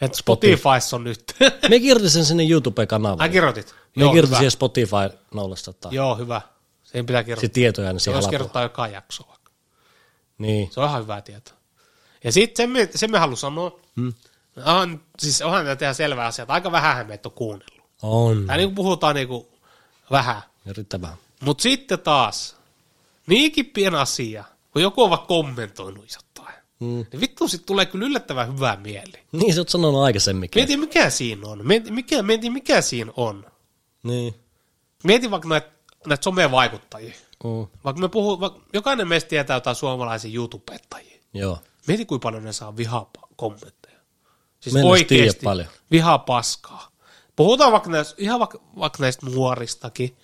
S2: että Spotifys on nyt. [laughs]
S1: Me kirjoitin sen sinne YouTube-kanavalle.
S2: Ai kirjoitit?
S1: Me kirjoitin
S2: hyvä.
S1: siihen Spotify nollasta tai
S2: Joo, hyvä. Siihen pitää kirjoittaa.
S1: se tietoja niin
S2: Se
S1: siihen
S2: voisi
S1: alapuolelle.
S2: kirjoittaa joka jakso vaikka.
S1: Niin,
S2: Se on ihan hyvää tietoa. Ja sitten sen, me- sen me haluan sanoa, hmm. on, siis onhan tämä tehdä selvä asia, että aika vähän meitä on kuunnellut.
S1: on.
S2: Tai niin puhutaan niin kuin vähän.
S1: Riittävää.
S2: Mutta sitten taas, niinkin pieni asia, kun joku on vaan kommentoinut jotain,
S1: Mm.
S2: niin vittu sit tulee kyllä yllättävän hyvää mieli.
S1: [laughs] Niin, sä oot sanonut aikaisemminkin.
S2: Mieti mikä siinä on, mieti mikä, mieti mikä siinä on.
S1: Niin.
S2: Mieti vaikka näitä näit somevaikuttajia.
S1: Uh,
S2: Vaikka me puhuu, vaikka jokainen meistä tietää jotain suomalaisia YouTubettajia.
S1: joo.
S2: Mieti kuinka paljon ne saa vihakommentteja. Siis
S1: Mä en edes tiedä
S2: oikeesti
S1: paljon.
S2: vihapaskaa. Puhutaan vaikka näistä, ihan vaikka, vaikka näistä nuoristakin.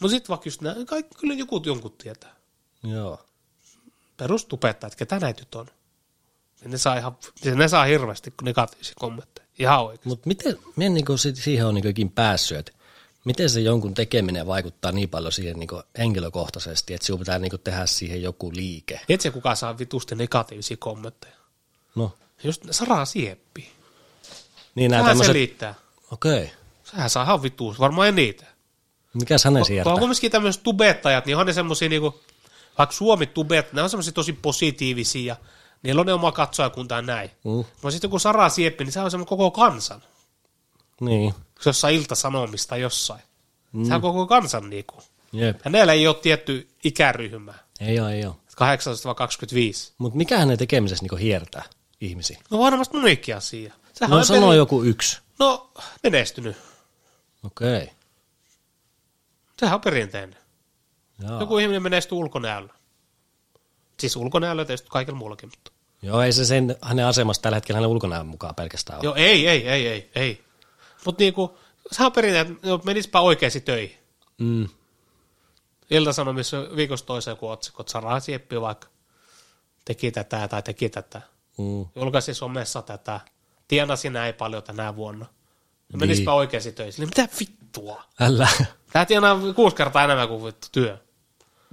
S2: Mutta sitten vaikka just nää, kaikki, kyllä joku jonkun tietää.
S1: Joo.
S2: perustupettajat, ketä näitä nyt on, niin ne saa, ihan, siis ne saa hirveästi negatiivisia kommentteja. Ihan oikein.
S1: Mutta miten, mä en niinku sit- siihen on niinkuinkin päässyt, että miten se jonkun tekeminen vaikuttaa niin paljon siihen niinku henkilökohtaisesti, että sinun pitää niinku tehdä siihen joku liike.
S2: Tiedätkö, kuka saa vitusti negatiivisia kommentteja?
S1: No,
S2: Just Sara Sieppi.
S1: niin nämä
S2: Tähän
S1: tämmöiset,
S2: tämmöset... selittää.
S1: okei, okay.
S2: Sehän saa ihan vituus, varmaan eniten.
S1: mikäs hänen
S2: Kun
S1: sieltä?
S2: on kumminkin tämmöiset tubettajat, niin on ne semmosia niinku, vaikka suomi tubet, ne on semmosia tosi positiivisia, ja niillä on ne oma katsojakunta ja näin.
S1: Mm,
S2: Mutta sitten joku Sara Sieppi, niin se on semmoinen koko kansan.
S1: niin,
S2: Se on jossain iltasanomista jossain. Mm. Sehän on koko kansan niinku.
S1: jep,
S2: Hänellä ei ole tietty ikäryhmä,
S1: ei oo, ei oo.
S2: 18-25.
S1: Mutta mikä hänen tekemisestä niinku hiertää ihmisiä?
S2: No varmasti monikin asia. Sehän
S1: No
S2: on
S1: sano
S2: peli-
S1: joku yksi.
S2: no menestynyt.
S1: Okei, okay.
S2: Sehän on perinteinen.
S1: joo.
S2: Joku ihminen menestyy ulkonäöllä. Siis ulkonäöllä tietysti kaikilla muullakin. Mutta.
S1: joo. ei se sen, hänen asemassa tällä hetkellä hänen ulkonäön mukaan pelkästään ole.
S2: Joo, ei, ei, ei, ei, ei. Mutta niinku, sehän on perinteinen, että no, menispä oikeasti töihin.
S1: Mm,
S2: Ilta-Sanomissa viikosta toiseen joku otsikko, että Sara Sieppi vaikka teki tätä tai teki tätä.
S1: mm,
S2: Julkaisi somessa tätä. Tienasi näin paljon tänä vuonna.
S1: Niin.
S2: Niin. Menispä oikeasti töihin. Niin mitä vittua?
S1: älä.
S2: Tää tienaa kuusi kertaa enemmän kuin vittu työ.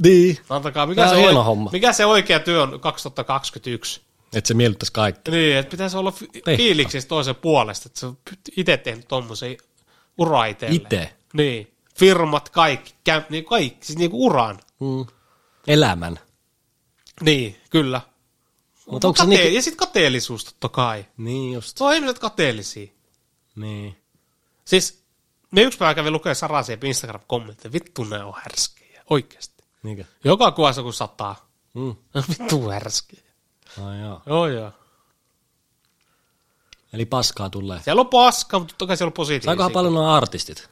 S1: niin.
S2: Antakaa,
S1: Tää
S2: mikä, se,
S1: on hieno
S2: oi,
S1: homma.
S2: mikä se oikea työ on 2021?
S1: Että se miellyttäisi kaikki.
S2: Niin, että pitäisi olla fi- fiiliksissä toisen puolesta, että sä oot itse tehnyt tommosen ura itselle.
S1: Ite.
S2: Niin, firmat, kaikki, kämp, niin kaikki, siis niinku uran.
S1: Mm. Elämän.
S2: Niin, kyllä.
S1: Mut
S2: Mut
S1: onko se
S2: kate-
S1: niinku-
S2: Ja sit kateellisuus totta kai.
S1: Niin just.
S2: Se on ihmiset kateellisia.
S1: Niin.
S2: Siis, me yksi päivä kävin lukea Sarasiepin Instagram-kommentteja, vittu ne on härskejä, oikeesti.
S1: Niinkö?
S2: Joka kuvassa kun sataa,
S1: Mm.
S2: [laughs] vittu härskejä.
S1: Ai joo.
S2: Joo, joo.
S1: Eli paskaa tulee.
S2: Siellä on paskaa, mutta totta kai siellä on positiivisia.
S1: Saikohan paljon nuo artistit?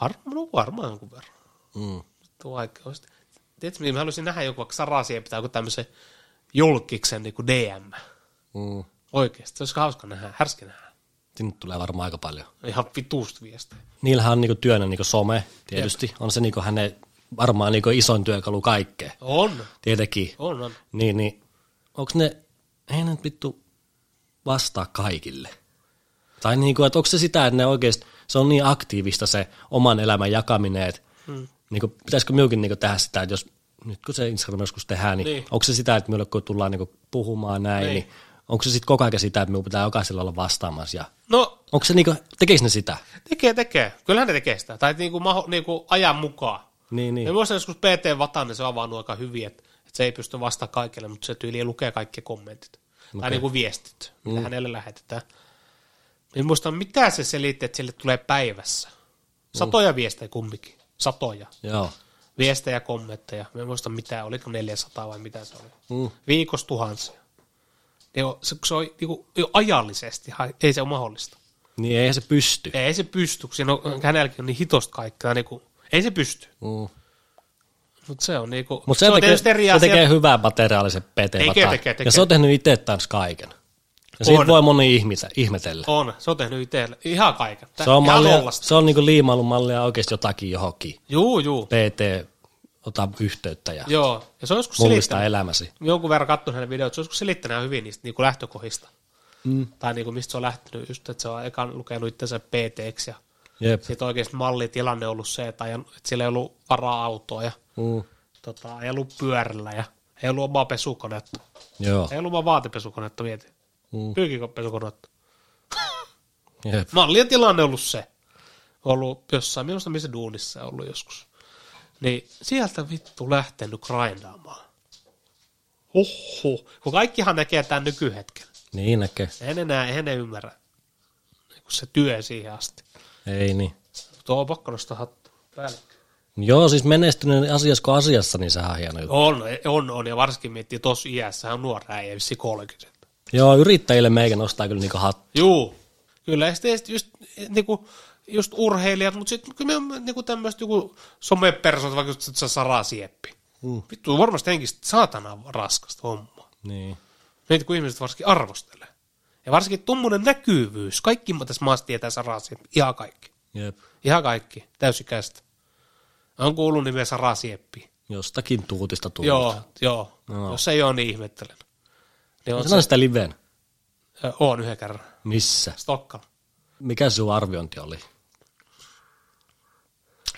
S2: Varmaan, no varmaan jonkun verran.
S1: Mm.
S2: Tuo vaikka olisi. Tiedätkö, mitä mä haluaisin nähdä joku vaikka Sarasia pitää joku tämmöisen julkiksen niin kuin DM.
S1: Mm.
S2: Oikeasti, se olisi hauska nähdä, härski nähdä.
S1: Sinne tulee varmaan aika paljon.
S2: Ihan vituusti viestejä.
S1: Niillähän on niinku työnä niinku some, tietysti. Jep. On se niinku hänen varmaan niin isoin työkalu kaikkeen.
S2: On,
S1: Tietenkin.
S2: on, on.
S1: Niin, niin. Onks ne, ei ne nyt vittu vastaa kaikille. Tai niin kuin, että onko se sitä, että ne oikeasti, se on niin aktiivista se oman elämän jakaminen, että
S2: Mm.
S1: hmm. niin kuin, pitäisikö minunkin niin kuin tehdä sitä, että jos nyt kun se Instagram joskus tehdään, niin,
S2: Niin.
S1: niin. onko se sitä, että meille kun tullaan niin kuin puhumaan näin,
S2: Niin.
S1: niin, niin onko se sitten koko ajan sitä, että minun pitää jokaisella olla vastaamassa ja
S2: No,
S1: onko se niin kuin, tekis ne sitä?
S2: Tekee, tekee. Kyllähän ne tekee sitä. Tai niinku, maho, niinku ajan mukaan.
S1: Niin,
S2: Niin.
S1: niin.
S2: Ja muistan joskus PT Vatanen, niin se on avannut aika hyvin, että, että se ei pysty vastaamaan kaikille, mutta se tyyli lukee kaikki kommentit. Okay. Tai niinku viestit, mitä mm. hänelle lähetetään. En muista, mitä se selitti, että sille tulee päivässä. Satoja mm. viestejä kumminkin. Satoja.
S1: Joo.
S2: Viestejä, kommentteja. Mä en muista mitä, oliko 400 vai mitä se oli.
S1: Mm.
S2: Viikossa tuhansia. Niin on- se, se on niinku, jo ajallisesti, ei se ole mahdollista.
S1: Niin eihän se pysty.
S2: Ei se pysty, kun siinä on, hänelläkin on niin hitosta kaikkea. Niin kuin, ei se pysty,
S1: Mm.
S2: mutta se on niin kuin,
S1: Mutta se,
S2: on
S1: tekee,
S2: tietysti eri
S1: se
S2: asia.
S1: tekee hyvää materiaalisen PT
S2: Tekee,
S1: Vatanen.
S2: tekee, tekee.
S1: Ja se on tehnyt itse taas kaiken. Ja
S2: On.
S1: siitä voi moni ihmitä, ihmetellä.
S2: On, se on tehnyt itsellä ihan kaiken. Tää-
S1: Se on,
S2: ihan
S1: mallia,
S2: nollasta.
S1: se on niinku liimailun mallia oikeasti jotakin johonkin.
S2: Juu, juu.
S1: PT, ota yhteyttä ja
S2: Joo, ja se on joskus
S1: mullistaa
S2: selittänyt,
S1: elämäsi.
S2: jonkun verran katsonut hänen videoita, se on joskus selittänyt ihan hyvin niistä niin kuin lähtökohdista. Mm. Tai niin kuin, mistä se on lähtenyt, just, että se on ekan lukenut itsensä pt ja
S1: Jep.
S2: sitten oikeasti mallitilanne on ollut se, että, ajan, että sillä ei ollut varaa autoa ja
S1: Mm.
S2: tota, ei ollut pyörällä ja ei ollut omaa pesukonetta.
S1: Joo.
S2: Ei ollut vaan vaatepesukonetta, mieti. Mm.
S1: Mm.
S2: Pyykinpesukonetta.
S1: Jep.
S2: Mallien tilanne on ollut se. Ollut jossain, minusta missä duunissa ollut joskus. Niin sieltä vittu lähtenyt grindaamaan. Huhhuh. Kun kaikkihan näkee tämän nykyhetken.
S1: Niin näkee.
S2: En enää, en enää ymmärrä niinku se työ siihen asti.
S1: Ei niin.
S2: Tuo on pakko nostaa hattu. Päällikkö.
S1: Joo, siis menestyneen asiassa kuin asiassa, niin sehän on hieno juttu.
S2: On, on, on. Ja varsinkin miettii tossa iässä, hän on nuori äijä, vissi 30.
S1: Joo, yrittäjille meikä nostaa kyllä niinku hattu.
S2: Juu, kyllä. Ja sitten just, just, niinku, just urheilijat, mutta sitten kyllä me on niinku tämmöiset joku somepersonat, vaikka just se Sara Sieppi. Mm. Vittu, on varmasti henkistä saatana raskasta hommaa.
S1: Niin.
S2: Meitä kun ihmiset varsinkin arvostelee. Ja varsinkin tuommoinen näkyvyys. Kaikki ma- tässä maassa tietää Sara Sieppi. Ihan kaikki.
S1: Jep.
S2: Ihan kaikki. Täysikäistä. On kuullut nimeä Sara Sieppi.
S1: Jostakin tuutista tulee.
S2: Joo, joo. No.
S1: No.
S2: Jos ei ole, niin ihmettelen. Niin on
S1: Sano sitä liven.
S2: se, ö, oon yhden kerran.
S1: Missä?
S2: Stockholm.
S1: Mikä sun arviointi oli?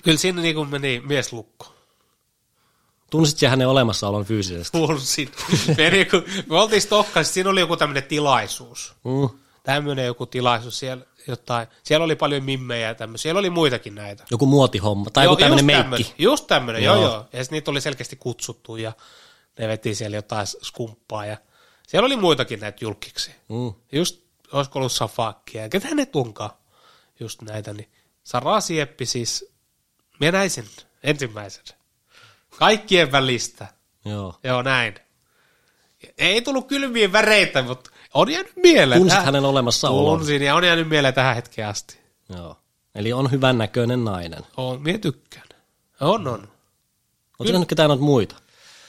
S2: Kyllä siinä niin kuin meni mies lukko.
S1: Tunsit sä hänen olemassaolon fyysisesti?
S2: Pulssin. Me, niinku, me oltiin Stokkassa, siinä oli joku tämmöinen tilaisuus.
S1: Mm.
S2: Tämmöinen joku tilaisuus siellä jotain. Siellä oli paljon mimmejä ja tämmöisiä. Siellä oli muitakin näitä.
S1: Joku muotihomma tai joku tämmöinen
S2: just
S1: meikki.
S2: Tämmönen, just tämmöinen, joo. joo
S1: Joo.
S2: joo. Ja sit niitä oli selkeästi kutsuttu ja ne veti siellä jotain skumppaa. Ja siellä oli muitakin näitä julkiksi.
S1: Mm.
S2: Just, olisiko ollut Safakia ja ketä ne tunkaan. Just näitä, niin Sara Sieppi siis, minä näin sen ensimmäisen. Kaikkien välistä.
S1: Joo.
S2: Joo, näin. Ei tullut kylmiä väreitä, mutta on jäänyt mieleen.
S1: Tunsit
S2: Tähän-
S1: hänen olemassaolon.
S2: Tunsin ja on jäänyt mieleen tähän hetkeen asti.
S1: Joo. Eli on hyvän näköinen nainen.
S2: On, minä tykkään. On, on.
S1: Oletko nähnyt ketään noita muita?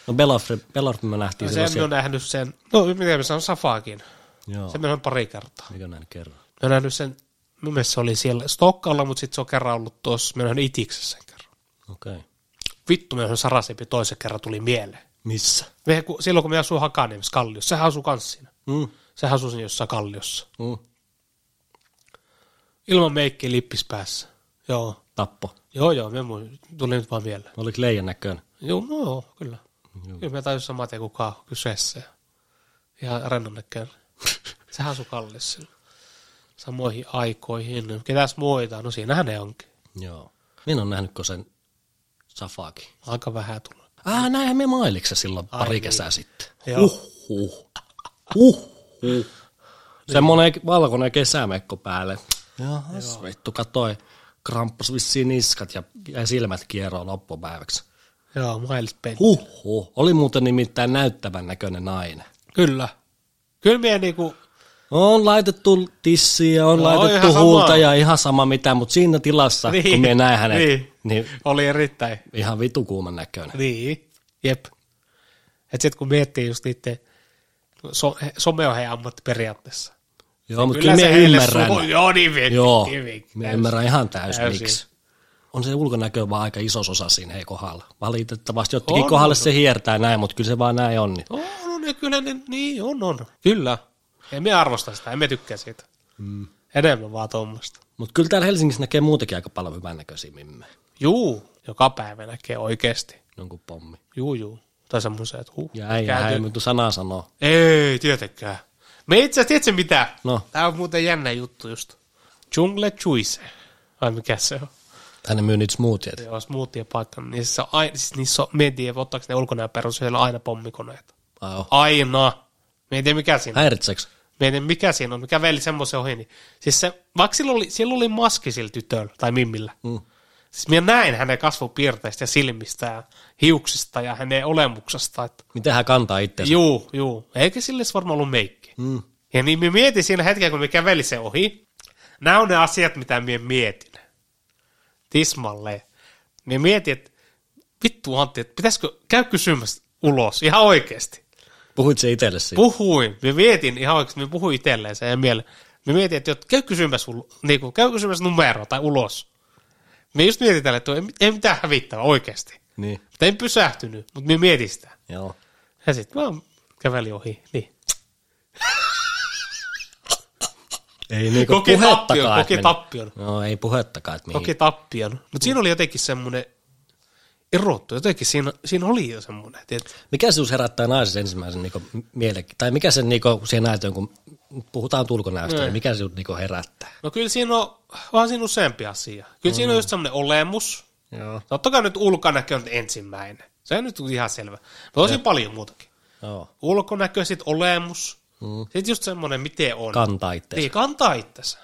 S1: No Belafri, Belafri me nähtiin
S2: Ja
S1: no,
S2: sen minä
S1: sellaisia.
S2: olen nähnyt sen, no miten mä sanon, Safaakin.
S1: Joo.
S2: Sen minä olen pari kertaa.
S1: Mikä näin kerran?
S2: Minä olen nähnyt sen, mun mielestä se oli siellä Stokkalla, mutta sitten se on kerran ollut tuossa, minä olen nähnyt Itiksessä sen kerran.
S1: Okei. Okay.
S2: Vittu, minä olen Sarasepi toisen kerran tuli mieleen.
S1: Missä?
S2: Me, kun, silloin kun minä asuin Hakaniemessä Kalliossa, sehän asuu kans siinä.
S1: Mm.
S2: Sehän asui siinä jossain Kalliossa.
S1: Mm.
S2: Ilman meikkiä lippis päässä. Joo.
S1: Tappo.
S2: Joo, joo, me mu- tuli nyt vaan mieleen.
S1: Oliko leijan näköinen?
S2: Joo, no joo, kyllä. Joo. Kyllä me tajusin samaa tien kukaan on kyseessä. Ihan rennon näköinen. [laughs] Sehän asui kallissa. Samoihin aikoihin. No, Ketäs muita? No siinähän ne onkin.
S1: Joo. Minä olen nähnyt sen Safaakin.
S2: Aika vähän tullut.
S1: Ah, näinhän me mailiksä silloin
S2: Ai
S1: pari
S2: niin.
S1: kesää sitten.
S2: Joo.
S1: Uhuh. Uhuh. Semmoinen valkoinen kesämekko päälle. Jahas. Vittu, katoi. Kramppas vissiin niskat ja jäi silmät kieroon loppupäiväksi.
S2: Joo, Miles Penn. Huh.
S1: Huhhuh. Oli muuten nimittäin näyttävän näköinen nainen.
S2: Kyllä. Kyllä mie niinku,
S1: On laitettu tissiä, on
S2: No,
S1: no,
S2: ihan
S1: laitettu
S2: sama.
S1: huulta ja ihan sama mitä, mutta siinä tilassa, niin.
S2: Niin.
S1: kun minä näin hänet,
S2: Niin.
S1: niin. niin
S2: oli erittäin.
S1: ihan vitukuuman näköinen.
S2: Niin. Jep. Et sit kun miettii just niiden, so, he- some on heidän ammatti periaatteessa.
S1: Joo, mutta kyllä minä
S2: heille
S1: ymmärrän.
S2: Suhu, joo, niin vietti.
S1: Joo,
S2: Niin, vietti.
S1: minä ymmärrän ihan täysin,
S2: Täysin.
S1: miksi. on se ulkonäkö vaan aika iso osa siinä hei kohdalla. Valitettavasti jottikin
S2: On,
S1: kohdalle
S2: on.
S1: se hiertää näin, mutta kyllä se vaan näin on. Niin.
S2: On, on, ja kyllä no ne, niin on, on. Kyllä. Emme arvosta sitä, emme tykkää siitä. Mm. Enemmän vaan tuommoista.
S1: Mutta kyllä täällä Helsingissä näkee muutenkin aika paljon hyvännäköisiä mimmejä.
S2: Juu, joka päivä näkee oikeasti.
S1: Jonkun pommi.
S2: Juu, juu. Tai semmoisia, että huh.
S1: Ja ei
S2: kääntyy-
S1: häimmytty sanaa sanoo.
S2: Ei, tietenkään. Me itse asiassa, tiedätkö mitä?
S1: No.
S2: Tämä on muuten jännä juttu just. Jungle Juice. Vai mikä se on?
S1: Hän myy niitä smoothiet.
S2: Se on smoothie paikka. Niin se on aina, siis niissä on, mietin, että ottaako ne ulkonäön perusteella aina pommikoneet.
S1: Ai oh.
S2: Aina. Mietin, mikä siinä on.
S1: Häiritseks?
S2: Mietin, mikä siinä on. Mikä veli semmoisen ohi. Niin. Siis se, vaikka sillä oli, sillä oli maski sillä tytöllä tai mimmillä.
S1: Mm.
S2: Siis minä näin hänen kasvupiirteistä ja silmistä ja hiuksista ja hänen olemuksesta. Että,
S1: Miten hän kantaa itseänsä?
S2: juu, juu. Eikä sille olisi varmaan ollut meikki.
S1: Mm.
S2: Ja niin mä mietin siinä hetkellä, kun mä kävelin sen ohi. Nämä on ne asiat, mitä mä mietin. Tismalleen. Mä mietin, että vittu Antti, että pitäisikö käy kysymässä ulos ihan oikeasti.
S1: Puhuit se itselle siitä?
S2: Puhuin. Mä mietin ihan oikeasti, mä puhuin itselleen sen ja mieleen. Mä mietin, että jot- käy kysymässä, ul- niin kuin, käy kysymässä numero tai ulos. Mä just mietin tälle, että ei, mit- ei mitään hävittävää oikeasti.
S1: niin,
S2: Mutta en pysähtynyt, mutta mä mietin sitä.
S1: joo.
S2: Ja sitten vaan kävelin ohi. Niin.
S1: Ei niinku
S2: Koki tappion,
S1: puhettakaan. et
S2: koki
S1: meni.
S2: tappion.
S1: No ei puhettakaan, että mihin.
S2: Toki Mm. tappion. Mutta siinä oli jotenkin semmoinen erottu. Jotenkin siinä, siinä oli jo semmoinen. Tiedätkö?
S1: Mikä sinus herättää naisessa ensimmäisen niinku miele, tai mikä sen niinku, siihen näytön, kun puhutaan ulkonäöstä, niin mikä sinut niinku herättää?
S2: No kyllä siinä on, vaan siinä useampi asia. Kyllä mm. siinä on just semmoinen olemus.
S1: Joo.
S2: Totta kai nyt ulkonäkö on ensimmäinen. Se on nyt ihan selvä. Mutta on siinä paljon muutakin.
S1: joo.
S2: Ulkonäkö, sitten olemus. Mm. Sitten just semmoinen, miten on.
S1: Kantaa itseänsä.
S2: Niin, kantaa itsensä.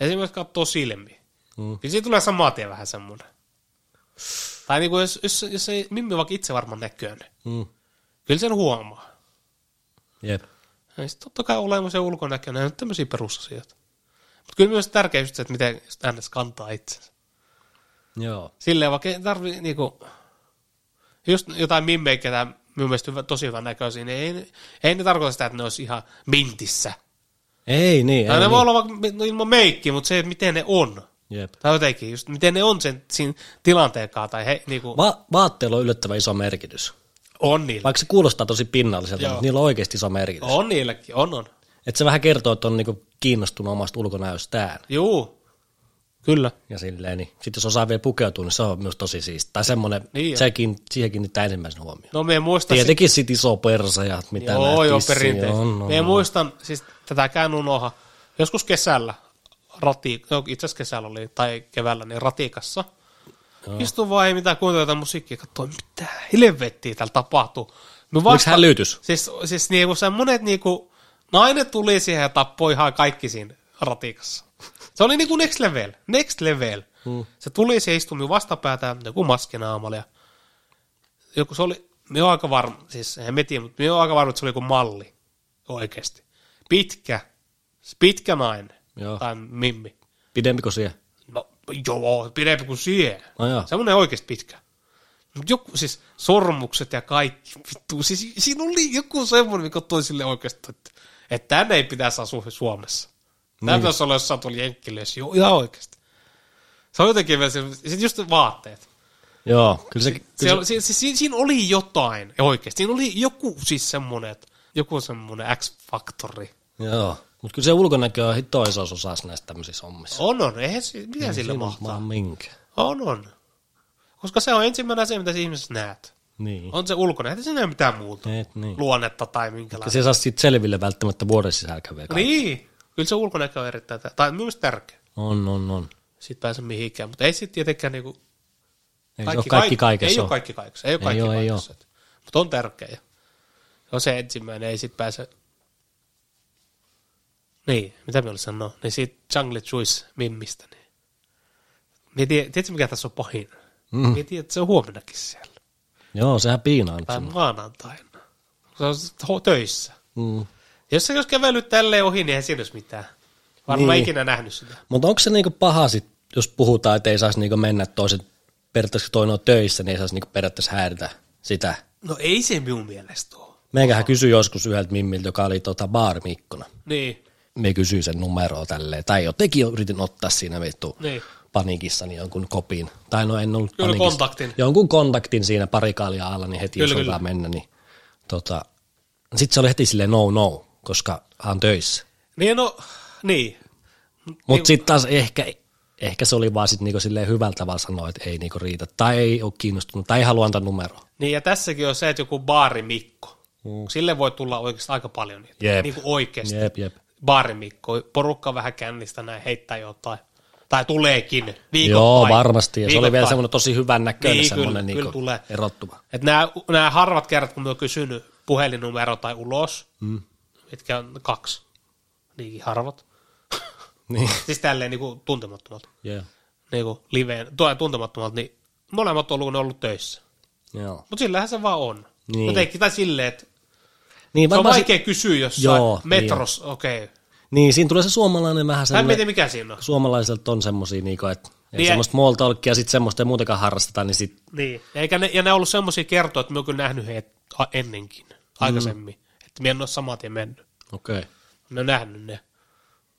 S2: Esimerkiksi katsoo silmiä. Mm. Niin siitä tulee samaa tien vähän semmoinen. Tai niin kuin jos, jos, jos ei Mimmi vaikka itse varmaan näköinen.
S1: Mm.
S2: Kyllä sen huomaa.
S1: Jep.
S2: Ja sitten Niin totta kai olemus ja ulkonäkö, ne on tämmöisiä perusasioita. Mutta kyllä myös tärkeä just se, että miten just ns. kantaa itsensä.
S1: Joo.
S2: Silleen vaikka ei tarvii niinku, just jotain mimmejä, ketä minun mielestä hyvä, tosi hyvän näköisiä, niin ei, ei ne tarkoita sitä, että ne olisi ihan mintissä.
S1: Ei niin,
S2: Tai
S1: ei
S2: ne
S1: niin.
S2: voi olla vaikka mi- no ilman meikkiä, mutta se, että miten ne on.
S1: Jep.
S2: Tai jotenkin just, miten ne on sen, siinä tilanteen kanssa, tai he niinku,
S1: Va- vaatteella on yllättävän iso merkitys.
S2: on niillä.
S1: Vaikka se kuulostaa tosi pinnalliselta,
S2: Joo. Oh.
S1: mutta niillä on oikeasti iso merkitys.
S2: On niilläkin, on on.
S1: Että se vähän kertoo, että on niinku kiinnostunut omasta ulkonäöstään.
S2: Juu, kyllä.
S1: Ja silleen, niin sitten jos osaa vielä pukeutua, niin se on myös tosi siisti. Tai semmoinen,
S2: Niin.
S1: niin sekin, siihen kiinnittää ensimmäisen huomioon.
S2: No me en muista
S1: Tietenkin sit iso persa ja mitä
S2: Joo,
S1: näet
S2: joo,
S1: tissiä
S2: perinteisesti.
S1: on, on,
S2: Minä
S1: on.
S2: muistan, siis tätäkään unoha. Joskus kesällä, rati, no itse asiassa kesällä oli, tai keväällä, niin ratikassa. Joo. Istun vaan, ei mitään, kuuntelin jotain musiikkia, katsoin, mitä helvettiä täällä tapahtuu. Me
S1: Oliko hälytys?
S2: Siis, siis niinku semmonet niinku, nainen tuli siihen ja tappoi ihan kaikki siinä ratikassa. Se oli niinku next level, next level. Hmm. Se tuli, se istui minun vastapäätään, joku maskinaamalla ja joku se oli, me on aika varma, siis en mä tiedä, mutta me on aika varma, että se oli joku malli oikeasti. Pitkä, pitkä nainen
S1: Joo.
S2: tai mimmi.
S1: Pidempi kuin siihen?
S2: No, joo, pidempi kuin siihen.
S1: No joo.
S2: Semmoinen oikeasti pitkä. Mut Joku siis sormukset ja kaikki. Vittu, siis siinä oli joku semmoinen, mikä toi sille oikeasti, että, että tänne ei pitäisi asua Suomessa. Tämä niin. pitäisi olla jossain tuolla Jenkkilässä. Joo, ihan oikeasti. Se on jotenkin vielä se, sitten just vaatteet.
S1: Joo, kyllä se, kyllä
S2: Se,
S1: se,
S2: oli- se, se, siinä, siinä oli jotain oikeasti. Siinä oli joku siis semmoinen, että joku semmoinen X-faktori.
S1: joo. Mutta kyllä se ulkonäkö on hitto iso osa näissä tämmöisissä hommissa.
S2: On, on. Eihän, si- mitä sille
S1: Siinä on
S2: mahtaa?
S1: vaan minkä.
S2: On, on. Koska se on ensimmäinen asia, mitä sä ihmisessä näet.
S1: Niin.
S2: On se ulkona, ettei siinä ole mitään muuta.
S1: Et niin.
S2: Luonnetta tai
S1: Ja
S2: minkälaista.
S1: se saa sitten selville välttämättä vuoden sisällä käviä kaikki.
S2: Niin, kyllä se ulkonäkö on erittäin tär- tai myös tärkeä.
S1: On, on, on.
S2: Siitä pääse mihinkään, mutta ei sitten tietenkään niinku
S1: Ei se ole kaikki kaikessa.
S2: Ei
S1: ole.
S2: ole kaikki kaikessa, ei ole
S1: Ei
S2: kaikki
S1: oo, ei oo.
S2: kaikessa. Mutta on tärkeä. Se on se ensimmäinen, ei sitten pääse... Niin, mitä me olin sanoa? Niin siitä Jungle Juice mimmistä. Niin. Mie tie, tiedätkö mikä tässä on pahin? Mm. Mie tiedän, että se on huomennakin siellä.
S1: Joo, sehän piinaa nyt.
S2: Tai
S1: sen.
S2: maanantaina. Se on sit ho- töissä.
S1: Mm.
S2: Jos sä jos kävelyt tälleen ohi, niin ei siinä olisi mitään. Varmaan
S1: Niin.
S2: ikinä nähnyt sitä.
S1: Mutta onko se niinku paha sit, jos puhutaan, että ei saisi niinku mennä toisen, periaatteessa kun toinen on töissä, niin ei saisi niinku periaatteessa häiritä sitä.
S2: No ei se minun mielestä ole.
S1: Meikähän kysyi joskus yhdeltä mimmiltä, joka oli tota baarimikkona.
S2: Niin,
S1: Me kysyi sen numeroa tälleen, tai jotenkin yritin ottaa siinä vittu
S2: niin.
S1: panikissani jonkun kopin. Tai no en ollut
S2: Kyllä
S1: panikissa.
S2: kontaktin.
S1: Jonkun kontaktin siinä pari kaalia alla, niin heti
S2: Kyllä,
S1: kyllä,
S2: kyllä.
S1: kyllä. mennä. Niin, tota, sitten se oli heti silleen no no, koska hän on töissä.
S2: Niin no, niin.
S1: Mutta sitten taas ehkä, ehkä se oli vaan sit niinku silleen hyvällä tavalla sanoa, että ei niinku riitä, tai ei ole kiinnostunut, tai ei halua antaa numeroa.
S2: Niin ja tässäkin on se, että joku baarimikko. Mm. Sille voi tulla oikeastaan aika paljon niitä.
S1: Jep.
S2: Niin kuin oikeasti.
S1: Jep, jep.
S2: Baarimikko. Porukka vähän kännistä näin heittää jotain. Tai tuleekin. Viikon
S1: Joo,
S2: vai-
S1: varmasti. Ja se oli vielä
S2: viikoittain.
S1: semmoinen tosi hyvän näköinen
S2: Niin,
S1: niin,
S2: kyllä,
S1: semmoinen
S2: kyllä
S1: niinku
S2: tulee.
S1: erottuma.
S2: Et nämä, nämä harvat kerrat, kun me on kysynyt puhelinnumero tai ulos, mm. mitkä on kaksi, niinkin harvat.
S1: Niin.
S2: Siis tälleen niinku tuntemattomalta,
S1: Yeah.
S2: niinku liveen, tuo- tuntemattomalta, niin molemmat on ollut, ne on ollut töissä.
S1: Joo.
S2: Mutta sillähän se vaan on. Niin.
S1: Niin.
S2: Jotenkin, tai silleen, että
S1: Niin,
S2: se on
S1: varmaan si-
S2: vaikea kysyä jossain Joo, niin
S1: Joo,
S2: metros, okei. Okay.
S1: niin, siinä tulee se suomalainen vähän
S2: Tai
S1: sellainen,
S2: mietin, mikä siinä on.
S1: suomalaiselta on semmoisia, niinku, että ei
S2: Niin,
S1: semmoista small talkia, ja sitten semmoista ei muutenkaan harrasteta, niin sit,
S2: Niin. Eikä ne, ja ne on ollut semmoisia kertoja, että me on kyllä nähnyt heitä a- ennenkin, aikaisemmin. Mm. Että me en ole saman tien mennyt.
S1: okei. Okay.
S2: Ne on nähnyt ne.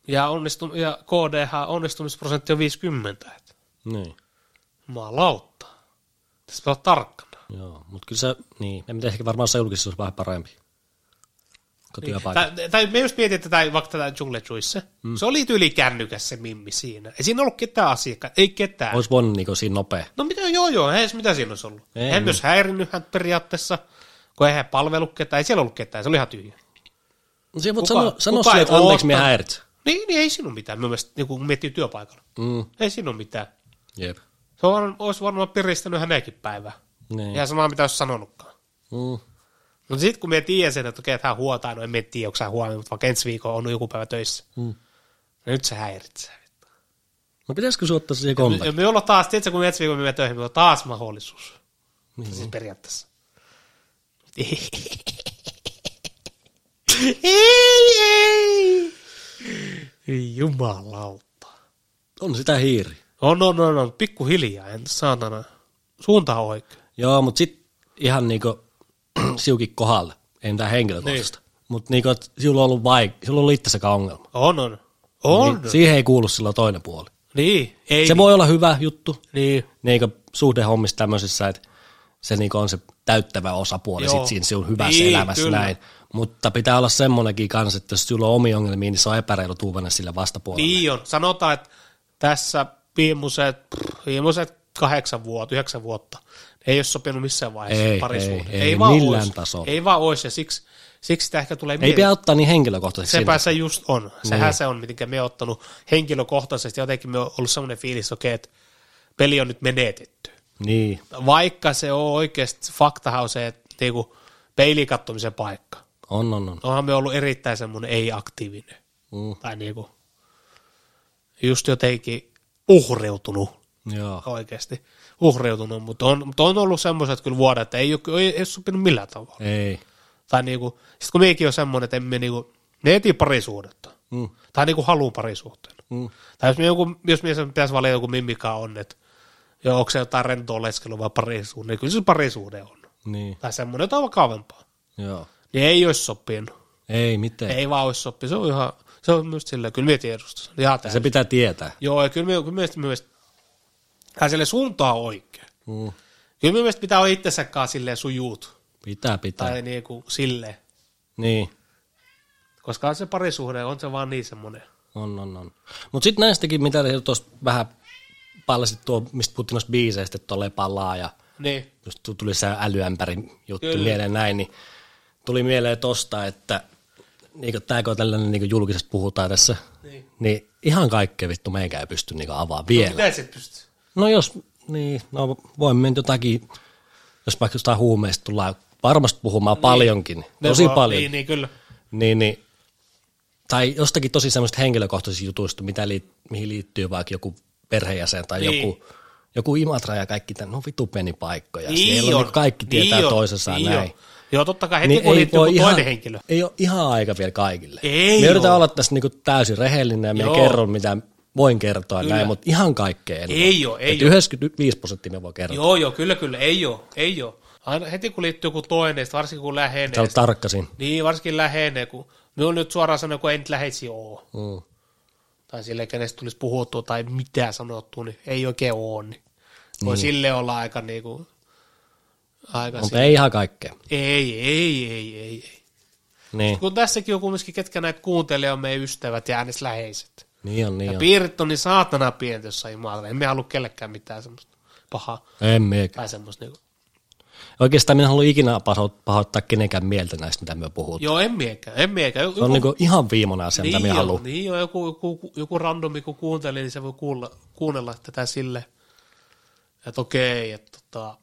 S2: Ja, onnistu, ja KDH onnistumisprosentti on 50. Et.
S1: Niin.
S2: Maalautta. Tässä pitää olla tarkkana.
S1: Joo, mutta kyllä se, niin, en tiedä, ehkä varmaan jossain julkisessa olisi vähän parempi. Kun työpaikka.
S2: Tai, tai me just mietin tätä, vaikka tätä Jungle Juice. Mm. Se oli tyyli kännykäs se mimmi siinä. Ei siinä ollut ketään asiakkaita, ei ketään.
S1: Olisi voinut niinku siinä nopea.
S2: No mitä, joo joo, ei se mitä siinä olisi ollut.
S1: Ei, niin.
S2: Ei, hän myös häirinnyt hän periaatteessa, kun eihän palvelu ketään, ei siellä ollut ketään, se oli ihan tyhjä.
S1: No siinä voit
S2: Kuka-
S1: sanoa, sanoa
S2: kuka
S1: sille,
S2: ei
S1: että anteeksi, minä
S2: oottanut?
S1: häiritsen.
S2: Niin, niin ei siinä ole mitään, mun mielestä, niin kun miettii työpaikalla.
S1: Mm,
S2: Ei siinä ole mitään.
S1: jep.
S2: Se on, olisi varmaan piristänyt hänenkin päivää.
S1: Niin.
S2: Ihan samaa, mitä olisi sanonutkaan.
S1: Mm,
S2: Mutta sitten kun me tiedän sen, että okei, että hän huotaa, no en mä tiedä, onko hän huomenna, mutta vaikka ensi viikolla on joku päivä töissä.
S1: mm.
S2: Ja nyt se häiritsee.
S1: No pitäisikö sinun ottaa siihen
S2: Ja
S1: kontakti?
S2: me ollaan taas, tiedätkö, kun me ensi viikolla me menemme töihin, me on taas mahdollisuus.
S1: Niin.
S2: Siis periaatteessa. ei, ei. Ei Jumalauta.
S1: On sitä hiiri.
S2: On, on, on, on. Pikku hiljaa, en saatana. Suunta on oikein.
S1: Joo, mutta sitten ihan niinku [clears throat] siukin kohdalle, ei mitään henkilökohtaista. Niin. Mutta niinku, et sinulla on ollut vaik- sinulla on ollut itsessäkään ongelma.
S2: On, on. On.
S1: Niin, siihen ei kuulu silloin toinen puoli.
S2: Niin. Ei.
S1: Ei, se voi olla hyvä juttu,
S2: Niin.
S1: niinku suhdehommissa tämmöisissä, että se niinku on se täyttävä osapuoli
S2: Joo.
S1: sit siinä sinun hyvässä
S2: Niin,
S1: niin, elämässä
S2: kyllä.
S1: kyllä. näin. Mutta pitää olla semmoinenkin kanssa, että jos sinulla on omia ongelmia, niin se on epäreilu tuuvana sille vastapuolelle.
S2: Niin on. Sanotaan, että tässä viimeiset, viimeiset kahdeksan vuotta, yhdeksän vuotta, ei ole sopinut missään vaiheessa
S1: Ei,
S2: parisuhde.
S1: ei, ei millään
S2: ois.
S1: tasolla.
S2: Ei vaan ois, ja siksi, siksi sitä ehkä tulee
S1: Ei
S2: mieleen.
S1: pidä ottaa niin henkilökohtaisesti.
S2: Sepä
S1: Sepä...
S2: se just on. Sehän niin. se on, miten me on ottanut henkilökohtaisesti. Jotenkin me on ollut semmoinen fiilis, okei, että peli on nyt menetetty.
S1: Niin,
S2: Vaikka se on oikeasti, faktahan on se, että niinku, peiliin kattomisen paikka.
S1: on, on, on.
S2: Onhan me ollut erittäin semmoinen ei-aktiivinen.
S1: Mm.
S2: Tai niinku, just jotenkin uhriutunut
S1: Joo.
S2: oikeasti. Uhriutunut, mutta on, mutta on ollut semmoiset kyllä vuodet, että ei ole, ei, ei ole sopinut millään tavalla.
S1: Ei.
S2: Tai niinku, sit kun meikin on semmoinen, että emme niinku, ne etii parisuudetta.
S1: Mm.
S2: Tai niinku haluu parisuhteen.
S1: Mm.
S2: Tai jos, me joku, jos mies pitäisi valita joku mimika on, että joo, onko se jotain rentoa leskelua vai parisuhde, niin kyllä se parisuhde on.
S1: Niin,
S2: Tai semmoinen, jota on vakavampaa.
S1: joo.
S2: Niin ei olisi sopinut.
S1: Ei mitään.
S2: Ei,
S1: Ei.
S2: ei vaan olisi sopinut. Se on ihan, se on myös silleen, kyllä me tiedostan. Ihan
S1: Se
S2: se...
S1: pitää tietää.
S2: Joo, ja kyllä me, kyllä me, myös, tai sille suuntaa oikein.
S1: Mm.
S2: Kyllä me mielestä pitää olla itsensäkaan silleen sujuut.
S1: Pitää, pitää.
S2: Tai niinku silleen.
S1: Niin,
S2: Koska on se parisuhde, on se vaan niin semmoinen.
S1: on, on, on. Mutta sitten näistäkin, mitä tuossa vähän paljasit tuo, mistä puhuttiin noista biiseistä, että on lepalaa ja
S2: Niin.
S1: just tu- tuli se älyämpäri juttu
S2: Kyllä.
S1: Kyllä. mieleen näin, niin tuli mieleen tosta, että niin tämä kun tällainen niin julkisesti puhutaan tässä,
S2: Niin.
S1: niin, niin ihan kaikkea vittu meikä ei pysty niin avaa vielä.
S2: Mitä se pystyy?
S1: No jos, niin, no voimme nyt jotakin, jos vaikka jostain huumeista tullaan varmasti puhumaan niin. paljonkin,
S2: No Me
S1: tosi
S2: vaan-
S1: paljon.
S2: Niin, niin kyllä.
S1: Niin, niin, tai jostakin tosi semmoista henkilökohtaisista jutuista, mitä liit, mihin liittyy vaikka joku perheenjäsen tai
S2: Niin.
S1: niin. joku, joku Imatra ja kaikki tämän, no vitu penipaikkoja.
S2: Niin
S1: Siellä on,
S2: on,
S1: niin kaikki tietää
S2: on,
S1: toisensa
S2: niin
S1: näin.
S2: on. Joo, totta kai heti niin kun liittyy
S1: voi
S2: joku ihan...
S1: ihan,
S2: toinen henkilö.
S1: Ei ole ihan aika vielä kaikille.
S2: Ei
S1: me
S2: oo.
S1: yritän olla tässä niinku täysin rehellinen ja me
S2: Joo.
S1: kerron mitä voin kertoa
S2: Kyllä.
S1: näin, mutta ihan kaikkea en
S2: Ei
S1: voi.
S2: oo, ei
S1: Et
S2: oo.
S1: 95 prosenttia me voi kertoa.
S2: Joo, joo, kyllä, kyllä, ei oo, ei oo. Aina heti kun liittyy joku toinen, sit varsinkin kun lähenee.
S1: Sä olet tarkka siinä.
S2: Niin, varsinkin lähenee, kun minun nyt suoraan sanoen, kun ei nyt läheisiä oo.
S1: Mm.
S2: Tai tai sille, kenestä tulisi puhuttua tai mitään sanottua, niin ei oikein oo. Niin. Voi sille olla aika niinku, aika
S1: Mutta ei ihan kaikkea.
S2: ei, ei, ei, ei, ei.
S1: Niin,
S2: Kun tässäkin on kumminkin, ketkä näitä kuuntelee, on meidän ystävät ja äänes läheiset.
S1: niin on,
S2: Ja
S1: niin on.
S2: piirit on niin saatana pientä jossain jumalalla. Emme halua kellekään mitään semmoista pahaa
S1: En miekään.
S2: tai semmoista. Niinku.
S1: Oikeastaan minä en halua ikinä paho- pahoittaa kenenkään mieltä näistä, mitä me puhutaan.
S2: Joo, en miekään, en miekään. Joku,
S1: Se on niinku ihan viimeinen asia, mitä
S2: niin,
S1: minä
S2: joo,
S1: haluan.
S2: niin joo, joku, joku, joku randomi, kun kuuntelee, niin se voi kuulla, kuunnella tätä sille, että okei, että tota,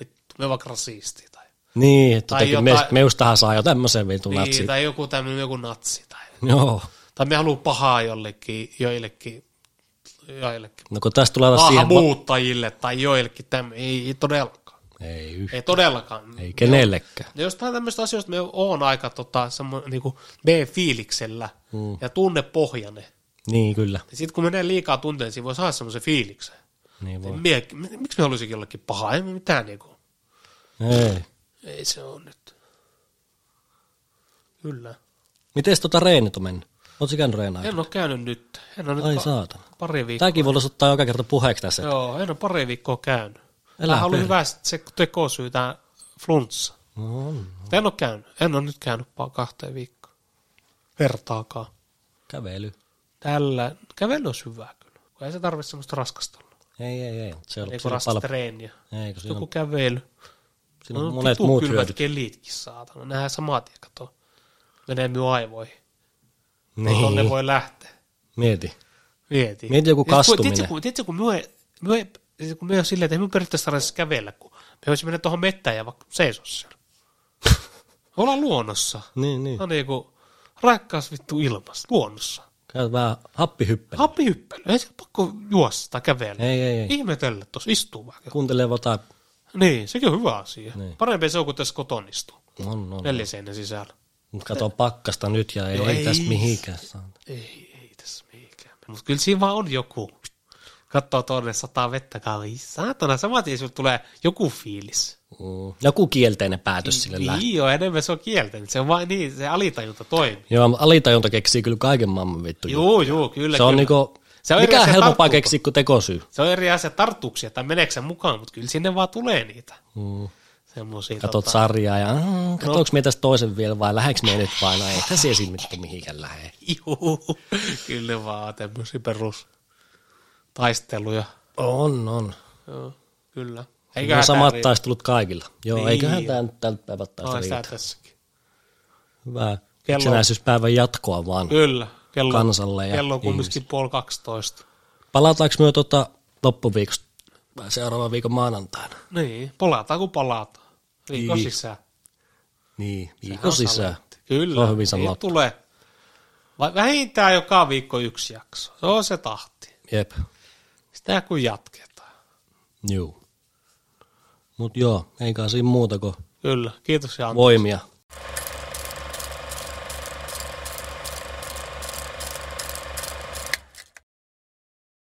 S2: vittu, me vaikka rasisti tai,
S1: Niin, että
S2: Tai
S1: jotenkin me,
S2: jotain-
S1: meustahan saa jo tämmöisen vitun
S2: niin,
S1: natsi.
S2: tai joku tämmöinen joku natsi tai,
S1: Joo.
S2: tai me haluaa pahaa jollekin, joillekin, joillekin
S1: No kun tästä tulee taas siihen... Va-
S2: maahanmuuttajille tai joillekin tämmöinen, ei, ei todellakaan,
S1: ei, yh-
S2: ei todellakaan.
S1: ei kenellekään.
S2: Ja jostain tämmöistä asioista me on aika tota, semmoinen niinku B-fiiliksellä mm. ja tunnepohjainen.
S1: Niin, kyllä.
S2: Ja sitten kun menee liikaa tunteisiin, voi saada semmoisen fiiliksen.
S1: Niin voi.
S2: Mie, mi- miksi me haluaisin jollekin pahaa? Ei me mitään niinku.
S1: Ei.
S2: Ei se ole nyt. Kyllä.
S1: Mites tota reenit on mennyt? Oletko käynyt reenaa?
S2: En ole käynyt nyt. En ole nyt
S1: Ai
S2: pa-
S1: saatana.
S2: pari viikkoa.
S1: Tämäkin voitaisiin ottaa joka kerta puheeksi tässä.
S2: Joo, en ole pari viikkoa käynyt.
S1: Elä
S2: Tämähän oli
S1: perhe.
S2: hyvä se tekosyy, tämä flunssa.
S1: No, on.
S2: Mutta En ole käynyt. En ole nyt käynyt vaan kahteen viikkoon. Vertaakaan.
S1: kävely.
S2: Tällä kävely olisi hyvää kyllä. Kun ei se tarvitse semmoista raskasta olla.
S1: Ei, ei, ei. Se on
S2: Ei kun
S1: sillä
S2: raskasta
S1: paljon...
S2: treeniä.
S1: Ei, kun siinä
S2: Joku
S1: on,
S2: kävely.
S1: siinä
S2: No,
S1: on monet muut
S2: kylmät
S1: hyödyt.
S2: kelitkin, saatana. Nähdään samaa tien, kato. Menee minun aivoihin. Niin. Tonne
S1: Niin,
S2: voi lähteä.
S1: mieti.
S2: Mieti.
S1: Mieti joku
S2: Ja kun-
S1: kastuminen.
S2: Tiedätkö, kun, tiedätkö, kun myö, myö, siis kun myö on silleen, että ei minun periaatteessa tarvitse kävellä, kun me voisi mennä tuohon mettään ja vaikka seisoa
S1: [laughs]
S2: siellä. Olla luonnossa.
S1: Niin, niin.
S2: No niin kuin rakkaus vittu ilmassa, luonnossa.
S1: Käyt vähän happihyppely.
S2: Happihyppely, ei se ole pakko juosta tai kävellä.
S1: Ei, ei, ei.
S2: Ihmetellä tuossa, istuu vaan.
S1: Kuuntelee jotain.
S2: Niin, sekin on hyvä asia.
S1: Niin.
S2: Parempi se on, kun tässä kotona istuu.
S1: On, on.
S2: Neljä seinän sisällä.
S1: Mut kato pakkasta nyt ja ei,
S2: Joo,
S1: ei
S2: ei. siis.
S1: tästä mihinkään saa.
S2: Ei, ei tässä mikään. Mutta kyllä siinä vaan on joku. Katsoo tuonne sataa vettä kalli. Saatana, saman tien sinulle tulee joku fiilis.
S1: Mm. Joku kielteinen päätös sille lähtee.
S2: Niin joo, enemmän se on kielten. Se on vaan niin, se alitajunta toimii.
S1: Joo, mutta alitajunta keksii kyllä kaiken maailman vittu.
S2: Joo, joo, kyllä.
S1: se on
S2: kyllä.
S1: niinku,
S2: Se
S1: se
S2: on
S1: on
S2: eri
S1: mikä
S2: asia
S1: helpompaa
S2: tarttua.
S1: keksiä kuin tekosyy.
S2: se on eri asia tarttuuksia, tai meneekö se mukaan, mutta kyllä sinne vaan tulee niitä.
S1: Mm.
S2: Semmoisia.
S1: Katot sarjaa ja mm, katsoinko no. tästä toisen vielä vai lähdekö me nyt vai no ei tässä esiin mitään mihinkään lähde.
S2: [laughs] Juu, kyllä ne vaan tämmöisiä perus taisteluja.
S1: On, on.
S2: Joo, kyllä.
S1: Eiköhän
S2: Eiköhän
S1: no, samat
S2: tää riitä.
S1: taistelut kaikilla. Joo,
S2: Niin.
S1: niin. eiköhän tämä nyt tältä päivältä taas
S2: Ai, tää
S1: riitä.
S2: tässäkin.
S1: Hyvää
S2: Kello-
S1: itsenäisyyspäivän jatkoa vaan.
S2: Kyllä. Kello,
S1: Kansalle ja
S2: kello on kumminkin puoli 12.
S1: Palataanko me tuota loppuviikosta vai seuraavan viikon maanantaina?
S2: Niin, palataan kun palataan. Viikon
S1: Niin.
S2: sisään.
S1: Niin, viikon sisään.
S2: Kyllä.
S1: Se on hyvin
S2: Niin
S1: sanottu.
S2: tulee. Va- Vähintään joka viikko yksi jakso. Se on se tahti.
S1: Jep.
S2: Sitä kun jatketaan.
S1: Juu. Mut joo, eikä siinä muuta kuin
S2: Kyllä. Kiitos Jan.
S1: voimia.